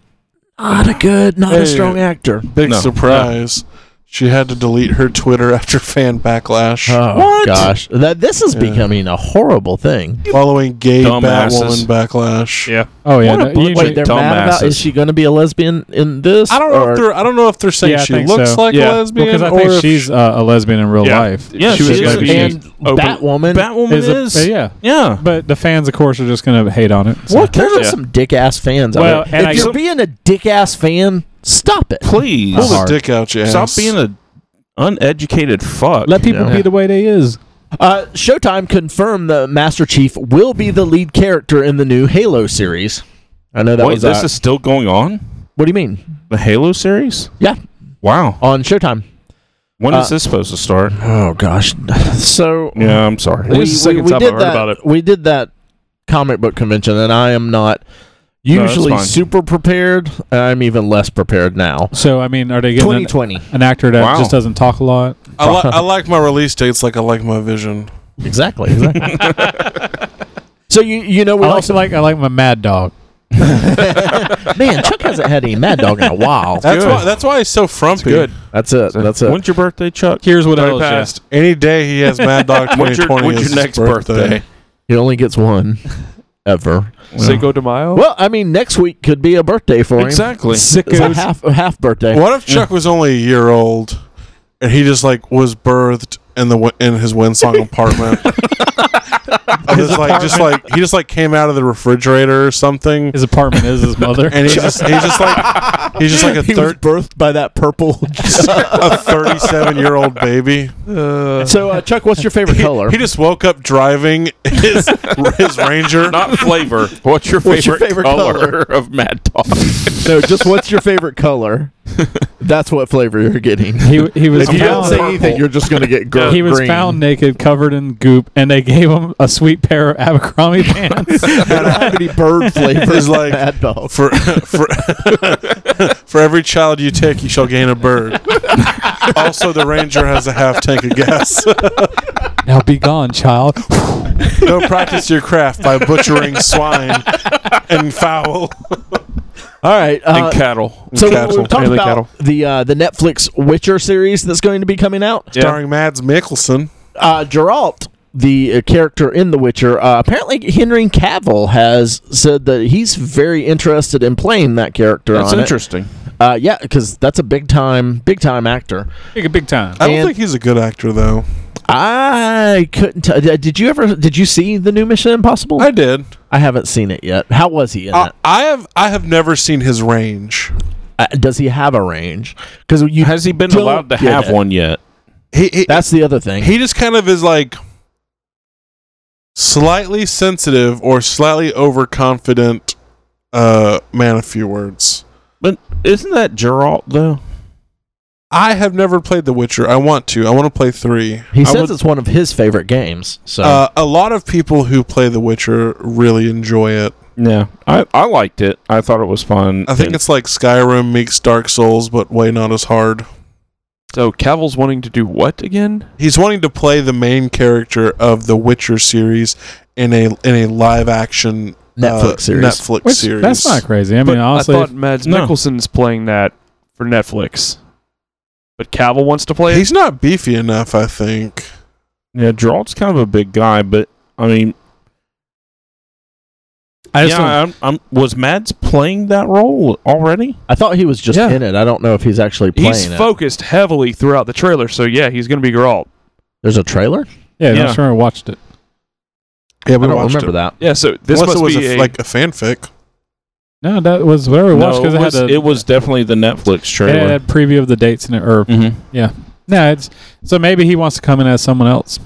Speaker 1: not a good, not a
Speaker 6: Hey.
Speaker 1: strong actor.
Speaker 6: Big
Speaker 4: No.
Speaker 6: surprise. She had to delete her Twitter after fan backlash
Speaker 1: Oh
Speaker 4: What?
Speaker 1: gosh, that this is becoming a horrible thing.
Speaker 6: following gay
Speaker 4: Dumbasses.
Speaker 6: Batwoman backlash.
Speaker 5: yeah,
Speaker 3: oh, yeah.
Speaker 1: What
Speaker 3: no,
Speaker 1: a bu-
Speaker 3: you-
Speaker 1: wait, they're mad about.
Speaker 4: dumbasses.
Speaker 1: Is she going to be a lesbian in this?
Speaker 6: I don't know
Speaker 1: Or-
Speaker 6: if they're. I don't know if they're saying
Speaker 3: Yeah, I
Speaker 6: she
Speaker 3: think
Speaker 6: looks
Speaker 3: so.
Speaker 6: like
Speaker 5: Yeah.
Speaker 6: a lesbian
Speaker 3: because I
Speaker 6: or
Speaker 3: think
Speaker 6: if
Speaker 3: she's uh, a lesbian in real
Speaker 5: Yeah.
Speaker 3: life.
Speaker 4: Yeah, she
Speaker 3: was
Speaker 4: is.
Speaker 3: gonna be-
Speaker 1: and
Speaker 5: open-
Speaker 1: Batwoman.
Speaker 4: Batwoman
Speaker 3: Is
Speaker 4: is.
Speaker 3: a- yeah.
Speaker 4: Yeah.
Speaker 3: But the fans, of course, are just going to hate on it. so.
Speaker 1: what? There are
Speaker 5: Yeah.
Speaker 1: some dick ass fans.
Speaker 3: Well,
Speaker 1: out
Speaker 3: and
Speaker 1: there. if
Speaker 3: I-
Speaker 1: you're
Speaker 3: some-
Speaker 1: being a dick ass fan, stop it.
Speaker 4: Please
Speaker 6: pull the
Speaker 3: hard.
Speaker 6: dick out your
Speaker 4: stop
Speaker 6: ass.
Speaker 4: being a uneducated fuck.
Speaker 3: Let people
Speaker 1: Yeah.
Speaker 3: be the way they is.
Speaker 1: Uh, Showtime confirmed that Master Chief will be the lead character in the new Halo series. I know that
Speaker 4: Wait,
Speaker 1: was.
Speaker 4: this
Speaker 1: uh,
Speaker 4: is still going on?
Speaker 1: what do you mean?
Speaker 4: The Halo series?
Speaker 1: Yeah,
Speaker 4: Wow.
Speaker 1: on Showtime.
Speaker 4: When is
Speaker 1: Uh,
Speaker 4: this supposed to start?
Speaker 1: Oh gosh. So
Speaker 4: Yeah, I'm sorry.
Speaker 1: we,
Speaker 5: is the second
Speaker 1: we- we
Speaker 5: time I've
Speaker 1: did
Speaker 5: heard
Speaker 1: that.
Speaker 5: about it.
Speaker 1: We did that comic book convention, and I am not
Speaker 4: that's
Speaker 1: usually
Speaker 4: fine.
Speaker 1: super prepared. I'm even less prepared now.
Speaker 3: So I mean, are they getting an,
Speaker 1: 2020,
Speaker 3: an actor that
Speaker 4: Wow.
Speaker 3: just doesn't talk a lot?
Speaker 6: I, li- I like my release dates like I like my vision.
Speaker 1: exactly. exactly. so you you know we
Speaker 3: I
Speaker 1: also
Speaker 3: also like I like my Mad Dog.
Speaker 1: man Chuck hasn't had any Mad Dog in a while.
Speaker 6: That's
Speaker 4: good.
Speaker 6: why. That's why he's so frumpy.
Speaker 4: Good.
Speaker 1: That's it. That's it.
Speaker 4: When's your birthday, Chuck?
Speaker 3: Here's what I
Speaker 4: Already passed.
Speaker 6: Any day he has Mad Dog
Speaker 4: When's your,
Speaker 6: 2020.
Speaker 4: when's your
Speaker 6: is
Speaker 4: next
Speaker 6: his
Speaker 4: birthday?
Speaker 1: He only gets one ever.
Speaker 5: Cinco de Mayo.
Speaker 1: Well, I mean, next week could be a birthday for him.
Speaker 4: Exactly.
Speaker 1: It's a
Speaker 3: Sickos.
Speaker 1: half a half birthday.
Speaker 6: What if Chuck was only a year old, and he just like was birthed in the wi- in his Winsong apartment? And it's like just like he just like came out of the refrigerator or something,
Speaker 3: His apartment is his mother.
Speaker 6: and he's just he's just like he's just like a thir-
Speaker 1: birthed by that purple.
Speaker 6: a thirty seven year old baby.
Speaker 1: so, uh, Chuck, what's your favorite color?
Speaker 6: He just woke up driving his his Ranger.
Speaker 4: Not flavor. What's your favorite,
Speaker 1: What's your favorite
Speaker 4: color,
Speaker 1: color?
Speaker 4: of Mad Dog?
Speaker 1: no, just what's your favorite color? That's what flavor you're getting.
Speaker 3: he he was
Speaker 1: If you don't
Speaker 3: found,
Speaker 1: say anything, you're just going to get gr-
Speaker 3: he was
Speaker 1: green.
Speaker 3: found naked, covered in goop, and they gave him a sweet pair of Abercrombie pants.
Speaker 1: I don't have any bird flavors
Speaker 6: It's like-
Speaker 1: Mad Dog.
Speaker 6: For for for every child you take, you shall gain a bird. also, the Ranger has a half tank of gas.
Speaker 3: now be gone, child.
Speaker 6: Go practice your craft by butchering swine and fowl.
Speaker 1: All right.
Speaker 4: and
Speaker 1: Uh,
Speaker 4: cattle.
Speaker 1: so
Speaker 6: cattle,
Speaker 1: we've talked
Speaker 5: mainly
Speaker 1: about
Speaker 5: cattle.
Speaker 1: the uh, the Netflix Witcher series that's going to be coming out.
Speaker 4: Yeah.
Speaker 6: Starring Mads Mikkelsen.
Speaker 1: uh, Geralt, the uh, character in The Witcher, uh, apparently Henry Cavill has said that he's very interested in playing that character.
Speaker 4: That's
Speaker 1: on it.
Speaker 4: interesting.
Speaker 1: Uh, yeah, because that's a big time, big time actor.
Speaker 3: Big big time.
Speaker 6: I don't
Speaker 1: And-
Speaker 6: think he's a good actor, though.
Speaker 1: I couldn't. T- d- did you ever? Did you see the new Mission Impossible?
Speaker 6: I Uh, did.
Speaker 1: I haven't seen it yet. How was he in
Speaker 6: I,
Speaker 1: it?
Speaker 6: I have. I have never seen his range.
Speaker 1: Uh, does he have a range? Because you.
Speaker 4: Has he been
Speaker 1: Don't
Speaker 4: allowed to
Speaker 1: get
Speaker 4: have
Speaker 1: it.
Speaker 4: one yet?
Speaker 6: He he,
Speaker 1: That's the other thing.
Speaker 6: he just kind of is like slightly sensitive or slightly overconfident. Uh, man, a few words.
Speaker 4: But isn't that Geralt though?
Speaker 6: I have never played The Witcher. I want to. I want to play three.
Speaker 1: He
Speaker 6: I
Speaker 1: says
Speaker 6: would-
Speaker 1: it's one of his favorite games. So
Speaker 6: uh, a lot of people who play The Witcher really enjoy it.
Speaker 4: Yeah, I, I liked it. I thought it was fun.
Speaker 6: I think
Speaker 4: And
Speaker 6: it's like Skyrim meets Dark Souls, but way not as hard.
Speaker 5: So Cavill's wanting to do what again?
Speaker 6: He's wanting to play the main character of the Witcher series in a in a live action uh,
Speaker 1: Netflix series.
Speaker 6: Netflix
Speaker 3: Which-
Speaker 6: series.
Speaker 3: That's not crazy. I mean,
Speaker 5: But
Speaker 3: honestly,
Speaker 5: I thought Mads
Speaker 4: No.
Speaker 5: Mikkelsen's playing that for Netflix, but Cavill wants to play it.
Speaker 6: He's not beefy enough, I think.
Speaker 4: yeah, Geralt's kind of a big guy, but I mean,
Speaker 3: I just
Speaker 4: yeah,
Speaker 3: don't-
Speaker 4: I'm, I'm, was Mads playing that role already?
Speaker 1: I thought he was just
Speaker 5: Yeah.
Speaker 1: in it. I don't know if he's actually playing
Speaker 5: He's
Speaker 1: it.
Speaker 5: focused heavily throughout the trailer, so yeah, he's going to be Geralt.
Speaker 1: There's a trailer.
Speaker 3: yeah,
Speaker 4: yeah.
Speaker 3: I'm sure I watched it.
Speaker 6: Yeah,
Speaker 1: I
Speaker 6: we
Speaker 1: don't
Speaker 6: watched
Speaker 1: remember
Speaker 6: it.
Speaker 1: that.
Speaker 5: Yeah, so this
Speaker 6: Unless
Speaker 5: must
Speaker 6: it was
Speaker 5: be
Speaker 6: a
Speaker 5: a,
Speaker 6: f- like a fanfic.
Speaker 3: No, that was where we watched
Speaker 4: No,
Speaker 3: because
Speaker 4: it
Speaker 3: it,
Speaker 4: was,
Speaker 3: had a
Speaker 4: it was definitely the Netflix
Speaker 3: it
Speaker 4: trailer.
Speaker 3: had a preview of the dates in it. Or
Speaker 4: Mm-hmm.
Speaker 3: no, it's so maybe he wants to come in as someone else.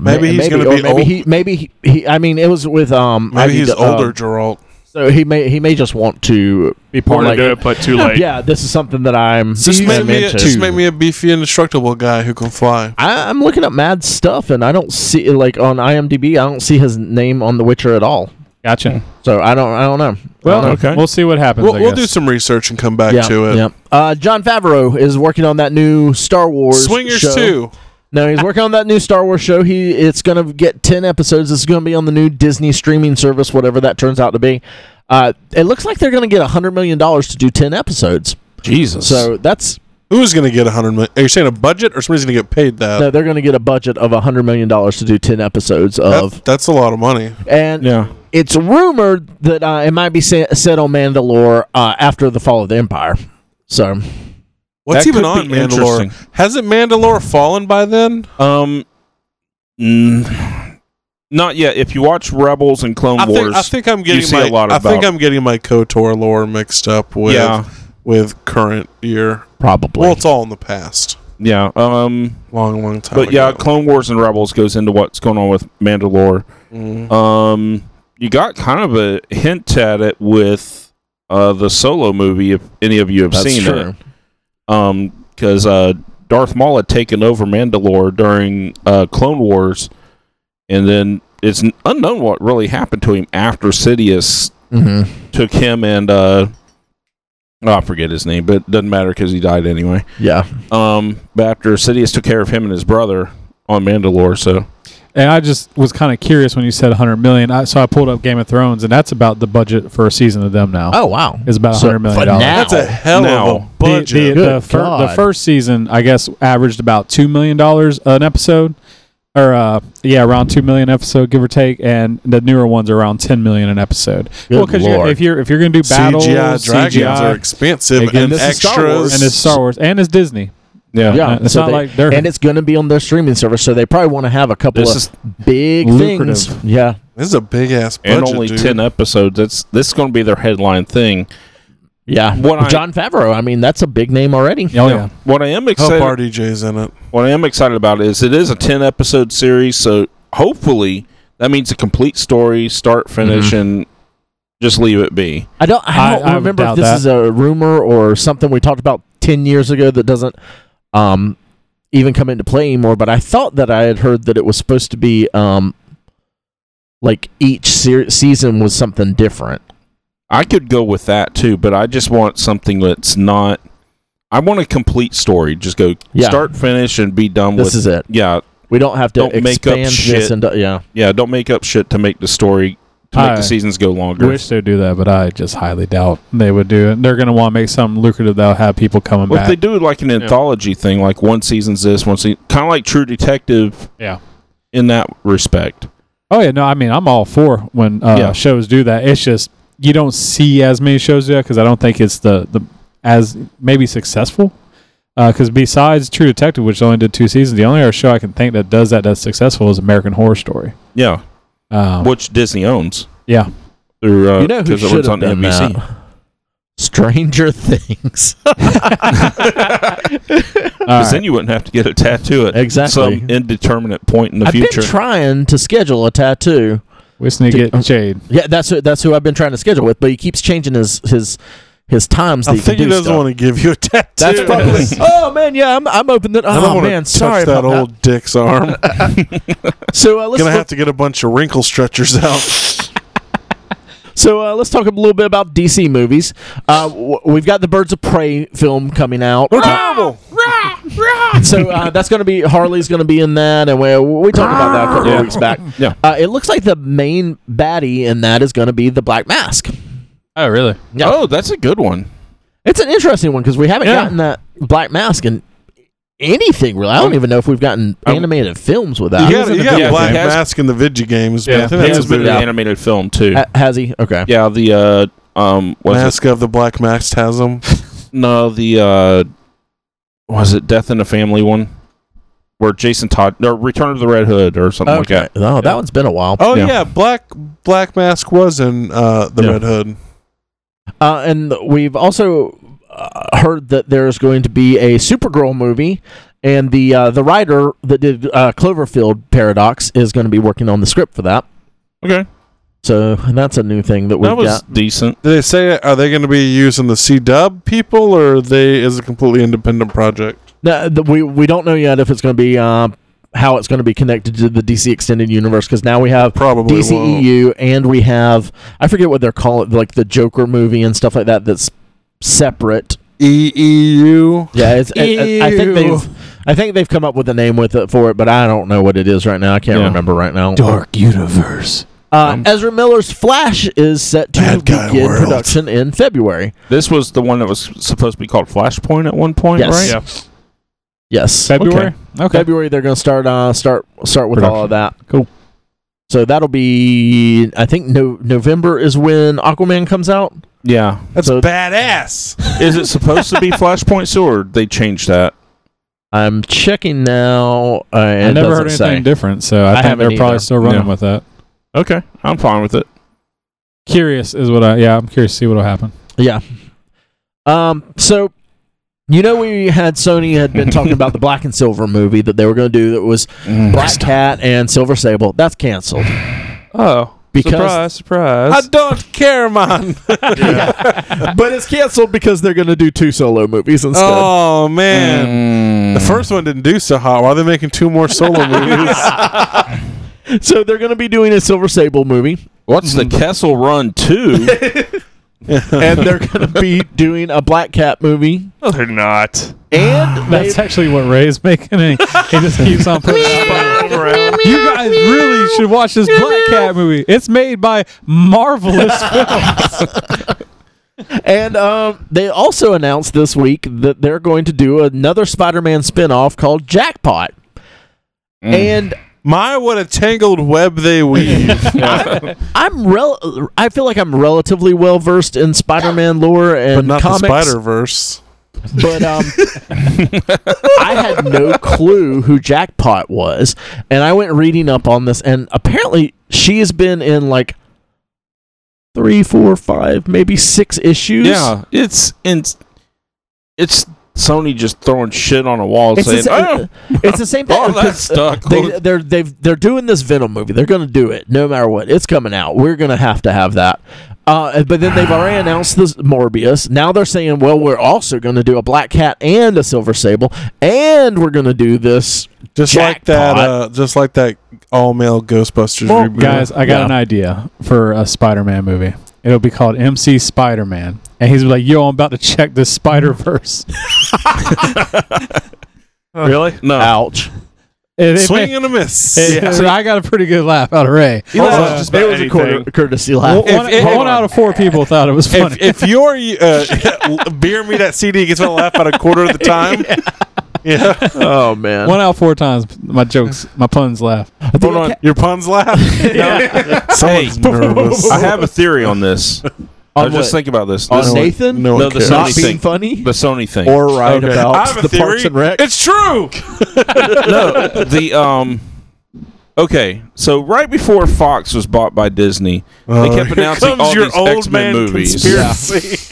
Speaker 6: Maybe he's gonna
Speaker 1: or
Speaker 6: be
Speaker 1: maybe
Speaker 6: old-
Speaker 1: he maybe he, he I mean it was with um
Speaker 6: Maybe
Speaker 1: IDW,
Speaker 6: he's older,
Speaker 1: um,
Speaker 6: Geralt.
Speaker 1: so he may he may just want to
Speaker 3: Be
Speaker 1: part
Speaker 3: part
Speaker 1: of
Speaker 5: wanted
Speaker 1: like-
Speaker 5: to do it, but too late.
Speaker 1: yeah this is something that I'm
Speaker 6: Just
Speaker 1: I'm
Speaker 6: make, me a,
Speaker 1: into.
Speaker 6: just make me a beefy, indestructible guy who can fly.
Speaker 1: I, I'm looking up Mad stuff and I don't see like on IMDb I don't see his name on The Witcher at all
Speaker 3: Gotcha.
Speaker 6: Hmm.
Speaker 1: so I don't I don't know I don't
Speaker 3: Well,
Speaker 1: know.
Speaker 4: okay.
Speaker 3: we'll see what happens.
Speaker 6: We'll,
Speaker 3: I
Speaker 6: we'll
Speaker 3: guess.
Speaker 6: do some research and come back
Speaker 1: yeah,
Speaker 6: to it.
Speaker 1: yeah uh John Favreau is working on that new Star Wars
Speaker 6: Swingers
Speaker 1: show.
Speaker 6: too.
Speaker 1: No, he's working on that new Star Wars show. He it's gonna get ten episodes. It's gonna be on the new Disney streaming service, whatever that turns out to be. Uh, it looks like they're gonna get hundred million dollars to do ten episodes.
Speaker 4: Jesus.
Speaker 1: So that's
Speaker 6: Who's going to get a hundred million? Are you saying a budget or somebody's going to get paid that?
Speaker 1: no, they're gonna get a budget of hundred million dollars to do ten episodes
Speaker 6: That-
Speaker 1: of,
Speaker 6: that's a lot of money.
Speaker 1: and
Speaker 4: yeah,
Speaker 1: it's rumored that uh, it might be sa- set on Mandalore uh, after the fall of the Empire. So
Speaker 6: What's
Speaker 4: That
Speaker 6: even
Speaker 4: could
Speaker 6: on
Speaker 4: be
Speaker 6: Mandalore?
Speaker 4: interesting.
Speaker 6: Hasn't Mandalore fallen by then?
Speaker 4: Um, mm, not yet. If you watch Rebels and Clone
Speaker 6: I
Speaker 4: Wars,
Speaker 6: think, I think I'm getting
Speaker 4: see
Speaker 6: my
Speaker 4: a lot
Speaker 6: I think
Speaker 4: about-
Speaker 6: I'm getting my Kotor lore mixed up with
Speaker 4: yeah,
Speaker 6: with current year.
Speaker 1: probably
Speaker 6: Well, it's all in the past,
Speaker 4: yeah. Um,
Speaker 6: long, long time.
Speaker 4: but yeah,
Speaker 6: ago.
Speaker 4: Clone Wars and Rebels goes into what's going on with Mandalore.
Speaker 6: Mm.
Speaker 1: Mm-hmm.
Speaker 4: Um, you got kind of a hint at it with uh the Solo movie. If any of you have
Speaker 1: that's
Speaker 4: seen
Speaker 1: true.
Speaker 4: it, um, because uh, Darth Maul had taken over Mandalore during uh Clone Wars, and then it's unknown what really happened to him after Sidious
Speaker 1: Mm-hmm.
Speaker 4: took him and uh, oh, I forget his name, but it doesn't matter because he died anyway.
Speaker 1: Yeah.
Speaker 4: Um, but after Sidious took care of him and his brother on Mandalore, so
Speaker 3: And I just was kind of curious when you said 100 million. I, so I pulled up Game of Thrones, and that's about the budget for a season of them now.
Speaker 1: Oh wow.
Speaker 3: It's about
Speaker 1: So,
Speaker 3: 100 million
Speaker 1: for
Speaker 3: dollars.
Speaker 1: now-
Speaker 6: That's a hell of a
Speaker 4: Now.
Speaker 3: the,
Speaker 6: budget.
Speaker 3: the, the,
Speaker 1: Good
Speaker 3: fir- the
Speaker 1: God.
Speaker 3: first season, I guess, averaged about two million dollars an episode, or uh, yeah, around two million episode, give or take. And the newer ones are around ten million an episode.
Speaker 1: Good
Speaker 3: well, because
Speaker 1: Lord.
Speaker 3: if you're if you're gonna do battles,
Speaker 6: CGI dragons are
Speaker 3: CGI,
Speaker 6: expensive
Speaker 3: Again,
Speaker 6: and
Speaker 3: this is
Speaker 1: Star
Speaker 6: extras.
Speaker 1: Wars.
Speaker 3: and it's Star Wars and it's Disney.
Speaker 4: yeah,
Speaker 1: Yeah,
Speaker 3: Uh, it's
Speaker 1: so
Speaker 3: not
Speaker 1: they-
Speaker 3: like they're
Speaker 1: and it's going to be on their streaming service, so they probably want to have a couple
Speaker 4: This
Speaker 1: of
Speaker 4: is-
Speaker 1: big
Speaker 3: Lucrative.
Speaker 1: things. Yeah,
Speaker 6: This is a big ass budget.
Speaker 4: and only
Speaker 6: dude.
Speaker 4: ten episodes. That's this is going to be their headline thing.
Speaker 1: yeah.
Speaker 4: What I-
Speaker 1: John Favreau. I mean, that's a big name already.
Speaker 3: oh yeah.
Speaker 4: What I am
Speaker 6: Help
Speaker 4: excited,
Speaker 6: our RDJ's in it.
Speaker 4: what I am excited about is it is a ten episode series, so hopefully that means a complete story, start finish, and just leave it be.
Speaker 1: I don't. I
Speaker 3: I-
Speaker 1: don't
Speaker 3: I would
Speaker 1: remember if
Speaker 3: doubt
Speaker 1: this
Speaker 3: that.
Speaker 1: is a rumor or something we talked about ten years ago that doesn't um, even come into play anymore. But I thought that I had heard that it was supposed to be um, like each ser- season was something different.
Speaker 4: I could go with that too, but I just want something that's not. I want a complete story. Just go
Speaker 1: Yeah.
Speaker 4: start, finish, and be done
Speaker 1: This
Speaker 4: with.
Speaker 1: is it.
Speaker 4: yeah,
Speaker 1: We don't have to
Speaker 4: Don't
Speaker 1: expand
Speaker 4: make up
Speaker 1: this
Speaker 4: shit.
Speaker 1: and yeah.
Speaker 4: yeah. Don't make up shit to make the story to make
Speaker 3: I
Speaker 4: the seasons go longer.
Speaker 3: Wish they'd do that, but I just highly doubt they would do it. They're gonna want to make something lucrative that'll have people coming
Speaker 4: Well, if
Speaker 3: back.
Speaker 4: they do like an anthology thing, like one season's this, one season, kind of like True Detective
Speaker 3: yeah.
Speaker 4: in that respect.
Speaker 3: Oh yeah, no, I mean I'm all for when uh,
Speaker 4: Yeah.
Speaker 3: shows do that. It's just you don't see as many shows do that because I don't think it's the the as maybe successful. Because besides True Detective, which only did two seasons, the only other show I can think that does that that's successful is American Horror Story.
Speaker 4: Yeah,
Speaker 3: Um,
Speaker 4: which Disney owns
Speaker 3: yeah,
Speaker 4: through uh,
Speaker 1: you know who
Speaker 4: 'cause it
Speaker 1: should
Speaker 4: runs
Speaker 1: have
Speaker 4: on
Speaker 1: done
Speaker 4: NBC.
Speaker 1: that? Stranger Things.
Speaker 3: All
Speaker 4: 'Cause
Speaker 3: right.
Speaker 4: then you wouldn't have to get a tattoo at
Speaker 1: Exactly.
Speaker 4: some indeterminate point in the
Speaker 1: I've
Speaker 4: future.
Speaker 1: been trying to schedule a tattoo.
Speaker 3: we just need to get Jade.
Speaker 1: Yeah, that's who, that's who I've been trying to schedule with, but he keeps changing his his his times. That
Speaker 6: I
Speaker 1: he can
Speaker 6: think he
Speaker 1: do
Speaker 6: doesn't
Speaker 1: stuff.
Speaker 6: want to give you a tattoo.
Speaker 1: That's probably. oh man, yeah, I'm I'm open. That,
Speaker 6: I don't
Speaker 1: oh
Speaker 6: wanna
Speaker 1: man,
Speaker 6: touch
Speaker 1: sorry
Speaker 6: that
Speaker 1: about
Speaker 6: old dick's arm.
Speaker 1: that. So uh, let's
Speaker 6: Gonna have
Speaker 1: look,
Speaker 6: to get a bunch of wrinkle stretchers out.
Speaker 1: so uh, let's talk a little bit about DC movies. Uh, w- we've got the Birds of Prey film coming out.
Speaker 6: Marvel.
Speaker 1: so uh, that's going to be Harley's going to be in that, and we we talked about that a couple
Speaker 4: Yeah.
Speaker 1: of weeks back.
Speaker 4: Yeah.
Speaker 1: uh, it looks like the main baddie in that is going to be the Black Mask.
Speaker 3: Oh really?
Speaker 1: Yeah.
Speaker 4: Oh, that's a good one.
Speaker 1: It's an interesting one because we haven't
Speaker 3: Yeah.
Speaker 1: gotten that Black Mask in anything really. I
Speaker 4: Um,
Speaker 1: don't even know if we've gotten animated films with
Speaker 6: You
Speaker 1: that.
Speaker 6: got, you got
Speaker 4: video
Speaker 6: Black
Speaker 4: game. Has-
Speaker 6: Mask in the video games. but I
Speaker 3: Yeah.
Speaker 6: think
Speaker 4: He
Speaker 6: that's
Speaker 4: has
Speaker 6: a
Speaker 4: been
Speaker 6: bit
Speaker 4: in an
Speaker 1: Yeah.
Speaker 4: animated film too.
Speaker 1: Ha- has he? Okay.
Speaker 4: yeah, the uh, um, was it
Speaker 6: Mask of the Black Mask has them.
Speaker 4: No, the uh was it Death in the Family one? Where Jason Todd or Return of the Red Hood or something like
Speaker 1: Okay.
Speaker 4: that.
Speaker 1: No, that one's been a while.
Speaker 6: Oh yeah.
Speaker 4: Yeah.
Speaker 6: Black Black Mask was in uh, the
Speaker 4: Yeah.
Speaker 6: Red Hood.
Speaker 1: Uh, and we've also uh, heard that there's going to be a Supergirl movie, and the uh, the writer that did uh, Cloverfield Paradox is going to be working on the script for that.
Speaker 4: Okay.
Speaker 1: So and that's a new thing that we've
Speaker 4: that was
Speaker 1: got.
Speaker 4: decent.
Speaker 6: Did they say are they going to be using the C Dub people or they is a completely independent project?
Speaker 1: No, the, we we don't know yet if it's going to be uh, how it's going to be connected to the DC extended universe because now we have
Speaker 6: Probably
Speaker 1: E
Speaker 6: won't.
Speaker 1: DCEU and we have I forget what they're calling like the Joker movie and stuff like that that's separate.
Speaker 6: EEU.
Speaker 1: Yeah, it's, I, I- I think
Speaker 3: Ew.
Speaker 1: they've I think they've come up with a name with it for it, but I don't know what it is right now. I can't
Speaker 4: Yeah.
Speaker 1: remember right now.
Speaker 3: Dark Universe.
Speaker 1: Uh, Ezra Miller's Flash is set to
Speaker 6: Bad guy
Speaker 1: begin
Speaker 6: world.
Speaker 1: production in February.
Speaker 4: This was the one that was supposed to be called Flashpoint at one point,
Speaker 1: Yes.
Speaker 4: right?
Speaker 5: Yeah.
Speaker 1: Yes,
Speaker 3: February. Okay.
Speaker 1: February they're going to start uh, start start with all of that.
Speaker 3: Cool.
Speaker 1: So that'll be I think no, November is when Aquaman comes out.
Speaker 4: Yeah.
Speaker 6: That's
Speaker 1: So-
Speaker 6: badass.
Speaker 4: Is it supposed to be Flashpoint too, or they changed that?
Speaker 1: I'm checking now. Uh, and
Speaker 3: I
Speaker 1: it
Speaker 3: never heard
Speaker 1: doesn't
Speaker 3: anything
Speaker 1: say.
Speaker 3: different, so I,
Speaker 1: I
Speaker 3: think
Speaker 1: haven't
Speaker 3: they're probably
Speaker 1: either.
Speaker 3: still running
Speaker 4: Yeah.
Speaker 3: with that.
Speaker 4: Okay. I'm fine with it.
Speaker 3: Curious is what I yeah. I'm curious to see what'll happen.
Speaker 1: Yeah. Um. So, you know, we had Sony had been talking about the Black and Silver movie that they were going to do that was Black Cat and Silver Sable. That's canceled
Speaker 5: Oh,
Speaker 1: because,
Speaker 5: surprise, surprise.
Speaker 6: I don't care, man.
Speaker 1: but it's canceled because they're going to do two solo movies instead.
Speaker 6: oh man.
Speaker 4: Mm.
Speaker 3: Oh.
Speaker 6: The first one didn't do so hot. Why are they making two more solo movies?
Speaker 1: so they're going to be doing a Silver Sable movie,
Speaker 4: What's
Speaker 1: Mm.
Speaker 4: the Kessel Run 2?
Speaker 1: and they're going to be doing a Black Cat movie,
Speaker 5: No, they're not.
Speaker 1: and they,
Speaker 3: That's actually what Ray's making. He, he just keeps on putting that button around. You guys really should watch this Black Cat movie. It's made by Marvelous Films.
Speaker 1: and um, they also announced this week that they're going to do another Spider-Man spinoff called Jackpot,
Speaker 4: Mm.
Speaker 1: and.
Speaker 6: My, what a tangled web they weave.
Speaker 1: I'm rel- I feel like I'm relatively well versed in Spider-Man lore and
Speaker 6: but not
Speaker 1: comics,
Speaker 6: the Spider Verse.
Speaker 1: but um, I had no clue who Jackpot was, and I went reading up on this, and apparently she has been in like three, four, five, maybe six issues.
Speaker 4: yeah, it's in, it's Sony just throwing shit on a wall
Speaker 1: It's,
Speaker 4: saying,
Speaker 1: the, sa-
Speaker 4: "Oh,
Speaker 1: it's the same thing.
Speaker 4: all that
Speaker 1: 'cause uh,
Speaker 4: stuck."
Speaker 1: They, they're they've they're doing this Venom movie. They're gonna do it no matter what. It's coming out. We're gonna have to have that. Uh, but then they've already announced this Morbius. Now they're saying, well, we're also gonna do a Black Cat and a Silver Sable, and we're gonna do this.
Speaker 6: Just like that, uh, just like that all male Ghostbusters reboot.
Speaker 3: Guys, I got
Speaker 1: Yeah.
Speaker 3: an idea for a Spider Man movie. It'll be called MC Spider Man. And he's like, yo, I'm about to check this Spider Verse.
Speaker 5: Really?
Speaker 4: no,
Speaker 1: Ouch.
Speaker 6: swing and a miss.
Speaker 3: So I got a pretty good laugh out of Ray.
Speaker 6: Well,
Speaker 5: Well,
Speaker 6: uh,
Speaker 5: just about
Speaker 1: It was a
Speaker 5: anything.
Speaker 1: cour- courtesy laugh.
Speaker 3: One, one
Speaker 6: on.
Speaker 3: out of four people thought it was funny.
Speaker 6: if, if your uh, beer me that CD gets my laugh about a quarter of the time. Yeah,
Speaker 1: oh man.
Speaker 3: one out of four times, my jokes, my puns laugh.
Speaker 6: hold on. Your puns laugh. Someone's nervous.
Speaker 4: I have a theory on this. I was just thinking about this.
Speaker 1: on
Speaker 4: This-
Speaker 1: Nathan
Speaker 6: no,
Speaker 4: no,
Speaker 6: one
Speaker 4: the
Speaker 6: cares.
Speaker 1: not
Speaker 4: Sony
Speaker 1: being
Speaker 4: thing,
Speaker 1: funny
Speaker 4: the Sony thing,
Speaker 1: or right
Speaker 6: Okay.
Speaker 1: about
Speaker 6: I have a
Speaker 1: the
Speaker 6: theory.
Speaker 1: Parks and Rec.
Speaker 6: It's true.
Speaker 4: no, the um. Okay, so right before Fox was bought by Disney,
Speaker 6: Uh,
Speaker 4: they kept announcing all these X Men movies.
Speaker 6: conspiracy.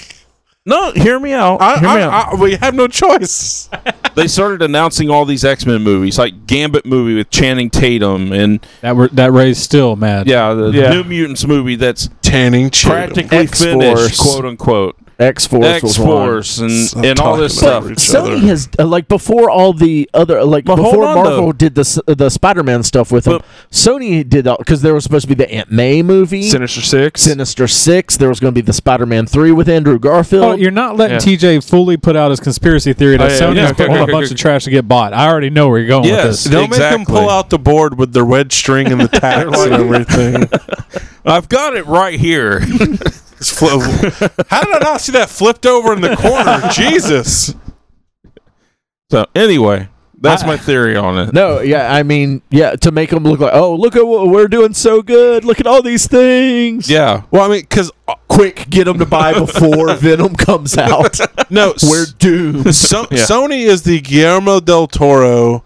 Speaker 4: No, hear me out.
Speaker 6: I,
Speaker 4: hear me out.
Speaker 6: I, I, we have no choice.
Speaker 4: they started announcing all these X Men movies, like Gambit movie with Channing Tatum, and
Speaker 3: That were, that Ray's still mad.
Speaker 4: yeah, the
Speaker 5: Yeah.
Speaker 4: New Mutants movie that's
Speaker 6: Tanning
Speaker 4: practically
Speaker 1: X-Force.
Speaker 4: finished, quote unquote.
Speaker 1: X Force
Speaker 4: X
Speaker 1: was one.
Speaker 4: Force and
Speaker 6: Stop
Speaker 4: and all
Speaker 6: talking
Speaker 4: this
Speaker 6: about
Speaker 4: stuff.
Speaker 6: it. each
Speaker 1: Sony
Speaker 6: other.
Speaker 1: has uh, like before all the other like
Speaker 4: But hold
Speaker 1: before
Speaker 4: on,
Speaker 1: Marvel
Speaker 4: though.
Speaker 1: did the S- uh, the Spider Man stuff with them.
Speaker 4: But-
Speaker 1: Sony did all because there was supposed to be the Aunt May movie,
Speaker 5: Sinister Six.
Speaker 1: Sinister Six. There was going to be the Spider Man Three with Andrew Garfield.
Speaker 3: Oh, you're not letting
Speaker 5: Yeah.
Speaker 3: TJ fully put out his conspiracy theory that
Speaker 5: Oh, yeah,
Speaker 3: Sony's
Speaker 5: yeah, okay,
Speaker 3: pulling
Speaker 5: okay,
Speaker 3: a
Speaker 5: okay,
Speaker 3: bunch
Speaker 5: okay.
Speaker 3: of trash to get bought. I already know where you're going
Speaker 4: Yes.
Speaker 3: with
Speaker 6: Don't make them
Speaker 4: Exactly.
Speaker 6: pull out the board with their red string and the tacks and everything.
Speaker 4: I've got it right here.
Speaker 6: It's fli- How did I not see that flipped over in the corner? Jesus.
Speaker 4: so anyway, that's my theory on it.
Speaker 1: no, yeah, I mean, yeah, to make them look like, oh, look at what we're doing so good. Look at all these things.
Speaker 4: Yeah,
Speaker 6: Well, I mean, because
Speaker 1: Quick, get them to buy before Venom comes out.
Speaker 6: uh, no,
Speaker 1: We're doomed.
Speaker 6: so,
Speaker 4: Yeah.
Speaker 6: Sony is the Guillermo del Toro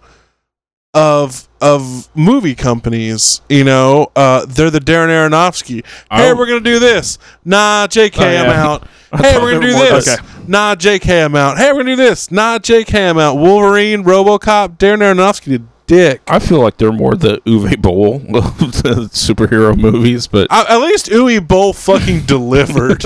Speaker 6: of of movie companies. You know, uh, they're the Darren Aronofsky. Hey,
Speaker 4: I'll-
Speaker 6: we're gonna do this. Nah, J.K.
Speaker 5: Oh, yeah.
Speaker 6: I'm out. Hey,
Speaker 4: thought
Speaker 6: we're gonna
Speaker 4: they
Speaker 6: do
Speaker 4: were more-
Speaker 6: this.
Speaker 5: okay.
Speaker 6: Nah, J.K. I'm out. Hey, we're gonna do this. Nah, J.K. I'm out. Wolverine, RoboCop, Darren Aronofsky, the dick.
Speaker 4: I feel like they're more the Uwe Boll of the superhero movies, but
Speaker 6: I, at least Uwe Boll fucking delivered.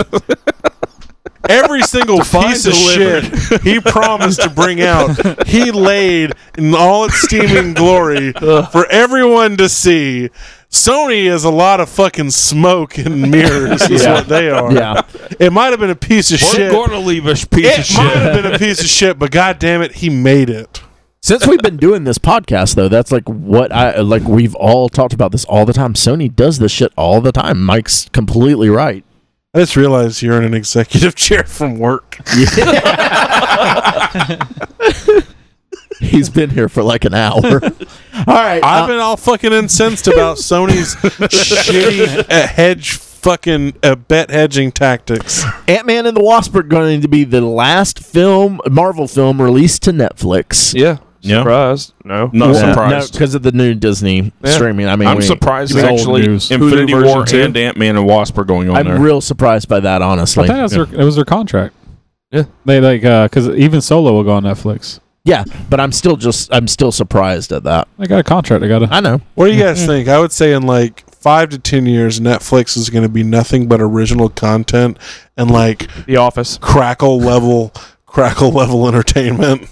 Speaker 6: Every single piece of
Speaker 4: delivered.
Speaker 6: shit he promised to bring out, he laid in all its steaming glory for everyone to see. Sony is a lot of fucking smoke and mirrors, is
Speaker 1: Yeah.
Speaker 6: what they are.
Speaker 1: yeah.
Speaker 6: It might have been a piece of shit.
Speaker 4: to leave a piece
Speaker 6: It might have been a piece of shit, but god damn it, he made it.
Speaker 1: Since we've been doing this podcast, though, that's like what I like. We've all talked about this all the time. Sony does this shit all the time. Mike's completely right.
Speaker 6: I just realized you're in an executive chair from work.
Speaker 1: He's been here for like an hour. all right.
Speaker 6: I've
Speaker 1: uh,
Speaker 6: been all fucking incensed about Sony's shitty uh, hedge fucking uh, bet hedging tactics.
Speaker 1: Ant Man and the Wasp are going to be the last film, Marvel film, released to Netflix.
Speaker 4: Yeah, yeah.
Speaker 5: Surprised? No.
Speaker 4: Not
Speaker 1: Yeah.
Speaker 4: surprised.
Speaker 1: because of the new Disney
Speaker 4: Yeah.
Speaker 1: streaming. I mean,
Speaker 4: I'm
Speaker 1: we-
Speaker 4: surprised that
Speaker 3: it's old
Speaker 4: actually
Speaker 3: news.
Speaker 4: Infinity
Speaker 5: Hulu
Speaker 4: War
Speaker 5: version
Speaker 4: and Ant Man and Wasp are going on
Speaker 1: I'm
Speaker 4: there.
Speaker 1: real surprised by that,
Speaker 3: this. I
Speaker 1: honestly.
Speaker 3: think that was, their, it was their contract.
Speaker 4: Yeah.
Speaker 3: They like, because even Solo will go on Netflix.
Speaker 1: yeah, but I'm still just I'm still surprised at that.
Speaker 3: They got a contract. They got a.
Speaker 1: I know.
Speaker 6: What do you guys think? I would say in like five to ten years, Netflix is going to be nothing but original content and like
Speaker 5: The Office.
Speaker 6: crackle level, crackle level entertainment.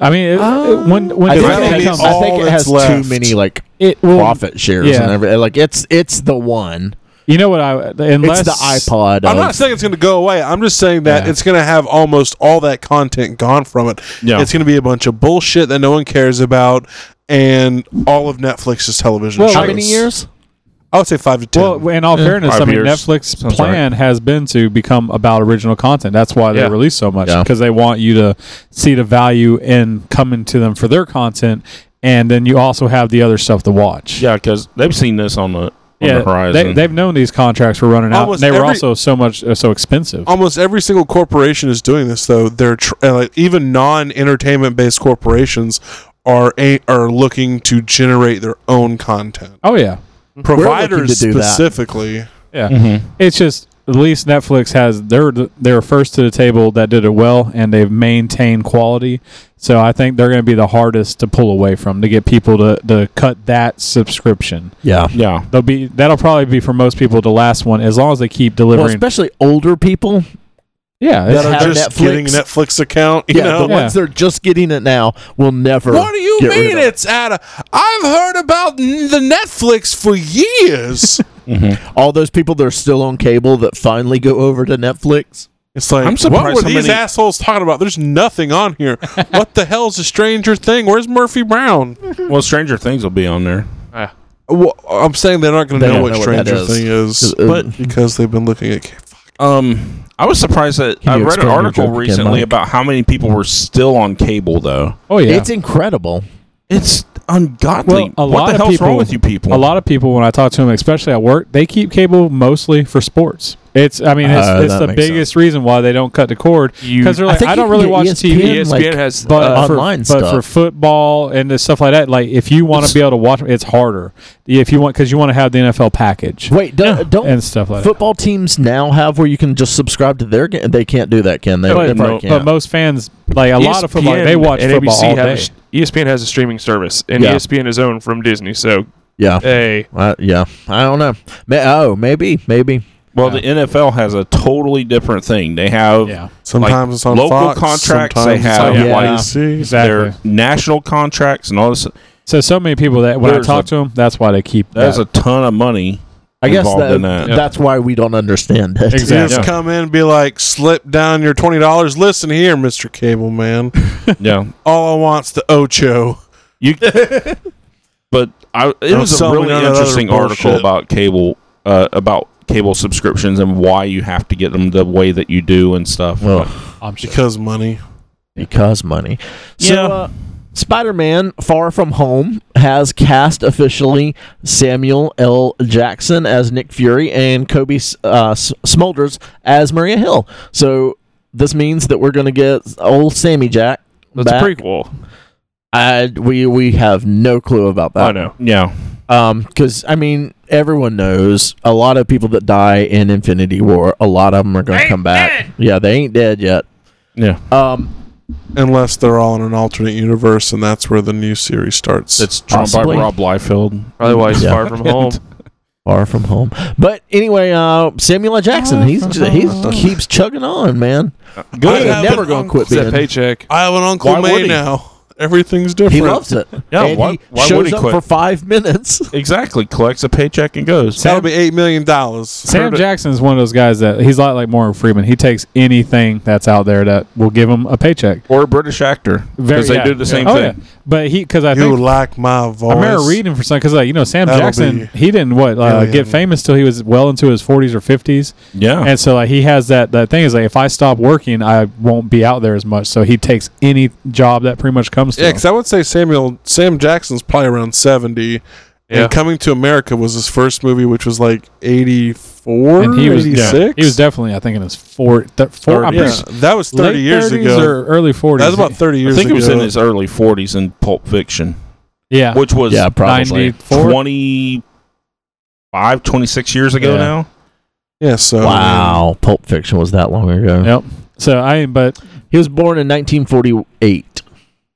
Speaker 3: I mean, it, it- when when
Speaker 1: I
Speaker 3: the
Speaker 1: think,
Speaker 6: That'll
Speaker 1: it
Speaker 6: be
Speaker 1: has,
Speaker 3: comes,
Speaker 1: I think
Speaker 6: all
Speaker 1: it has
Speaker 6: that's left.
Speaker 1: too many like
Speaker 3: it will.
Speaker 1: profit shares
Speaker 3: yeah.
Speaker 1: and everything. Like it's it's the one.
Speaker 3: You know what? I unless
Speaker 1: it's the iPod.
Speaker 6: I'm
Speaker 1: of-
Speaker 6: not saying it's going to go away. I'm just saying that
Speaker 3: Yeah.
Speaker 6: it's going to have almost all that content gone from it.
Speaker 4: Yeah.
Speaker 6: It's going to be a bunch of bullshit that no one cares about, and all of Netflix's television
Speaker 3: Well,
Speaker 6: shows.
Speaker 1: how many years?
Speaker 6: I would say five to ten.
Speaker 3: Well, in all fairness, I
Speaker 4: Five
Speaker 3: mean,
Speaker 4: years.
Speaker 3: Netflix
Speaker 4: Sounds
Speaker 3: plan has been to become about original content. That's why they
Speaker 5: Yeah.
Speaker 3: release so much
Speaker 1: Yeah.
Speaker 3: because they want you to see the value in coming to them for their content, and then you also have the other stuff to watch.
Speaker 4: Yeah, because they've seen this on the on the horizon.
Speaker 3: They, they've known these contracts were running out.
Speaker 6: Almost
Speaker 3: And they were
Speaker 6: every-
Speaker 3: also so much uh, so expensive.
Speaker 6: almost every single corporation is doing this though they're tr- uh, like, even non-entertainment based corporations are a- are looking to generate their own content
Speaker 3: Oh yeah,
Speaker 6: providers
Speaker 1: to do that.
Speaker 6: specifically
Speaker 3: yeah.
Speaker 4: Mhm.
Speaker 3: It's just at least Netflix has they're th- they're first to the table that did it well, and they've maintained quality. So I think they're going to be the hardest to pull away from to get people to to cut that subscription.
Speaker 1: Yeah.
Speaker 4: Yeah,
Speaker 3: They'll be that'll probably be for most people the last one as long as they keep
Speaker 1: Well,
Speaker 3: delivering.
Speaker 1: especially older people.
Speaker 3: yeah,
Speaker 1: that
Speaker 3: it's-
Speaker 1: are-
Speaker 6: they're
Speaker 1: Have
Speaker 6: just
Speaker 1: Netflix.
Speaker 6: getting a netflix account you
Speaker 1: Yeah,
Speaker 6: know
Speaker 1: the ones that are just getting it now will never.
Speaker 6: what do you
Speaker 1: get rid
Speaker 6: mean
Speaker 1: of
Speaker 6: it's at a i've heard about n- the netflix for years
Speaker 1: All those people that are still on cable that finally go over to Netflix.
Speaker 6: it's like
Speaker 4: I'm surprised
Speaker 6: what were
Speaker 4: how
Speaker 6: these
Speaker 4: many-
Speaker 6: assholes talking about there's nothing on here what the hell's a stranger thing where's murphy brown
Speaker 4: well, Stranger Things will be on there.
Speaker 6: well, i'm saying they're not going
Speaker 1: They
Speaker 6: to know
Speaker 1: don't
Speaker 6: what
Speaker 1: know what that
Speaker 6: stranger
Speaker 1: is. uh,
Speaker 6: thing is
Speaker 1: But
Speaker 6: because they've been looking at
Speaker 4: Um, I was surprised that
Speaker 1: Can
Speaker 4: I
Speaker 1: you
Speaker 4: read an
Speaker 1: explain your
Speaker 4: article
Speaker 1: joke again,
Speaker 4: recently
Speaker 1: Mike?
Speaker 4: about how many people were still on cable, though.
Speaker 3: oh yeah.
Speaker 1: it's incredible.
Speaker 4: It's ungodly.
Speaker 3: well, a
Speaker 4: what
Speaker 3: lot
Speaker 4: the
Speaker 3: of
Speaker 4: hell's
Speaker 3: people,
Speaker 4: wrong with you people?
Speaker 3: A lot of people, when I talk to them, especially at work, they keep cable mostly for sports. It's, I mean, it's,
Speaker 1: Uh,
Speaker 3: it's
Speaker 1: that
Speaker 3: the
Speaker 1: makes
Speaker 3: biggest reason why they don't cut the cord
Speaker 5: You-
Speaker 3: because they're like, I,
Speaker 1: think E
Speaker 3: don't
Speaker 1: you
Speaker 3: really
Speaker 1: can get
Speaker 3: watch TV.
Speaker 5: ESPN
Speaker 1: like,
Speaker 5: has
Speaker 3: But
Speaker 5: uh,
Speaker 3: for,
Speaker 1: online
Speaker 3: but
Speaker 1: stuff.
Speaker 3: for football and the stuff like that, like if you want to be able to watch, it's harder if you want because you want to have the NFL package
Speaker 1: Wait, don't, don't
Speaker 3: and stuff like that.
Speaker 1: football teams now have where you can just subscribe to their game? They can't do that, can they? They
Speaker 3: But,
Speaker 1: probably
Speaker 3: but
Speaker 1: can't.
Speaker 3: most fans, like a lot of football,
Speaker 1: E
Speaker 3: they watch
Speaker 5: and
Speaker 3: football
Speaker 5: ABC
Speaker 3: all
Speaker 5: have a
Speaker 3: day.
Speaker 5: E s- ESPN has a streaming service, and E
Speaker 1: Yeah.
Speaker 5: ESPN is owned from Disney. So,
Speaker 1: yeah.
Speaker 5: hey,
Speaker 1: Uh, yeah, I don't know. May- oh, maybe, maybe.
Speaker 4: well, the NFL has a totally different thing. They have
Speaker 3: yeah,
Speaker 6: Sometimes it's on
Speaker 4: local
Speaker 6: Fox,
Speaker 4: contracts
Speaker 6: sometimes
Speaker 4: they
Speaker 6: it's
Speaker 4: have
Speaker 6: on
Speaker 1: Yeah.
Speaker 4: like,
Speaker 6: NBC.
Speaker 3: exactly.
Speaker 4: their national contracts and all this.
Speaker 3: so so many people that when I
Speaker 4: There's
Speaker 3: talk
Speaker 4: a-
Speaker 3: to them, that's why they keep.
Speaker 4: That's
Speaker 3: that.
Speaker 4: a ton of money.
Speaker 1: I guess
Speaker 4: involved
Speaker 1: that,
Speaker 4: in that.
Speaker 1: that's why we don't understand it.
Speaker 3: Exactly.
Speaker 6: You just
Speaker 4: Yeah.
Speaker 6: come in and be like, slip down your twenty dollars. Listen here, Mister Cable Man.
Speaker 4: yeah,
Speaker 6: All I want's the Ocho.
Speaker 4: you. but I, it
Speaker 6: I'm
Speaker 4: was a
Speaker 6: selling
Speaker 4: really
Speaker 6: another
Speaker 4: interesting article
Speaker 6: bullshit.
Speaker 4: about cable, uh, about cable subscriptions and why you have to get them the way that you do and stuff.
Speaker 1: Well,
Speaker 3: I'm sure.
Speaker 6: Because money.
Speaker 1: because money. So,
Speaker 4: Yeah.
Speaker 1: uh, Spider-Man: Far From Home has cast officially Samuel L. Jackson as Nick Fury and Kobe uh, S- Smulders as Maria Hill. So this means that we're going to get old Sammy Jack.
Speaker 5: that's
Speaker 1: back.
Speaker 5: a prequel.
Speaker 1: I, we we have no clue about that.
Speaker 5: I know.
Speaker 4: yeah,
Speaker 1: Um, because I mean, everyone knows a lot of people that die in Infinity War. A lot of them are going to come back. Yeah, they ain't dead yet.
Speaker 4: yeah.
Speaker 1: Um,
Speaker 6: Unless they're all in an alternate universe, and that's where the new series starts.
Speaker 4: That's drawn
Speaker 1: Possibly.
Speaker 4: by Rob Liefeld.
Speaker 5: Probably why he's
Speaker 1: Yeah.
Speaker 5: far from home.
Speaker 1: far from home. But anyway, uh, Samuel L. Jackson, he's he keeps chugging on, man.
Speaker 6: I
Speaker 1: He ain't
Speaker 6: have
Speaker 1: never going
Speaker 6: an
Speaker 1: to
Speaker 6: uncle-
Speaker 1: quit
Speaker 5: It's that
Speaker 1: being.
Speaker 5: paycheck.
Speaker 6: I have an
Speaker 4: Why
Speaker 6: uncle
Speaker 4: would
Speaker 6: May
Speaker 4: he?
Speaker 6: now. Everything's different.
Speaker 1: He loves it.
Speaker 4: Yeah,
Speaker 1: and
Speaker 4: why-
Speaker 1: he
Speaker 4: why
Speaker 1: shows
Speaker 4: would he
Speaker 1: up
Speaker 4: quit?
Speaker 1: for five minutes.
Speaker 4: Exactly. Collects a paycheck and goes.
Speaker 6: That'll be eight million dollars.
Speaker 3: Sam Jackson is one of those guys that he's a lot like Morgan Freeman. He takes anything that's out there that will give him a paycheck.
Speaker 4: or a British actor because they
Speaker 3: yeah.
Speaker 4: do the same
Speaker 3: Oh,
Speaker 4: thing.
Speaker 3: yeah. But he, because I
Speaker 6: You
Speaker 3: think
Speaker 6: like my voice.
Speaker 3: I remember reading for some because like you know Sam
Speaker 6: That'll
Speaker 3: Jackson,
Speaker 6: be
Speaker 3: he didn't what uh,
Speaker 6: really
Speaker 3: get
Speaker 6: young.
Speaker 3: famous till he was well into his 40s or 50s,
Speaker 4: Yeah,
Speaker 3: and so like he has that that thing is like if I stop working, I won't be out there as much. So he takes any job that pretty much comes to
Speaker 6: Yeah,
Speaker 3: him.
Speaker 6: because I would say Samuel Sam Jackson's probably around seventy,
Speaker 5: Yeah.
Speaker 6: and Coming to America was his first movie, which was like eighty four,
Speaker 3: And he was
Speaker 6: eighty
Speaker 3: yeah,
Speaker 6: six.
Speaker 3: he was definitely I think in his four, th- four I'm
Speaker 6: Yeah,
Speaker 3: pretty-
Speaker 6: that was thirty
Speaker 3: late
Speaker 6: years
Speaker 3: 30s
Speaker 6: ago.
Speaker 3: or early 40s.
Speaker 6: that was about thirty
Speaker 4: I
Speaker 6: years.
Speaker 4: think it
Speaker 6: ago.
Speaker 4: was in his early 40s in Pulp Fiction,
Speaker 3: yeah,
Speaker 4: which was
Speaker 1: yeah, probably.
Speaker 3: 94.
Speaker 4: 25, 26 years ago
Speaker 3: Yeah.
Speaker 4: now.
Speaker 6: yeah.
Speaker 4: Oh,
Speaker 6: So
Speaker 1: Wow, Pulp Fiction was that long ago.
Speaker 3: Yep. So I mean, but
Speaker 1: He was born in 1948.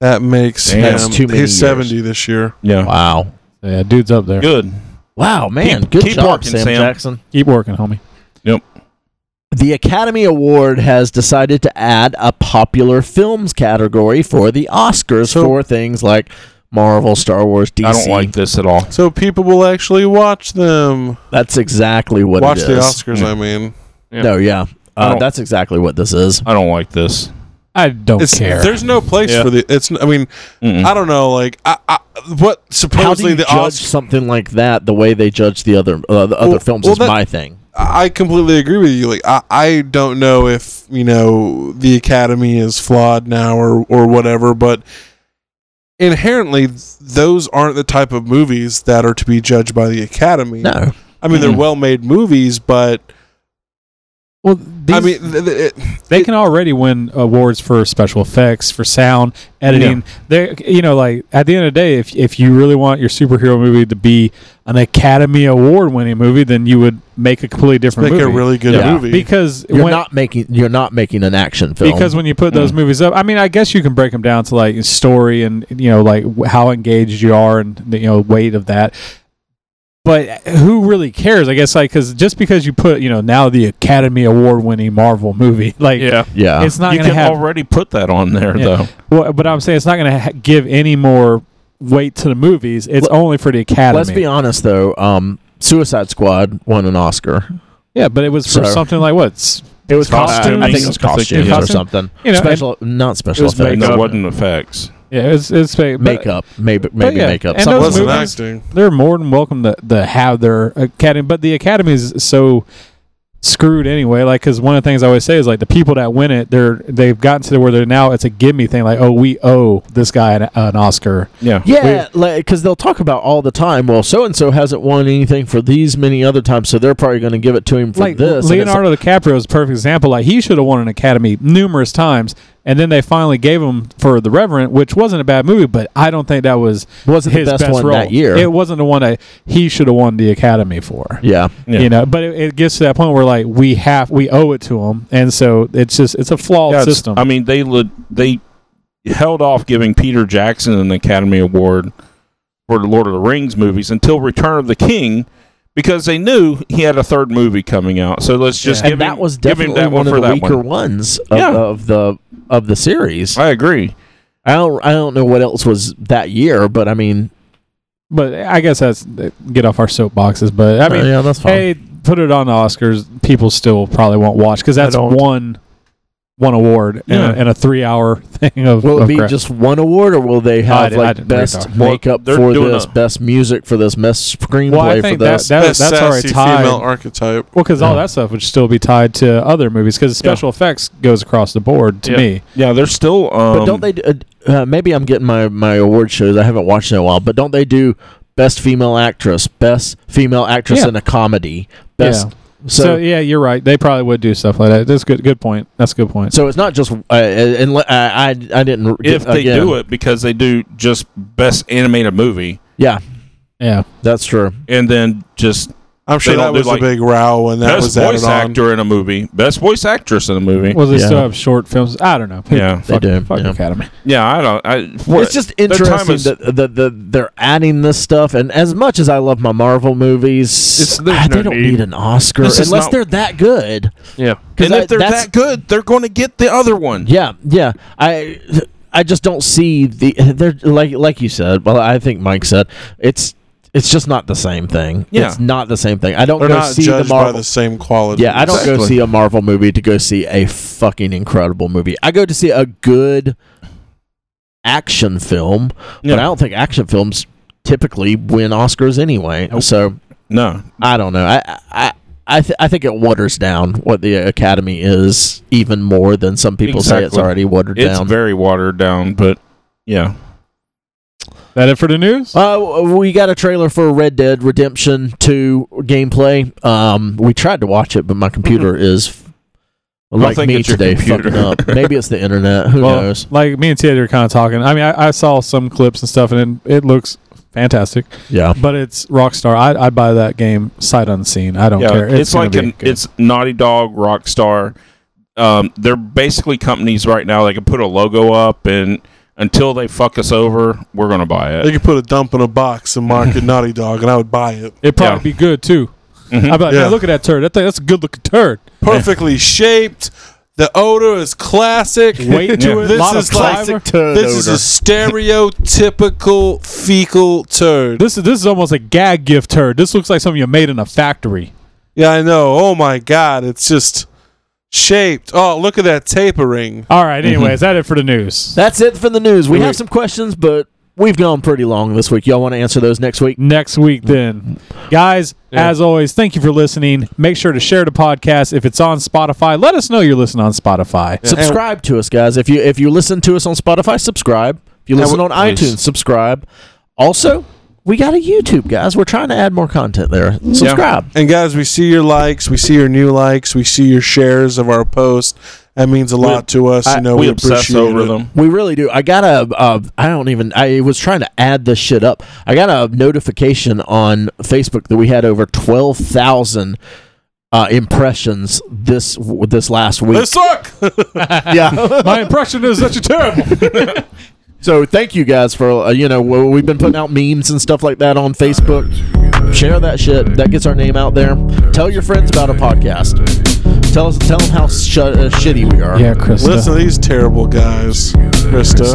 Speaker 6: that makes
Speaker 4: Damn,
Speaker 6: him.
Speaker 1: that's too many
Speaker 6: he's
Speaker 1: years.
Speaker 6: seventy this year.
Speaker 4: Yeah,
Speaker 1: Wow,
Speaker 3: yeah, dude's up there.
Speaker 4: good.
Speaker 1: wow, man,
Speaker 4: Keep-
Speaker 1: good
Speaker 4: keep
Speaker 1: job,
Speaker 4: working,
Speaker 1: Sam
Speaker 4: Sam.
Speaker 1: Jackson.
Speaker 3: Keep working, homie.
Speaker 1: The Academy Award has decided to add a popular films category for the Oscars
Speaker 6: So-
Speaker 1: for things like Marvel, Star Wars, DC.
Speaker 4: I don't like this at all.
Speaker 6: So people will actually watch them.
Speaker 1: That's exactly what
Speaker 6: watch
Speaker 1: it
Speaker 6: the
Speaker 1: is.
Speaker 6: Oscars, I mean.
Speaker 1: No, yeah.
Speaker 4: I
Speaker 1: Uh,
Speaker 4: don't-
Speaker 1: that's exactly what this is.
Speaker 4: I don't like this.
Speaker 3: I don't
Speaker 6: It's,
Speaker 3: care.
Speaker 6: there's no place
Speaker 4: Yeah. Mm.
Speaker 6: for the it's I mean,
Speaker 4: Mm-mm.
Speaker 6: I don't know, like I, I what
Speaker 1: How do
Speaker 6: supposedly
Speaker 1: you
Speaker 6: the
Speaker 1: judge
Speaker 6: Oscars
Speaker 1: something like that the way they judge the other uh, the other
Speaker 6: Well-
Speaker 1: films
Speaker 6: well,
Speaker 1: is
Speaker 6: that-
Speaker 1: my thing.
Speaker 6: I completely agree with you. Like I, I don't know if, you know, the academy is flawed now or or whatever, but inherently those aren't the type of movies that are to be judged by the academy.
Speaker 1: No.
Speaker 6: I mean, they're
Speaker 4: Mm-mm.
Speaker 6: well-made movies, but
Speaker 3: well, these,
Speaker 6: I mean, th- th- it,
Speaker 3: they can already win awards for special effects, for sound editing. They, you know, like at the end of the day, if if you really want your superhero movie to be an Academy Award winning movie, then you would make a completely different
Speaker 6: make
Speaker 3: movie.
Speaker 6: a really good
Speaker 1: Yeah.
Speaker 6: movie.
Speaker 3: because
Speaker 1: You're
Speaker 3: when,
Speaker 1: not making you're not making an action film. Mm.
Speaker 3: because when you put those movies up, I mean, I guess you can break them down to like story and you know like wh- how engaged you are and the, you know weight of that. But uh, who really cares? I guess like because just because you put you know now the Academy Award winning Marvel movie like
Speaker 5: Yeah.
Speaker 1: yeah.
Speaker 3: it's not
Speaker 4: you
Speaker 3: going to have
Speaker 4: can already put that on there
Speaker 3: Yeah.
Speaker 4: though.
Speaker 3: well, but I'm saying it's not going to ha- give any more weight to the movies. It's
Speaker 1: Let-
Speaker 3: only for the Academy.
Speaker 1: Let's be honest though, um, Suicide Squad won an Oscar.
Speaker 3: yeah, but it was for
Speaker 1: So-
Speaker 3: something like what s-
Speaker 1: It was
Speaker 4: Costumes?
Speaker 1: I think it was
Speaker 4: Something like
Speaker 1: costumes
Speaker 3: that.
Speaker 1: or something.
Speaker 3: You know, and-
Speaker 1: special, not special
Speaker 3: was
Speaker 1: effects.
Speaker 4: And
Speaker 3: Makeup.
Speaker 4: it wasn't effects.
Speaker 3: yeah, it's it's fake
Speaker 1: makeup, maybe maybe
Speaker 3: yeah,
Speaker 1: makeup.
Speaker 3: and
Speaker 1: something
Speaker 3: those
Speaker 1: like
Speaker 6: wasn't
Speaker 1: that.
Speaker 3: movies-
Speaker 6: acting.
Speaker 3: they're more than welcome to, to have their academy, but the academy is so screwed anyway. Like, because one of the things I always say is like the people that win it, they're they've gotten to the where they're now it's a gimme thing. Like, oh, we owe this guy an, an Oscar.
Speaker 4: Yeah.
Speaker 1: Yeah, because they'll talk about all the time. Well, so and so hasn't won anything for these many other times, so they're probably going to give it to him for
Speaker 3: Like
Speaker 1: this. and it's
Speaker 3: Leonardo DiCaprio is a perfect example. Like he should have won an Academy numerous times, and then they finally gave him for The Reverend, which wasn't a bad movie, but I don't think that was
Speaker 1: Wasn't the
Speaker 3: his
Speaker 1: best
Speaker 3: best,
Speaker 1: one
Speaker 3: role
Speaker 1: that year.
Speaker 3: It wasn't the one that he should have won the Academy for.
Speaker 1: Yeah.
Speaker 4: Yeah.
Speaker 3: you know but it, it gets to that point where like we have we owe it to them and so it's just it's a flawed
Speaker 4: Yeah, it's-
Speaker 3: system
Speaker 4: I mean, they le- they held off giving Peter Jackson an Academy Award for the Lord of the Rings movies until Return of the King because they knew he had a third movie coming out. So let's just
Speaker 1: and
Speaker 4: give
Speaker 1: that
Speaker 4: him,
Speaker 1: was
Speaker 4: give him
Speaker 1: definitely
Speaker 4: that
Speaker 1: one, of
Speaker 4: for
Speaker 1: the
Speaker 4: that
Speaker 1: weaker
Speaker 4: one.
Speaker 1: ones of,
Speaker 4: Yeah.
Speaker 1: of the of the series.
Speaker 4: I agree.
Speaker 1: I don't I don't know what else was that year, but I mean,
Speaker 3: but i guess that's uh, get off our soapboxes but i
Speaker 1: uh,
Speaker 3: mean
Speaker 1: yeah, that's fine.
Speaker 3: hey put it on the oscars people still probably won't watch because that's
Speaker 5: don't.
Speaker 3: one one award
Speaker 4: Yeah.
Speaker 3: and, a, and a three hour thing of,
Speaker 1: Will it
Speaker 3: of
Speaker 1: be
Speaker 3: crap.
Speaker 1: just one award, or will they have
Speaker 3: did- I
Speaker 1: like
Speaker 3: didn't read
Speaker 1: best
Speaker 3: that.
Speaker 4: Well,
Speaker 1: makeup
Speaker 4: they're
Speaker 1: for
Speaker 4: doing
Speaker 1: this,
Speaker 4: a-
Speaker 1: best music for this, best screenplay
Speaker 3: well i
Speaker 1: for
Speaker 3: think that,
Speaker 1: this?
Speaker 3: that
Speaker 6: Best
Speaker 3: that's already
Speaker 6: sassy
Speaker 3: tied
Speaker 6: female archetype.
Speaker 3: well because all
Speaker 1: Yeah.
Speaker 3: that stuff would still be tied to other movies because special effects goes across the board to
Speaker 5: Yeah.
Speaker 3: me
Speaker 4: Yeah, they're still. Um,
Speaker 1: but don't they? do- Uh, uh, maybe I'm getting my my award shows. I haven't watched in a while, but don't they do best female actress, best female actress
Speaker 3: Yeah.
Speaker 1: in a comedy, best?
Speaker 3: Yeah.
Speaker 1: So,
Speaker 3: so
Speaker 1: so,
Speaker 3: yeah you're right they probably would do stuff like that that's good good point that's a good point
Speaker 1: it's not just. Uh, and le- I, I I didn't. r-
Speaker 4: If they
Speaker 1: again,
Speaker 4: do it because they do just best animated movie
Speaker 1: yeah,
Speaker 3: yeah
Speaker 1: that's true.
Speaker 4: and then just
Speaker 6: I'm sure
Speaker 4: They
Speaker 6: that
Speaker 4: don't do,
Speaker 6: was
Speaker 4: like,
Speaker 6: a big row when that
Speaker 4: best
Speaker 6: was added
Speaker 4: voice
Speaker 6: on.
Speaker 4: actor in a movie, best voice actress in a movie.
Speaker 3: Well, they still
Speaker 1: Yeah.
Speaker 3: have short films. I don't know.
Speaker 4: Yeah.
Speaker 1: They
Speaker 3: fuck,
Speaker 1: do,
Speaker 3: Fuck
Speaker 1: yeah.
Speaker 3: Academy.
Speaker 4: yeah, I don't. I, what-
Speaker 1: It's just
Speaker 4: their time
Speaker 1: interesting
Speaker 4: is-
Speaker 1: that the, the they're adding this stuff. And as much as I love my Marvel movies,
Speaker 5: It's- there's
Speaker 1: ah, they
Speaker 5: no
Speaker 1: don't
Speaker 5: need.
Speaker 1: need an Oscar
Speaker 4: This is
Speaker 1: unless
Speaker 4: not-
Speaker 1: they're that good.
Speaker 5: Yeah.
Speaker 1: 'Cause
Speaker 4: and
Speaker 1: I-
Speaker 4: if they're
Speaker 1: that's-
Speaker 4: that good, they're going to get the other one.
Speaker 1: Yeah, yeah. I I just don't see the they're like like you said. Well, I think Mike said it's it's just not the same thing.
Speaker 4: Yeah.
Speaker 1: It's not the same thing. I don't
Speaker 6: They're
Speaker 1: go
Speaker 6: not
Speaker 1: see the
Speaker 6: judged by
Speaker 1: Marvel.
Speaker 6: the same quality.
Speaker 1: yeah, I don't go
Speaker 4: Exactly.
Speaker 1: see a Marvel movie to go see a fucking incredible movie. I go to see a good action film, but I don't think action films typically win Oscars anyway. So
Speaker 4: No,
Speaker 1: I don't know. I I I, th- I think it waters down what the Academy is even more than some people say it's
Speaker 4: Exactly.
Speaker 1: already watered
Speaker 4: it's
Speaker 1: down.
Speaker 4: very watered down, but yeah.
Speaker 3: That it for the news?
Speaker 1: Uh, w- we got a trailer for Red Dead Redemption 2 gameplay. Um, we tried to watch it, but my computer is f- like
Speaker 4: think
Speaker 1: me
Speaker 4: it's your
Speaker 1: today,
Speaker 4: computer.
Speaker 1: fucking up. Maybe it's the internet. Who
Speaker 3: Well,
Speaker 1: knows?
Speaker 3: Like me and Ted are kind of talking. I mean, I, I saw some clips and stuff, and it, it looks fantastic.
Speaker 1: Yeah,
Speaker 3: But it's Rockstar. I I buy that game sight unseen. I don't
Speaker 4: yeah,
Speaker 3: care.
Speaker 4: It's,
Speaker 3: gonna
Speaker 4: like
Speaker 3: be
Speaker 4: an,
Speaker 3: good.
Speaker 4: it's Naughty Dog, Rockstar. Um, they're basically companies right now. They can put a logo up, and until they fuck us over, we're gonna buy
Speaker 6: They
Speaker 4: it.
Speaker 6: could put a dump in a box and mark it Naughty Dog, and I would buy it.
Speaker 3: it'd probably be good too. I'd be like,
Speaker 6: Yeah.
Speaker 3: man, look at that turd. That thing, that's a good looking turd.
Speaker 6: Perfectly shaped. The odor is classic.
Speaker 3: Weight to it.
Speaker 6: This
Speaker 3: lot
Speaker 6: is
Speaker 3: of
Speaker 6: like-
Speaker 3: fiber.
Speaker 1: turd
Speaker 6: This is a stereotypical fecal turd.
Speaker 3: This is this is almost a gag gift turd. This looks like something you made in a factory.
Speaker 6: Yeah, I know. Oh my god, it's just shaped. Oh, look at that tapering.
Speaker 3: All right. Anyway, is that it for the news?
Speaker 1: That's it for the news. We
Speaker 3: Wait.
Speaker 1: have some questions, but we've gone pretty long this week. Y'all want to answer those next week?
Speaker 3: Next week, then, guys. As always, thank you for listening. Make sure to share the podcast if it's on Spotify. Let us know you're listening on Spotify.
Speaker 1: Subscribe to us, guys. If you if you listen to us on Spotify, subscribe. If you listen
Speaker 6: we-
Speaker 1: on iTunes, subscribe. Also, we got a YouTube, guys. We're trying to add more content there. Subscribe.
Speaker 6: And guys, we see your likes, we see your new likes, we see your shares of our post. That means a lot to us. you know,
Speaker 4: we,
Speaker 6: we,
Speaker 4: obsess
Speaker 6: appreciate
Speaker 4: over
Speaker 6: it.
Speaker 4: them.
Speaker 1: We really do. I got a. Uh, I don't even. I was trying to add this shit up. I got a notification on Facebook that we had over twelve thousand uh, impressions this this last week.
Speaker 6: They suck.
Speaker 1: yeah.
Speaker 3: My impression is that you're terrible.
Speaker 1: So thank you guys for uh, you know we- we've been putting out memes and stuff like that on Facebook. Share that shit. That gets our name out there. Tell your friends about our podcast. Tell us, tell them how sh- uh, shitty we are.
Speaker 3: Yeah, Chris.
Speaker 6: Listen to these terrible guys, Krista.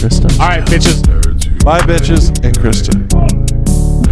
Speaker 1: Krista.
Speaker 3: All right, bitches.
Speaker 6: Bye, bitches, and Krista.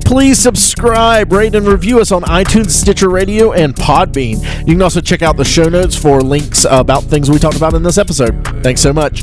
Speaker 1: Please subscribe, rate, and review us on iTunes, Stitcher Radio, and Podbean. You can also check out the show notes for links about things we talked about in this episode. Thanks so much.